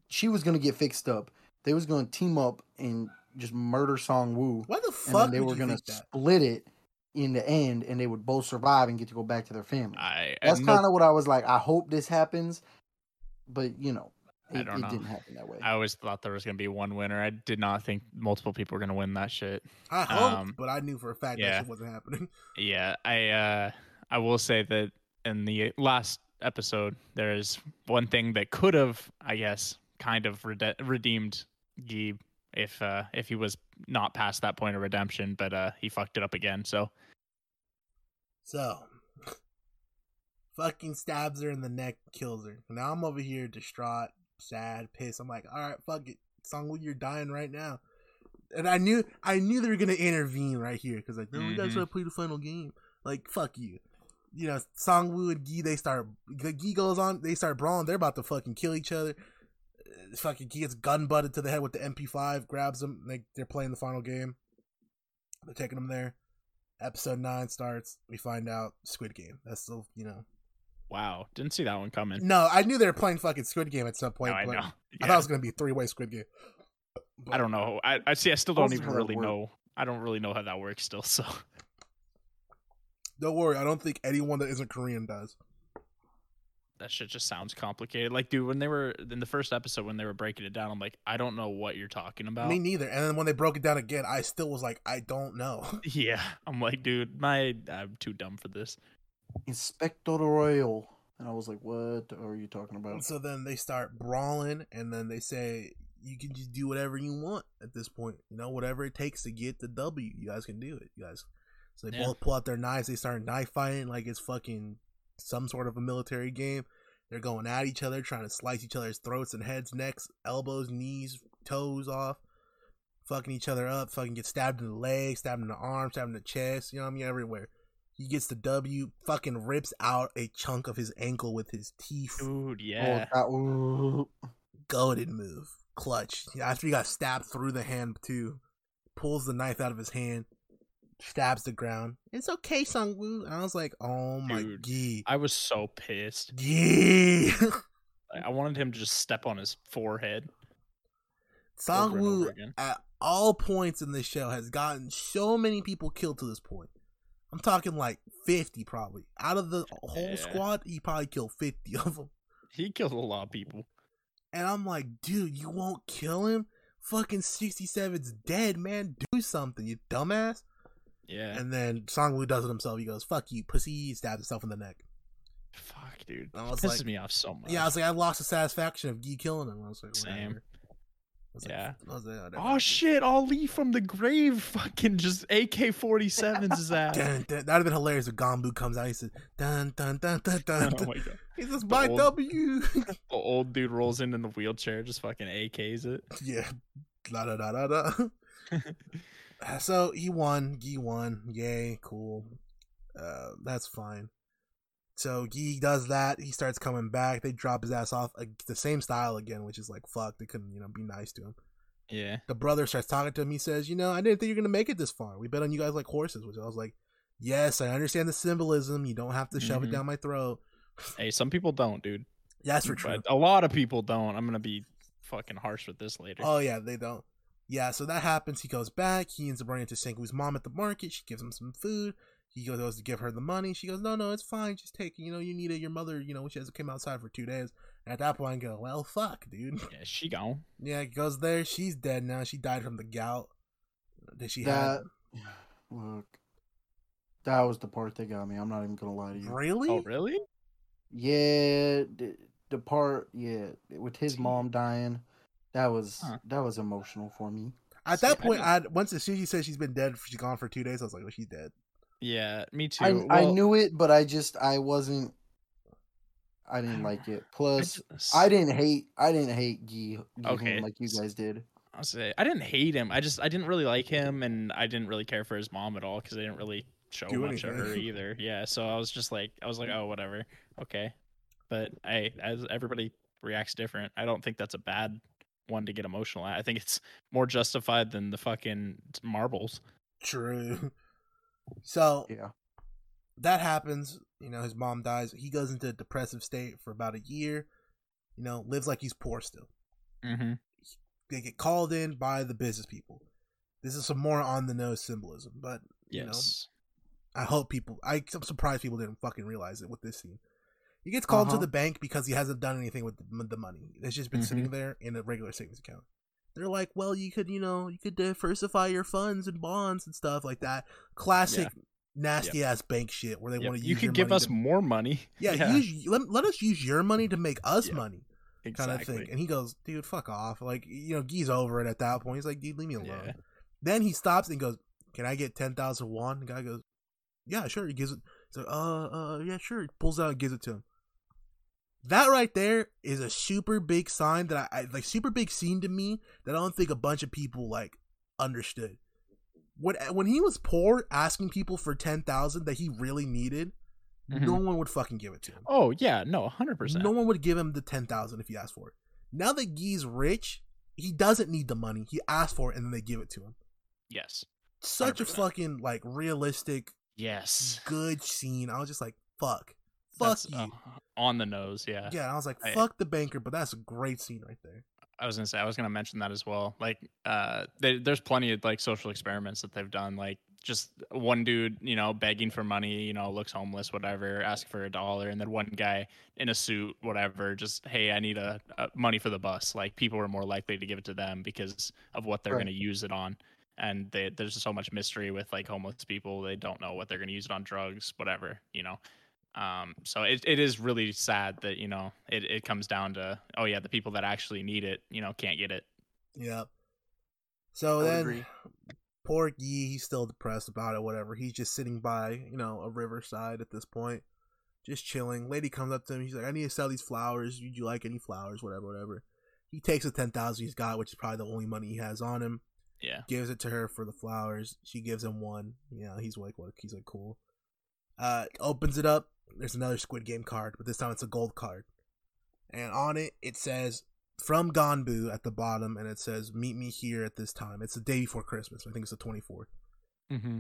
S3: she was gonna get fixed up. They was gonna team up and just murder Song Woo,
S1: Why the
S3: and
S1: fuck
S3: then they
S1: would
S3: were
S1: you
S3: gonna
S1: think that?
S3: split it in the end, and they would both survive and get to go back to their family.
S2: I
S3: That's
S2: and no-
S3: kind of what I was like. I hope this happens, but you know,
S2: I
S3: it,
S2: don't
S3: it
S2: know.
S3: didn't happen that way.
S2: I always thought there was gonna be one winner. I did not think multiple people were gonna win that shit.
S1: I hoped,
S2: Um,
S1: but I knew for a fact that
S2: yeah.
S1: shit wasn't happening.
S2: Yeah, I uh I will say that in the last episode there is one thing that could have, I guess, kind of rede- redeemed Gee if uh if he was not past that point of redemption, but uh he fucked it up again. So
S1: So, fucking stabs her in the neck, kills her. Now I'm over here distraught, sad, pissed. I'm like, all right, fuck it, Songwoo, you're dying right now. And I knew, I knew they were gonna intervene right here because like, no, we gotta
S2: Mhm.
S1: try to play the final game. Like, fuck you. You know, Songwoo and Gi, they start. The Gi goes on. They start brawling. They're about to fucking kill each other. Uh, Fucking Gi gets gun butted to the head with the MP5, grabs them. They, they're playing the final game. They're taking them there episode nine starts. We find out Squid Game. That's still, you know.
S2: wow, didn't see that one coming.
S1: No, I knew they were playing fucking Squid Game at some
S2: No,
S1: point.
S2: I
S1: but
S2: know.
S1: I
S2: Yeah.
S1: thought it was gonna be three way Squid Game. But
S2: I don't know. I, I see I still don't
S3: How's it
S2: even
S3: gonna
S2: really
S3: work?
S2: know. I don't really know how that works still, [LAUGHS] so
S1: Don't worry. I don't think anyone that isn't Korean does.
S2: that shit just sounds complicated. Like, dude, when they were in the first episode when they were breaking it down, I'm like, I don't know what you're talking about.
S1: Me neither. And then when they broke it down again, I still was like, I don't know. [LAUGHS]
S2: [LAUGHS] Yeah, I'm like, dude, my I'm too dumb for this.
S3: Inspector Royal, and I was like, "What are you talking about?"
S1: so then they start brawling, and then they say, "You can just do whatever you want at this point. You know, whatever it takes to get the W. You guys can do it. You guys." So they
S2: Yeah.
S1: both pull out their knives. They start knife fighting like it's fucking some sort of a military game. They're going at each other, trying to slice each other's throats and heads, necks, elbows, knees, toes off, fucking each other up, fucking get stabbed in the leg, stabbed in the arm, stabbed in the chest, you know what I mean? Everywhere. He gets the W, fucking rips out a chunk of his ankle with his teeth.
S2: Dude,
S3: Oh,
S2: yeah.
S3: that- ooh.
S1: Goaded move. Clutch. After he got stabbed through the hand, too, pulls the knife out of his hand, stabs the ground. It's okay, Sung Woo. And I was like, oh my
S2: Dude.
S1: gee.
S2: I was so pissed.
S1: Gee. [LAUGHS]
S2: I- I wanted him to just step on his forehead.
S1: Sung
S2: and over
S1: Woo
S2: again.
S1: at all points in this show has gotten so many people killed to this point. I'm talking like 50 probably. Out of the whole
S2: Yeah.
S1: squad, he probably killed 50 of them.
S2: He killed a lot of people.
S1: And I'm like, dude, you won't kill him? Fucking 67's dead, man. Do something, you dumbass.
S2: Yeah.
S1: And then Songwoo does it himself. He goes, fuck you, pussy. Stabs himself in the neck.
S2: Fuck, dude.
S1: I
S2: He
S1: was
S2: pisses
S1: like-
S2: me off so much.
S1: Yeah, I was like, I lost the satisfaction of Gee killing him. I was like,
S2: Same.
S1: whatever. I was like,
S2: Yeah.
S1: I was like, whatever.
S2: Oh shit! Ali from the grave, fucking just AK
S1: [LAUGHS]
S2: 47s his ass. [LAUGHS]
S1: Dun, dun. That'd have been hilarious if Gombu comes out. He says, dun, dun, dun, dun,
S2: [LAUGHS] Oh
S1: dun.
S2: my god!
S1: He's just my
S2: old-
S1: W. [LAUGHS]
S2: The old dude rolls in in the wheelchair, just fucking AKs it.
S1: yeah. Da da da da da. so he won. Gee won. Yay. Cool. Uh, that's fine. So Gee does that. He starts coming back. They drop his ass off uh, the same style again, which is like, fuck. They couldn't, you know, be nice to him.
S2: Yeah.
S1: the brother starts talking to him. He says, "You know, I didn't think you're gonna make it this far. We bet on you guys like horses." Which I was like, "Yes, I understand the symbolism. You don't have to shove it
S2: Mhm.
S1: down my throat.
S2: Hey, some people don't, dude.
S1: That's for true.
S2: But a lot of people don't. I'm gonna be fucking harsh with this later.
S1: Oh yeah, they don't. Yeah, so that happens. He goes back. He ends up running into Senku's mom at the market. She gives him some food. He goes, goes to give her the money. She goes, "No, no, it's fine. Just take it. You know, you need it. Your mother, you know, she hasn't come outside for two days." And at that point, I go, "Well, fuck, dude. [LAUGHS]
S2: yeah, she gone.
S1: Yeah, he goes there. She's dead now. She died from the gout that she
S3: that look. That was the part that got me. I'm not even gonna lie to
S1: had.
S3: you.
S1: Really?
S2: Oh, really?
S3: Yeah, the, the part yeah with his mom dying, that was
S2: Huh.
S3: that was emotional for me.
S1: At
S2: See,
S1: that
S2: I
S1: point,
S2: didn't-
S1: I once as soon as she said she's been dead, she's gone for two days. I was like, well, she's dead.
S2: Yeah, me too.
S3: I, I
S2: Well,
S3: knew it, but I just I wasn't. I didn't like it.
S2: I
S3: Plus,
S2: just-
S3: I didn't hate. I didn't hate Gi, Gi
S2: Okay.
S3: Hun like you guys did.
S2: I'll say I didn't hate him. I just I didn't really like him, and I didn't really care for his mom at all because they didn't really show
S1: Do
S2: much of her
S1: anything.
S2: either. Yeah, so I was just like I was like, oh whatever, okay. But hey, as everybody reacts different, I don't think that's a bad one to get emotional at. I think it's more justified than the fucking marbles.
S1: True. So
S3: Yeah,
S1: that happens. You know, his mom dies. He goes into a depressive state for about a year. You know, lives like he's poor still.
S2: Mm-hmm.
S1: They get called in by the business people. This is some more on the nose symbolism, but You know.
S2: Yes.
S1: I hope people. I, I'm surprised people didn't fucking realize it with this scene. He gets called to
S3: Uh-huh.
S1: the bank because he hasn't done anything with the, the money. It's just been
S2: Mm-hmm.
S1: sitting there in a regular savings account. They're like, well, you could, you know, you could diversify your funds and bonds and stuff like that. Classic nasty ass bank shit where they
S2: Yep.
S1: want to
S2: You
S1: use your
S2: could give
S1: money
S2: us
S1: to-
S2: more money.
S1: [LAUGHS] yeah, Use, let, let us use your money to make us
S2: Yeah,
S1: money kind
S2: exactly.
S1: of thing. And he goes, dude, fuck off. Like, you know, Gee's over it at that point. He's like, dude, leave me alone.
S2: Yeah.
S1: Then he stops and goes, can I get 10,000 won? The guy goes, yeah, sure. He gives it. He's like, uh, uh, yeah, sure. He pulls it out and gives it to him. That right there is a super big sign that I, I like, super big scene to me that I don't think a bunch of people like understood. When, when he was poor, asking people for 10,000 that he really needed,
S2: Mhm.
S1: no one would fucking give it to him.
S2: Oh yeah, no, hundred percent.
S1: No one would give him the ten thousand if he asked for it. Now that Gee's rich, he doesn't need the money. He asked for it, and then they give it to him.
S2: Yes.
S1: Such a
S2: 100%.
S1: fucking like realistic,
S2: Yes.
S1: good scene. I was just like, fuck, fuck
S2: That's,
S1: you.
S2: uh, on the nose. Yeah.
S1: yeah, and I was like,
S2: I-
S1: fuck the banker, but that's a great scene right there.
S2: I was gonna say I was gonna mention that as well. Like, uh, they, there's plenty of like social experiments that they've done. Like, just one dude, you know, begging for money, you know, looks homeless, whatever, asks for a dollar, and then one guy in a suit, whatever, just hey, I need a, a money for the bus. Like, people are more likely to give it to them because of what they're
S3: Right.
S2: gonna use it on. And they, there's so much mystery with like homeless people; they don't know what they're gonna use it on, drugs, whatever, you know. Um, so it, it is really sad that, you know, it, it comes down to, oh yeah, the people that actually need it, you know, can't get it.
S1: Yeah. So
S3: I would
S1: Oh, then,
S3: agree.
S1: poor Gee, he's still depressed about it. Whatever. He's just sitting by, you know, a riverside at this point, just chilling. Lady comes up to him. He's like, "I need to sell these flowers. Would you like any flowers? Whatever, whatever." He takes the ten thousand he's got, which is probably the only money he has on him.
S2: Yeah.
S1: Gives it to her for the flowers. She gives him one. You know, he's like, "What?" He's like, "Cool." Uh, opens it up. There's another Squid Game card, but this time it's a gold card, and on it it says from Gonbu at the bottom, and it says, "Meet me here at this time." It's the day before Christmas. I think it's the 24th.
S2: Mm-hmm.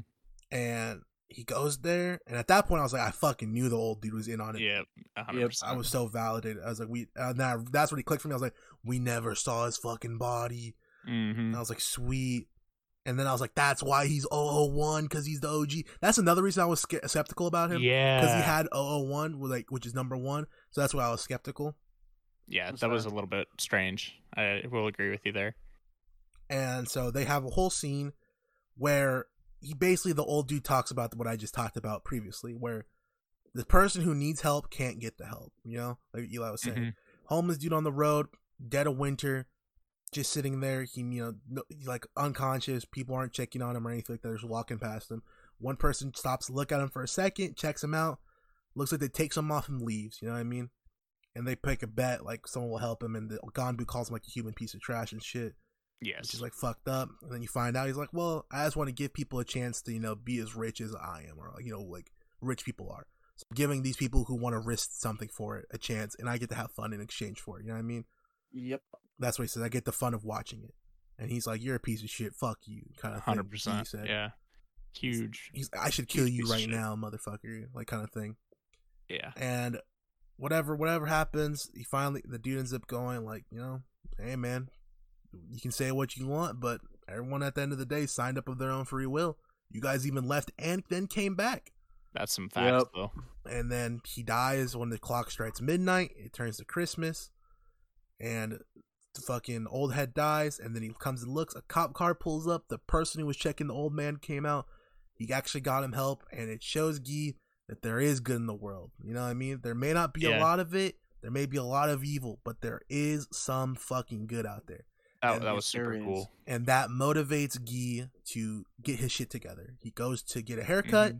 S1: And he goes there, and at that point, I was like, "I fucking knew the old dude was in on it."
S2: Yeah. 100%.
S1: I was so validated. I was like, "We." uh, And that, that's when he clicked for me. I was like, "We never saw his fucking body."
S2: hmm
S1: And I was like, "Sweet." And then I was like, "That's why he's 001 because he's the OG." That's another reason I was sca- skeptical about him
S2: Yeah.
S1: because he had 001, was like, which is number one. So that's why I was skeptical.
S2: yeah,
S3: What's
S2: that was a
S3: that?
S2: little bit strange. I will agree with you there.
S1: And so they have a whole scene where he basically the old dude talks about what I just talked about previously, where the person who needs help can't get the help. You know, like Eli was saying,
S2: Mhm.
S1: homeless dude on the road, dead of winter, just sitting there. He you know no, he's like unconscious. People aren't checking on him or anything like that. They're just walking past him. One person stops to look at him for a second, checks him out. Looks like they takes him off and leaves. You know what I mean? And they pick a bet like someone will help him, and the Ganbu calls him like a human piece of trash and shit
S2: Yes.
S1: which is like fucked up. And then you find out he's like, well, I just want to give people a chance to you know be as rich as I am, or you know like rich people are. So giving these people who want to risk something for it a chance, and I get to have fun in exchange for it. You know what I mean?
S3: Yep.
S1: That's what he says. I get the fun of watching it. and he's like, "You're a piece of shit. Fuck you." Kind of
S2: hundred percent.
S1: said.
S2: Yeah, huge.
S1: He's, I should kill you
S2: Piece of
S1: right
S2: shit.
S1: now, motherfucker. Like kind of thing.
S2: Yeah,
S1: and whatever whatever happens he finally the dude ends up going like you know hey man you can say what you want but everyone at the end of the day signed up of their own free will you guys even left and then came back
S2: that's some facts
S3: Yep.
S2: though.
S1: and then he dies when the clock strikes midnight it turns to christmas and the fucking old head dies and then he comes and looks a cop car pulls up the person who was checking the old man came out he actually got him help and it shows gee that there is good in the world you know what i mean there may not be a
S2: Yeah.
S1: lot of it there may be a lot of evil but there is some fucking good out there
S2: That,
S1: And
S2: that was
S3: there
S2: super
S3: is.
S2: cool.
S1: and that motivates Guy to get his shit together. He goes to get a
S2: Mm-hmm.
S1: haircut.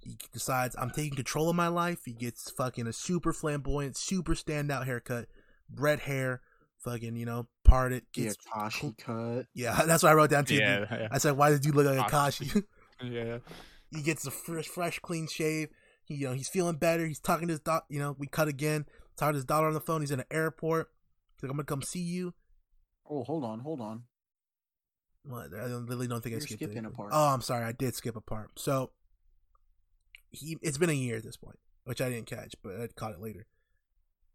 S1: He decides I'm taking control of my life. He gets fucking a super flamboyant, super standout haircut, red hair, fucking you know parted.
S3: Yeah,
S1: Gets,
S3: Kashi cut.
S1: yeah, [LAUGHS] that's what I wrote down too. dude.
S2: Yeah, [LAUGHS] yeah,
S1: I said, why does dude look like
S2: Akashi.
S1: Akashi? [LAUGHS]
S2: yeah.
S1: he gets a fresh, fresh, clean shave. He, you know, he's feeling better. He's talking to his doc. You know, we cut again. Talking to his daughter on the phone. He's in an airport. He's like, I'm gonna come see you.
S3: Oh, hold on, hold on.
S1: What? I don't- really don't think I
S3: You're
S1: skipped
S3: skipping
S1: anything.
S3: a part.
S1: Oh, I'm sorry, I did skip a part. So he, it's been a year at this point, which I didn't catch, but I caught it later.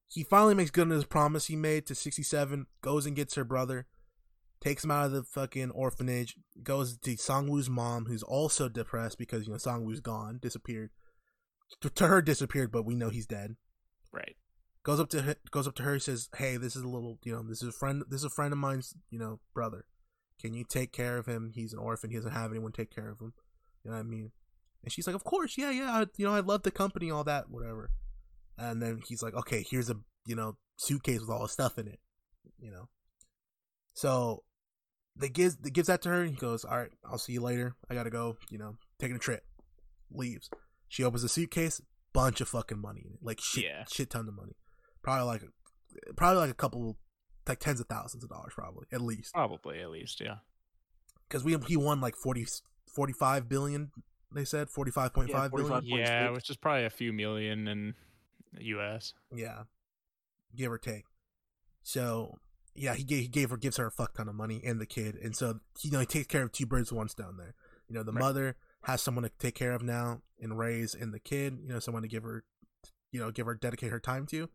S1: He finally makes good on his promise he made to 67. Goes and gets her brother, takes him out of the fucking orphanage. Goes to Songwoo's mom, who's also depressed because you know Songwoo's gone, disappeared. To, to her, disappeared, but we know he's dead
S2: Right.
S1: goes up to her, goes up to her. He says, "Hey, this is a little, you know, this is a friend. This is a friend of mine's, you know, brother. Can you take care of him? He's an orphan. He doesn't have anyone take care of him. You know what I mean?" And she's like, "Of course, yeah, yeah. I, you know, I love the company, all that, whatever." And then he's like, "Okay, here's a, you know, suitcase with all his stuff in it, you know." So, they gives they gives that to her. And he goes, "All right, I'll see you later. I gotta go. You know, taking a trip." Leaves. She opens the suitcase. Bunch of fucking money in it, like shit,
S2: Yeah.
S1: shit ton of money probably like probably like a couple like tens of thousands of dollars probably at least
S2: Probably at least. Yeah.
S1: because we he won like 40 45 billion they said 45.5
S3: Yeah,
S1: billion
S3: 45. points,
S2: Yeah,
S3: dude.
S2: which is probably a few million in the U.S.
S1: yeah give or take so yeah he gave, he gave her gives her a fuck ton of money and the kid and so you know he takes care of two birds with one stone there you know the
S2: Right.
S1: mother has someone to take care of now and raise and the kid you know someone to give her you know give her dedicate her time to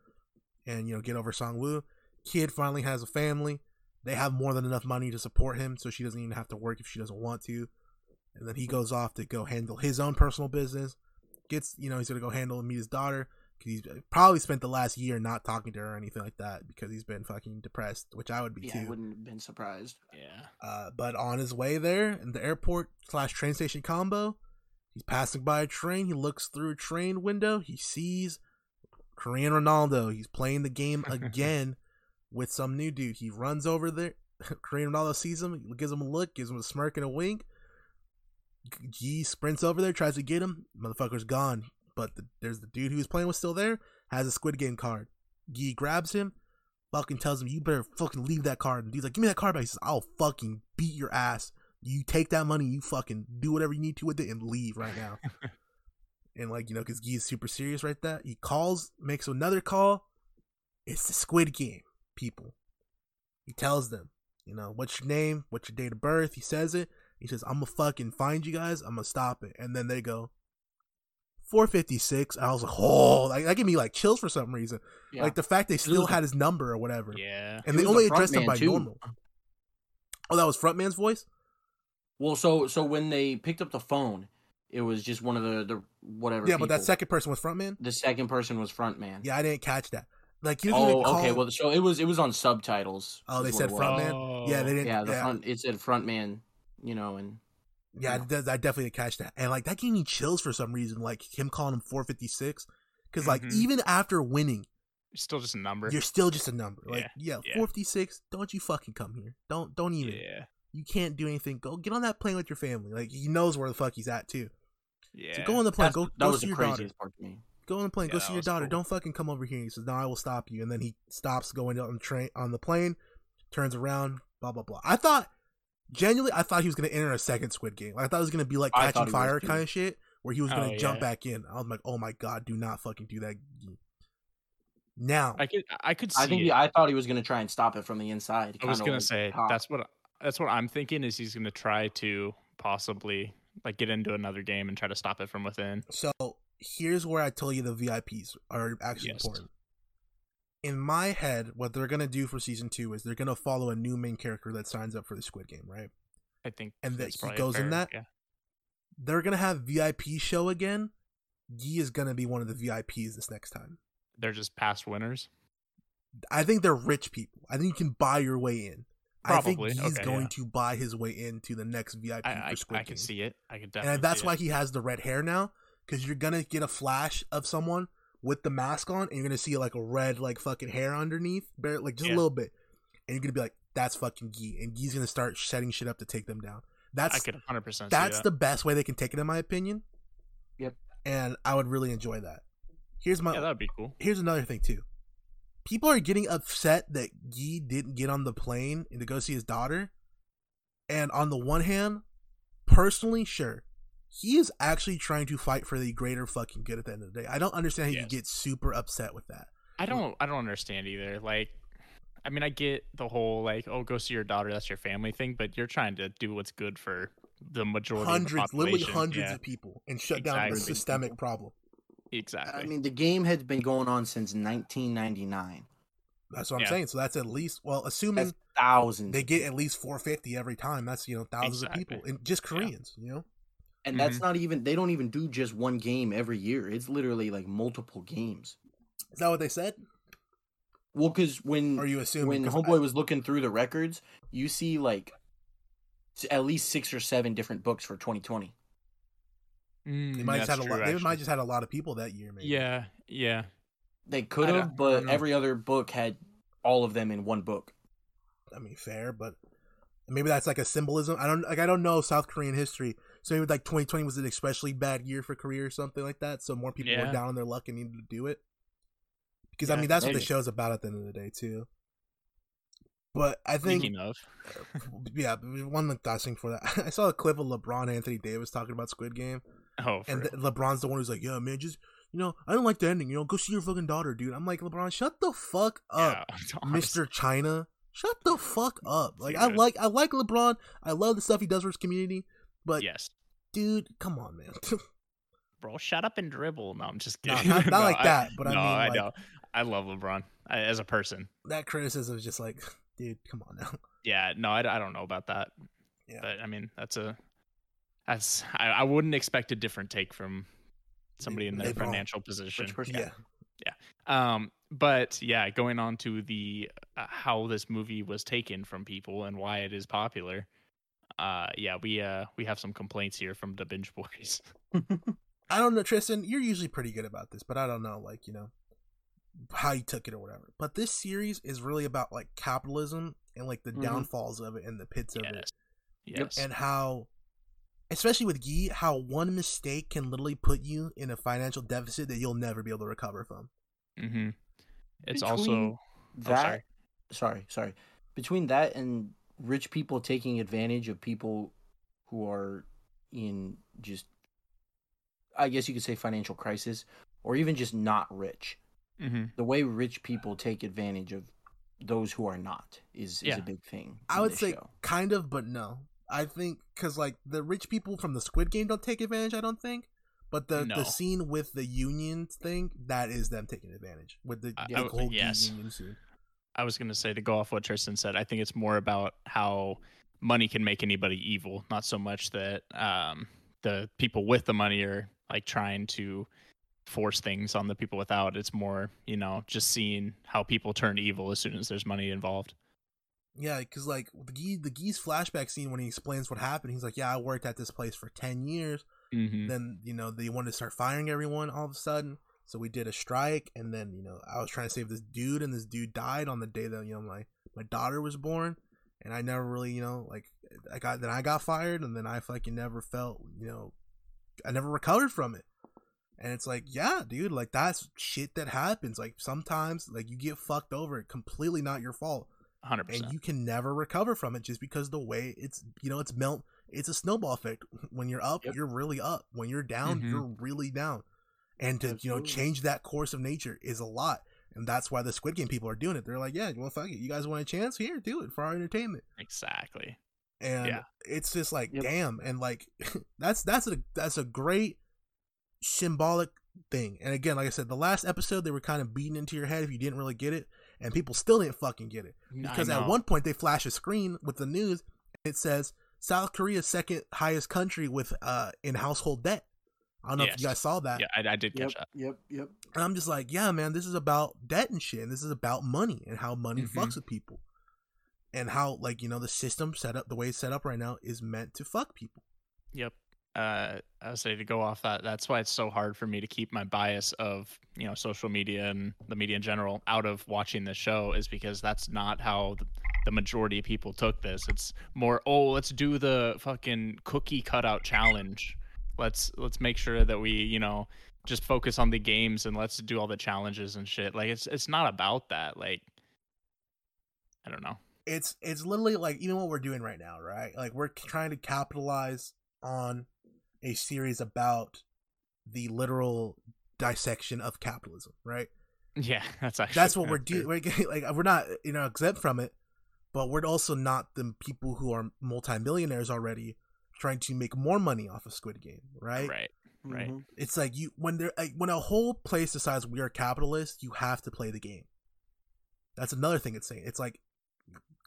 S1: and you know get over song woo kid finally has a family they have more than enough money to support him so she doesn't even have to work if she doesn't want to and then he goes off to go handle his own personal business gets you know he's gonna go handle and meet his daughter because he's uh, probably spent the last year not talking to her or anything like that because he's been fucking depressed which i would be
S3: Yeah,
S1: too
S3: I wouldn't have been surprised.
S2: Yeah.
S1: uh, but on his way there in the airport slash train station combo, he's passing by a train. He looks through a train window. He sees Korean Ronaldo. He's playing the game again with some new dude. He runs over there. [LAUGHS] Korean Ronaldo sees him, gives him a look, gives him a smirk and a wink. G sprints over there, tries to get him. Motherfucker's gone. But the, there's the dude who was playing was still there, has a Squid Game card. Gee grabs him, fucking tells him, "You better fucking leave that card." And dude's like, "Give me that card back." He says, "I'll fucking beat your ass. You take that money, you fucking do whatever you need to with it, and leave right
S3: [LAUGHS]
S1: now." and like you know, because Gee's super serious right that he calls, makes another call. It's the Squid Game, people. He tells them, you know, what's your name, what's your date of birth. He says it. He says, "I'm gonna fucking find you guys. I'm gonna stop it." And then they go. 456 and i was like oh like, that gave me like chills for some reason
S3: Yeah.
S1: like the fact they
S3: was
S1: still
S3: the-
S1: had his number or whatever.
S2: Yeah.
S1: And
S3: He
S1: they
S3: was the
S1: only
S3: front
S1: addressed him
S3: man,
S1: by
S3: too.
S1: normal. Oh, that was frontman's voice?
S3: well, so so when they picked up the phone, it was just one of the the whatever.
S1: Yeah, but that
S3: people.
S1: second person was frontman?
S3: the second person was front man.
S1: Yeah, I didn't catch that. Like you didn't
S3: Oh,
S1: even call
S3: okay. Well, so it was it was on subtitles.
S1: Oh, they
S3: is what
S1: said
S3: it was.
S1: front man. Yeah,
S2: Oh.
S1: they didn't.
S3: Yeah,
S1: Yeah,
S3: the
S1: yeah,
S3: front. It said front man. You know, and
S1: I, did- I definitely didn't catch that. And like that gave me chills for some reason. Like him calling him 456. Because like
S2: Mhm.
S1: even after winning,
S2: It's still just a number.
S1: you're still just a number. Like yeah,
S2: yeah.
S1: 456. Don't you fucking come here. Don't don't even.
S2: yeah.
S1: You can't do anything. Go get on that plane with your family. Like he knows where the fuck he's at too.
S2: Yeah.
S1: So go on the plane.
S3: that's-
S1: Go
S3: that
S1: go
S3: was
S1: see
S3: the
S1: your daughter.
S3: craziest part to me.
S1: go on the plane,
S2: Yeah,
S1: go
S2: that
S1: see your
S2: was
S1: daughter.
S2: cool.
S1: Don't fucking come over here. He says, No, I will stop you. And then he stops going on the train on the plane, turns around, blah blah blah. I thought genuinely I thought he was gonna enter a second squid game. Like, I thought it was gonna be like
S3: I
S1: catching
S3: thought he was,
S1: fire
S3: too.
S1: kind of shit where he was gonna
S2: Oh,
S1: jump
S2: yeah.
S1: back in. I was like, Oh my god, do not fucking do that. Now
S2: I could. I could see.
S3: I think
S2: it.
S3: he, I thought he was gonna try and stop it from the inside.
S2: I was
S3: kinda
S2: gonna
S3: like
S2: say
S3: Pop.
S2: that's what that's what I'm thinking is he's going to try to possibly like get into another game and try to stop it from within.
S1: So here's where I tell you the VIPs are actually
S2: Yes.
S1: important. In my head, what they're gonna do for season two is they're gonna follow a new main character that signs up for the Squid Game, right?
S2: I think
S1: And that
S2: that's
S1: he
S2: probably
S1: goes in
S2: fair,
S1: that?
S2: Yeah.
S1: They're gonna have VIP show again. Yi is gonna be one of the VIPs this next time.
S2: They're just past winners.
S1: I think they're rich people. I think you can buy your way in. I
S2: Probably.
S1: think he's
S2: Okay,
S1: going
S2: yeah.
S1: to buy his way into the next VIP
S2: I,
S1: for
S2: I,
S1: Squid
S2: I
S1: Game.
S2: can see it. I can definitely.
S1: and that's
S2: see
S1: why
S2: it.
S1: he has the red hair now because you're gonna get a flash of someone with the mask on and you're gonna see like a red like fucking hair underneath bare, like just a
S2: Yeah.
S1: little bit and you're gonna be like that's fucking Gee and Gee's gonna start setting shit up to take them down that's
S2: I could 100 percent.
S1: that's the best way they can take it in my opinion
S3: Yep.
S1: and I would really enjoy that here's my
S2: yeah, that'd be cool.
S1: here's another thing too people are getting upset that Gee didn't get on the plane and to go see his daughter and on the one hand, personally, sure, he is actually trying to fight for the greater fucking good at the end of the day. I don't understand how you
S2: Yes.
S1: get super upset with that.
S2: I don't. I don't understand either. Like, I mean, I get the whole like, oh, go see your daughter. That's your family thing. But you're trying to do what's good for the majority.
S1: Hundreds,
S2: of the
S1: literally
S2: population.
S1: hundreds
S2: Yeah,
S1: of people, and shut down a
S2: Exactly.
S1: systemic problem.
S2: exactly.
S3: I mean, the game had been going on since 1999.
S1: That's what I'm
S2: Yeah.
S1: saying. So that's at least, well, assuming
S3: That's thousands.
S1: they
S3: of
S1: get at least 450 every time. That's you know thousands
S2: Exactly.
S1: of people, and just
S2: Yeah.
S1: Koreans. You know,
S3: And that's
S2: Mm-hmm.
S3: not even they don't even do just one game every year. It's literally like multiple games.
S1: is that what they said?
S3: Well, because when
S1: Or are you assuming? [LAUGHS]
S3: when
S1: 'Cause
S3: Homeboy
S1: I-
S3: was looking through the records, you see like s- at least six or seven different books for 2020.
S2: Mm,
S1: they might just
S2: that's
S1: had a
S2: true,
S1: lot. They might
S2: actually.
S1: just had a lot of people that year. Maybe.
S2: Yeah, yeah.
S3: They could
S2: I don't-
S3: have, but
S2: know.
S3: every other book had all of them in one book.
S1: I mean, fair, but maybe that's like a symbolism. I don't like. I don't know South Korean history, so maybe like 2020 was an especially bad year for Korea or something like that. So more people were
S2: Yeah.
S1: down on their luck and needed to do it. Because I
S2: Yeah,
S1: mean, that's what the
S3: maybe.
S1: show's about at the end of the day, too. But I think,
S2: Speaking of, [LAUGHS]
S1: yeah, one last thing for that. [LAUGHS] I saw a clip of LeBron Anthony Davis talking about Squid Game,
S2: oh, for
S1: and
S2: real.
S1: th- LeBron's the one who's like, "Yeah, man, just you know, I don't like the ending. You know, go see your fucking daughter, dude." I'm like, LeBron, shut the fuck up.
S2: [LAUGHS] yeah, it's honest.
S1: Mr. China. Shut the fuck up. Like I
S2: Dude.
S1: like I like LeBron. I love the stuff he does for his community. But
S2: yes,
S1: dude, come on,
S2: [LAUGHS]
S1: man. [LAUGHS]
S2: bro, shut up and dribble. No, I'm just
S1: No,
S2: kidding. [LAUGHS]
S1: not- not
S2: No,
S1: like
S2: I-
S1: that, but I
S2: no,
S1: mean,
S2: I
S1: like-
S2: know. I love LeBron I, as a person.
S1: that criticism is just like, [SIGHS] dude, come on now.
S2: Yeah, no, I, I don't know about that.
S1: Yeah.
S2: But I mean, that's a that's I, I wouldn't expect a different take from somebody in
S1: they
S2: their
S1: don't.
S2: financial position.
S1: [LAUGHS]
S3: person?
S1: Yeah.
S3: Yeah.
S2: Um, but yeah, going on to the uh, how this movie was taken from people and why it is popular. Uh, yeah, we uh we have some complaints here from the binge boys. [LAUGHS]
S1: I don't know, Tristan, you're usually pretty good about this, but I don't know, like, you know, how you took it or whatever. But this series is really about like capitalism and like the
S2: Mm-hmm.
S3: Mhm.
S1: downfalls of it and the pits of it.
S2: yes, yes,
S1: and how especially with Gee, how one mistake can literally put you in a financial deficit that you'll never be able to recover from.
S2: hmm It's
S3: Between
S2: also oh,
S3: That
S2: sorry.
S3: sorry, sorry. Between that and rich people taking advantage of people who are in just, I guess you could say financial crisis, or even just not rich.
S2: hmm
S3: The way rich people take advantage of those who are not is, is
S2: Yeah.
S3: a big thing.
S1: I
S3: in
S1: would
S3: this
S1: say
S3: show.
S1: kind of, but no. I think because like the rich people from the Squid Game don't take advantage. I don't think, but the
S2: No.
S1: the scene with the union thing that is them taking advantage with the,
S2: I-
S1: the
S2: I would-
S1: whole
S2: yes.
S1: union scene.
S2: I was gonna say to go off what Tristan said. I think it's more about how money can make anybody evil, not so much that um, the people with the money are like trying to force things on the people without. It's more, you know, just seeing how people turn evil as soon as there's money involved.
S1: Yeah, because like the Gee, the Gee's flashback scene when he explains what happened, he's like, "Yeah, I worked at this place for ten years.
S2: Mm-hmm.
S1: Then you know they wanted to start firing everyone all of a sudden, so we did a strike. And then you know I was trying to save this dude, and this dude died on the day that you know my my daughter was born. And I never really you know like I got then I got fired, and then I fucking never felt you know I never recovered from it. And it's like, yeah, dude, like that's shit that happens. Like sometimes, like you get fucked over, completely not your fault,
S2: Hundred
S1: and
S2: percent.
S1: you can never recover from it just because the way it's you know it's melt it's a snowball effect when you're up
S3: Yep.
S1: you're really up when you're down
S2: Mhm.
S1: you're really down and to you know
S3: Absolutely.
S1: change that course of nature is a lot and that's why the squid game people are doing it they're like yeah well fuck it you guys want a chance here do it for our entertainment
S2: Exactly.
S1: and
S2: Yeah.
S1: it's just like
S3: Yep.
S1: damn and like [LAUGHS] that's that's a that's a great symbolic thing and again like i said the last episode they were kind of beating into your head if you didn't really get it and people still didn't fucking get it because at one point they flash a screen with the news and it says south korea's second highest country with uh in household debt i don't know if
S2: Yes.
S1: you guys saw that
S2: yeah, I, I did
S3: Yep,
S2: catch that.
S3: yep, yep.
S1: and I'm just like, yeah, man, this is about debt and shit. And this is about money and how money
S2: Mhm.
S1: fucks with people. And how, like, you know, the system set up, the way it's set up right now is meant to fuck people.
S2: Yep. Uh, I would say to go off that. That's why it's so hard for me to keep my bias of you know social media and the media in general out of watching the show is because that's not how the, the majority of people took this. It's more oh let's do the fucking cookie cutout challenge. Let's let's make sure that we you know just focus on the games and let's do all the challenges and shit. Like it's it's not about that. Like I don't know. [LAUGHS]
S1: It's it's literally like even what we're doing right now, right? Like we're trying to capitalize on a series about the literal dissection of capitalism, right?
S2: Yeah, that's actually
S1: That's
S2: [LAUGHS]
S1: what we're
S2: true.
S1: doing. We're getting, like we're not you know exempt from it, but we're also not the people who are multimillionaires already trying to make more money off of Squid Game, right?
S2: Right. Right.
S3: Mhm.
S1: it's like you when they're like, when a whole place decides we are capitalist, you have to play the game. That's another thing it's saying. It's like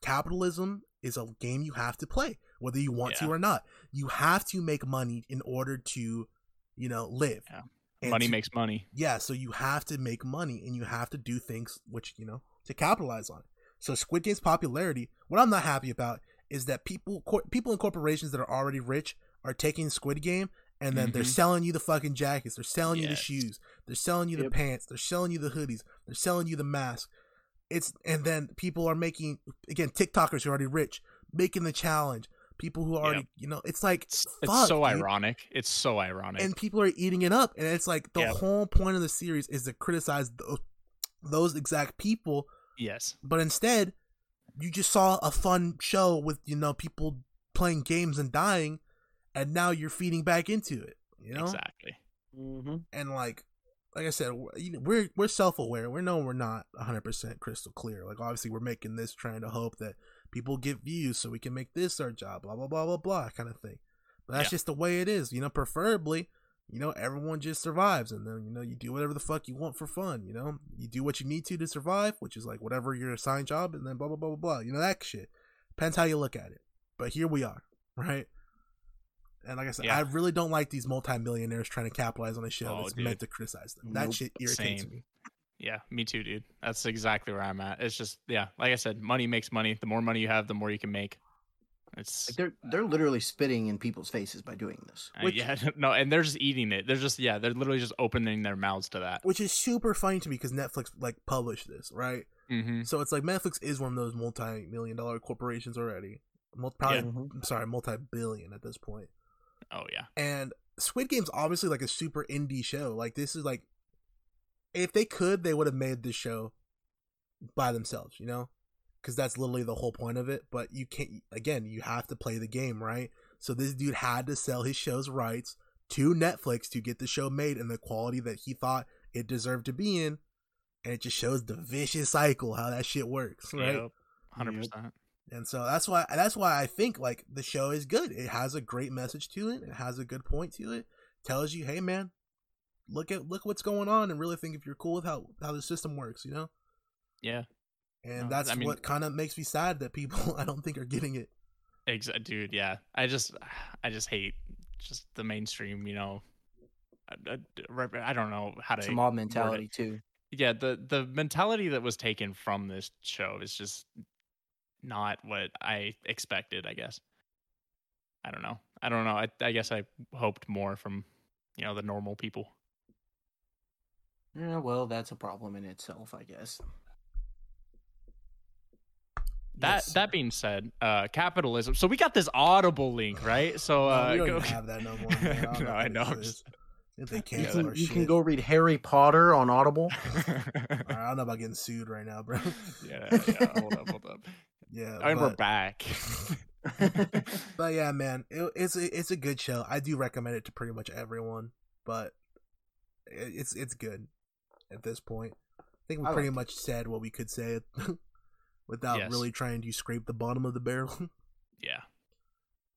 S1: capitalism is a game you have to play, whether you want
S2: Yeah.
S1: to or not. You have to make money in order to, you know, live.
S2: Yeah.
S1: And
S2: Money
S1: to-
S2: makes money.
S1: yeah, so you have to make money and you have to do things which, you know, to capitalize on it. So Squid Game's popularity, what I'm not happy about is that people cor- people in corporations that are already rich are taking Squid Game and then they're
S2: Mhm.
S1: selling you the fucking jackets, they're selling you the
S2: Yes.
S1: shoes, they're selling you the
S3: Yep.
S1: pants, they're selling you the hoodies, they're selling you the mask. It's and then people are making again TikTokers who are already rich making the challenge. People who are already, you know, it's like
S2: It's,
S1: fuck,
S2: it's so
S1: dude
S2: ironic. It's so ironic.
S1: and people are eating it up and it's like the
S2: Yeah.
S1: whole point of the series is to criticize those, those exact people
S2: yes.
S1: but instead you just saw a fun show with you know people playing games and dying and now you're feeding back into it you know
S2: Exactly.
S3: Mhm.
S1: and like like i said we're- you know, we're we're self-aware we know we're not 100% crystal clear like obviously we're making this trying to hope that people get views so we can make this our job blah blah blah blah blah kind of thing but that's
S2: Yeah.
S1: just the way it is you know preferably you know everyone just survives and then you know you do whatever the fuck you want for fun you know you do what you need to to survive which is like whatever your assigned job and then blah blah blah blah blah you know that shit depends how you look at it but here we are [LAUGHS] right and like i said
S2: Yeah.
S1: i really don't like these multimillionaires trying to capitalize on a show
S2: Oh,
S1: that's
S2: dude.
S1: meant to criticize them that
S3: Nope.
S1: shit irritates
S2: Same.
S1: me
S2: Yeah, me too, dude. That's exactly where I'm at. It's just yeah, like I said, money makes money. The more money you have, the more you can make. It's
S3: Like they're they're literally spitting in people's faces by doing this.
S2: [LAUGHS] uh, yeah, [LAUGHS] no, and they're just eating it. They're just yeah, they're literally just opening their mouths to that.
S1: which is super funny to me because netflix like published this right
S2: Mm-hmm.
S1: so it's like netflix is one of those multi-million dollar corporations already Mul- probably
S3: Mhm.
S1: i'm sorry multi-billion at this point
S2: Oh yeah,
S1: and squid game's obviously like a super indie show like this is like if they could they would have made this show by themselves you know because that's literally the whole point of it but you can't again you have to play the game right so this dude had to sell his show's rights to netflix to get the show made in the quality that he thought it deserved to be in and it just shows the vicious cycle how that shit works right
S2: Yep. hundred percent.
S1: and so that's why that's why I think like the show is good. It has a great message to it. It has a good point to it. Tells you, hey man, look at look what's going on, and really think if you're cool with how how the system works, you know.
S2: Yeah,
S1: And
S2: No,
S1: that's
S2: I mean-
S1: what kind of makes me sad that people [LAUGHS] I don't think are getting it.
S2: ex- dude. Yeah, I just [SIGHS] I just hate just the mainstream. You know, I, I, I don't know how to
S3: It's a mob mentality too.
S2: yeah the the mentality that was taken from this show is just not what i expected i guess i don't know i don't know i, I guess i hoped more from you know the normal people
S3: Yeah, well, that's a problem in itself, I guess.
S2: that
S1: Yes,
S2: that being said uh capitalism so we got this audible link right so
S1: No,
S2: uh
S1: we don't
S2: go-
S1: even
S2: [LAUGHS]
S1: have that no more. Man.
S2: No, I know, I'm
S1: This.
S2: just-
S1: If they
S3: You
S2: [LAUGHS] Yeah,
S1: cancel
S3: can,
S1: our
S3: you
S1: shit,
S3: can go read Harry Potter
S2: [LAUGHS]
S3: on Audible.
S1: All [LAUGHS] right, I don't know about getting sued right now, bro. [LAUGHS]
S2: yeah, yeah hold up hold up
S1: yeah,
S2: and we're
S1: but- [LAUGHS]
S2: back
S1: But yeah, man, it, it's a, it's a good show. I do recommend it to pretty much everyone, but it, it's it's good at this point. I think we
S3: I
S1: pretty
S3: liked
S1: much said what we could say [LAUGHS] without
S2: Yes.
S1: really trying to scrape the bottom of the barrel. [LAUGHS]
S2: yeah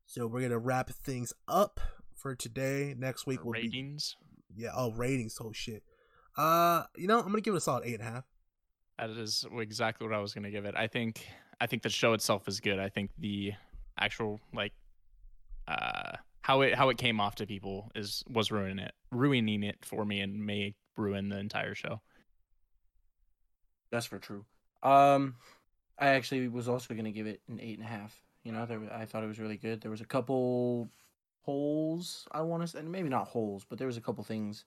S1: So we're gonna wrap things up for today. Next week will be
S2: ratings.
S1: yeah, oh ratings, oh shit. Uh, you know, I'm gonna give it a solid eight and a half.
S2: That is exactly what I was gonna give it. I think I think the show itself is good. I think the actual like uh how it how it came off to people is was ruining it ruining it for me and may ruin the entire show.
S3: That's for true. Um, I actually was also gonna give it an eight and a half. You know, there wa- I thought it was really good. There was a couple holes I want to, say, and maybe not holes, but there was a couple things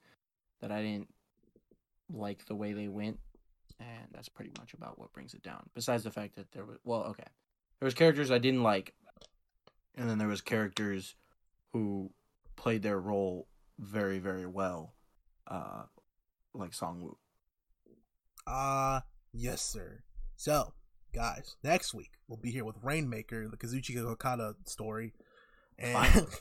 S3: that I didn't like the way they went, and that's pretty much about what brings it down. Besides the fact that there was, well, okay, there was characters I didn't like, and then there was characters who played their role very, very well, uh, like Song Woo.
S1: Ah, yes, sir. So, guys, next week we'll be here with Rainmaker, the Kazuchika Okada story, and
S3: Finally.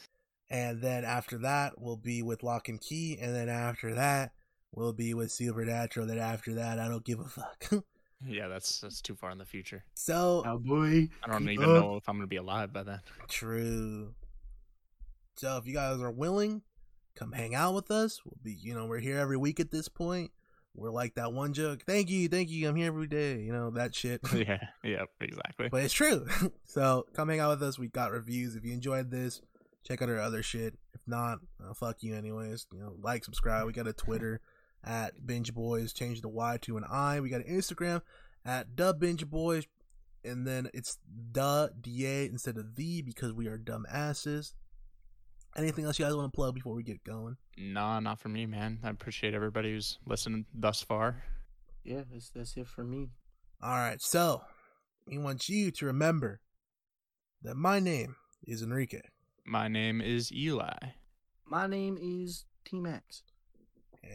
S1: [LAUGHS] and then after that we'll be with Lock and Key, and then after that we'll be with Supernatural. Then after that, I don't give a fuck. [LAUGHS]
S2: Yeah, that's that's too far in the future.
S1: so
S3: Cowboy.
S2: I don't
S3: Keep
S2: even
S3: up.
S2: know if I'm gonna be alive by then.
S1: True. So if you guys are willing, come hang out with us. We'll be, you know, we're here every week at this point. We're like that one joke. Thank you, thank you. I'm here every day. You know that shit.
S2: [LAUGHS]
S1: [LAUGHS]
S2: yeah, yeah, exactly.
S1: but it's true. [LAUGHS] so come hang out with us. We got reviews. If you enjoyed this, check out our other shit. If not, uh, fuck you anyways. You know, like, subscribe. We got a Twitter at Binge Boys. Change the Y to an I. We got an Instagram at Dub Binge Boys. And then it's the DA instead of the because we are dumbasses. Anything else you guys want to plug before we get going?
S2: Nah, not for me, man. I appreciate everybody who's listened thus far.
S3: Yeah, that's that's it for me.
S1: All right, so we want you to remember that my name is Enrique.
S2: My name is Eli.
S3: My name is T Max.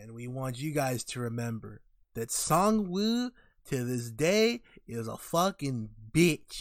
S1: And we want you guys to remember that Song Woo to this day is a fucking bitch.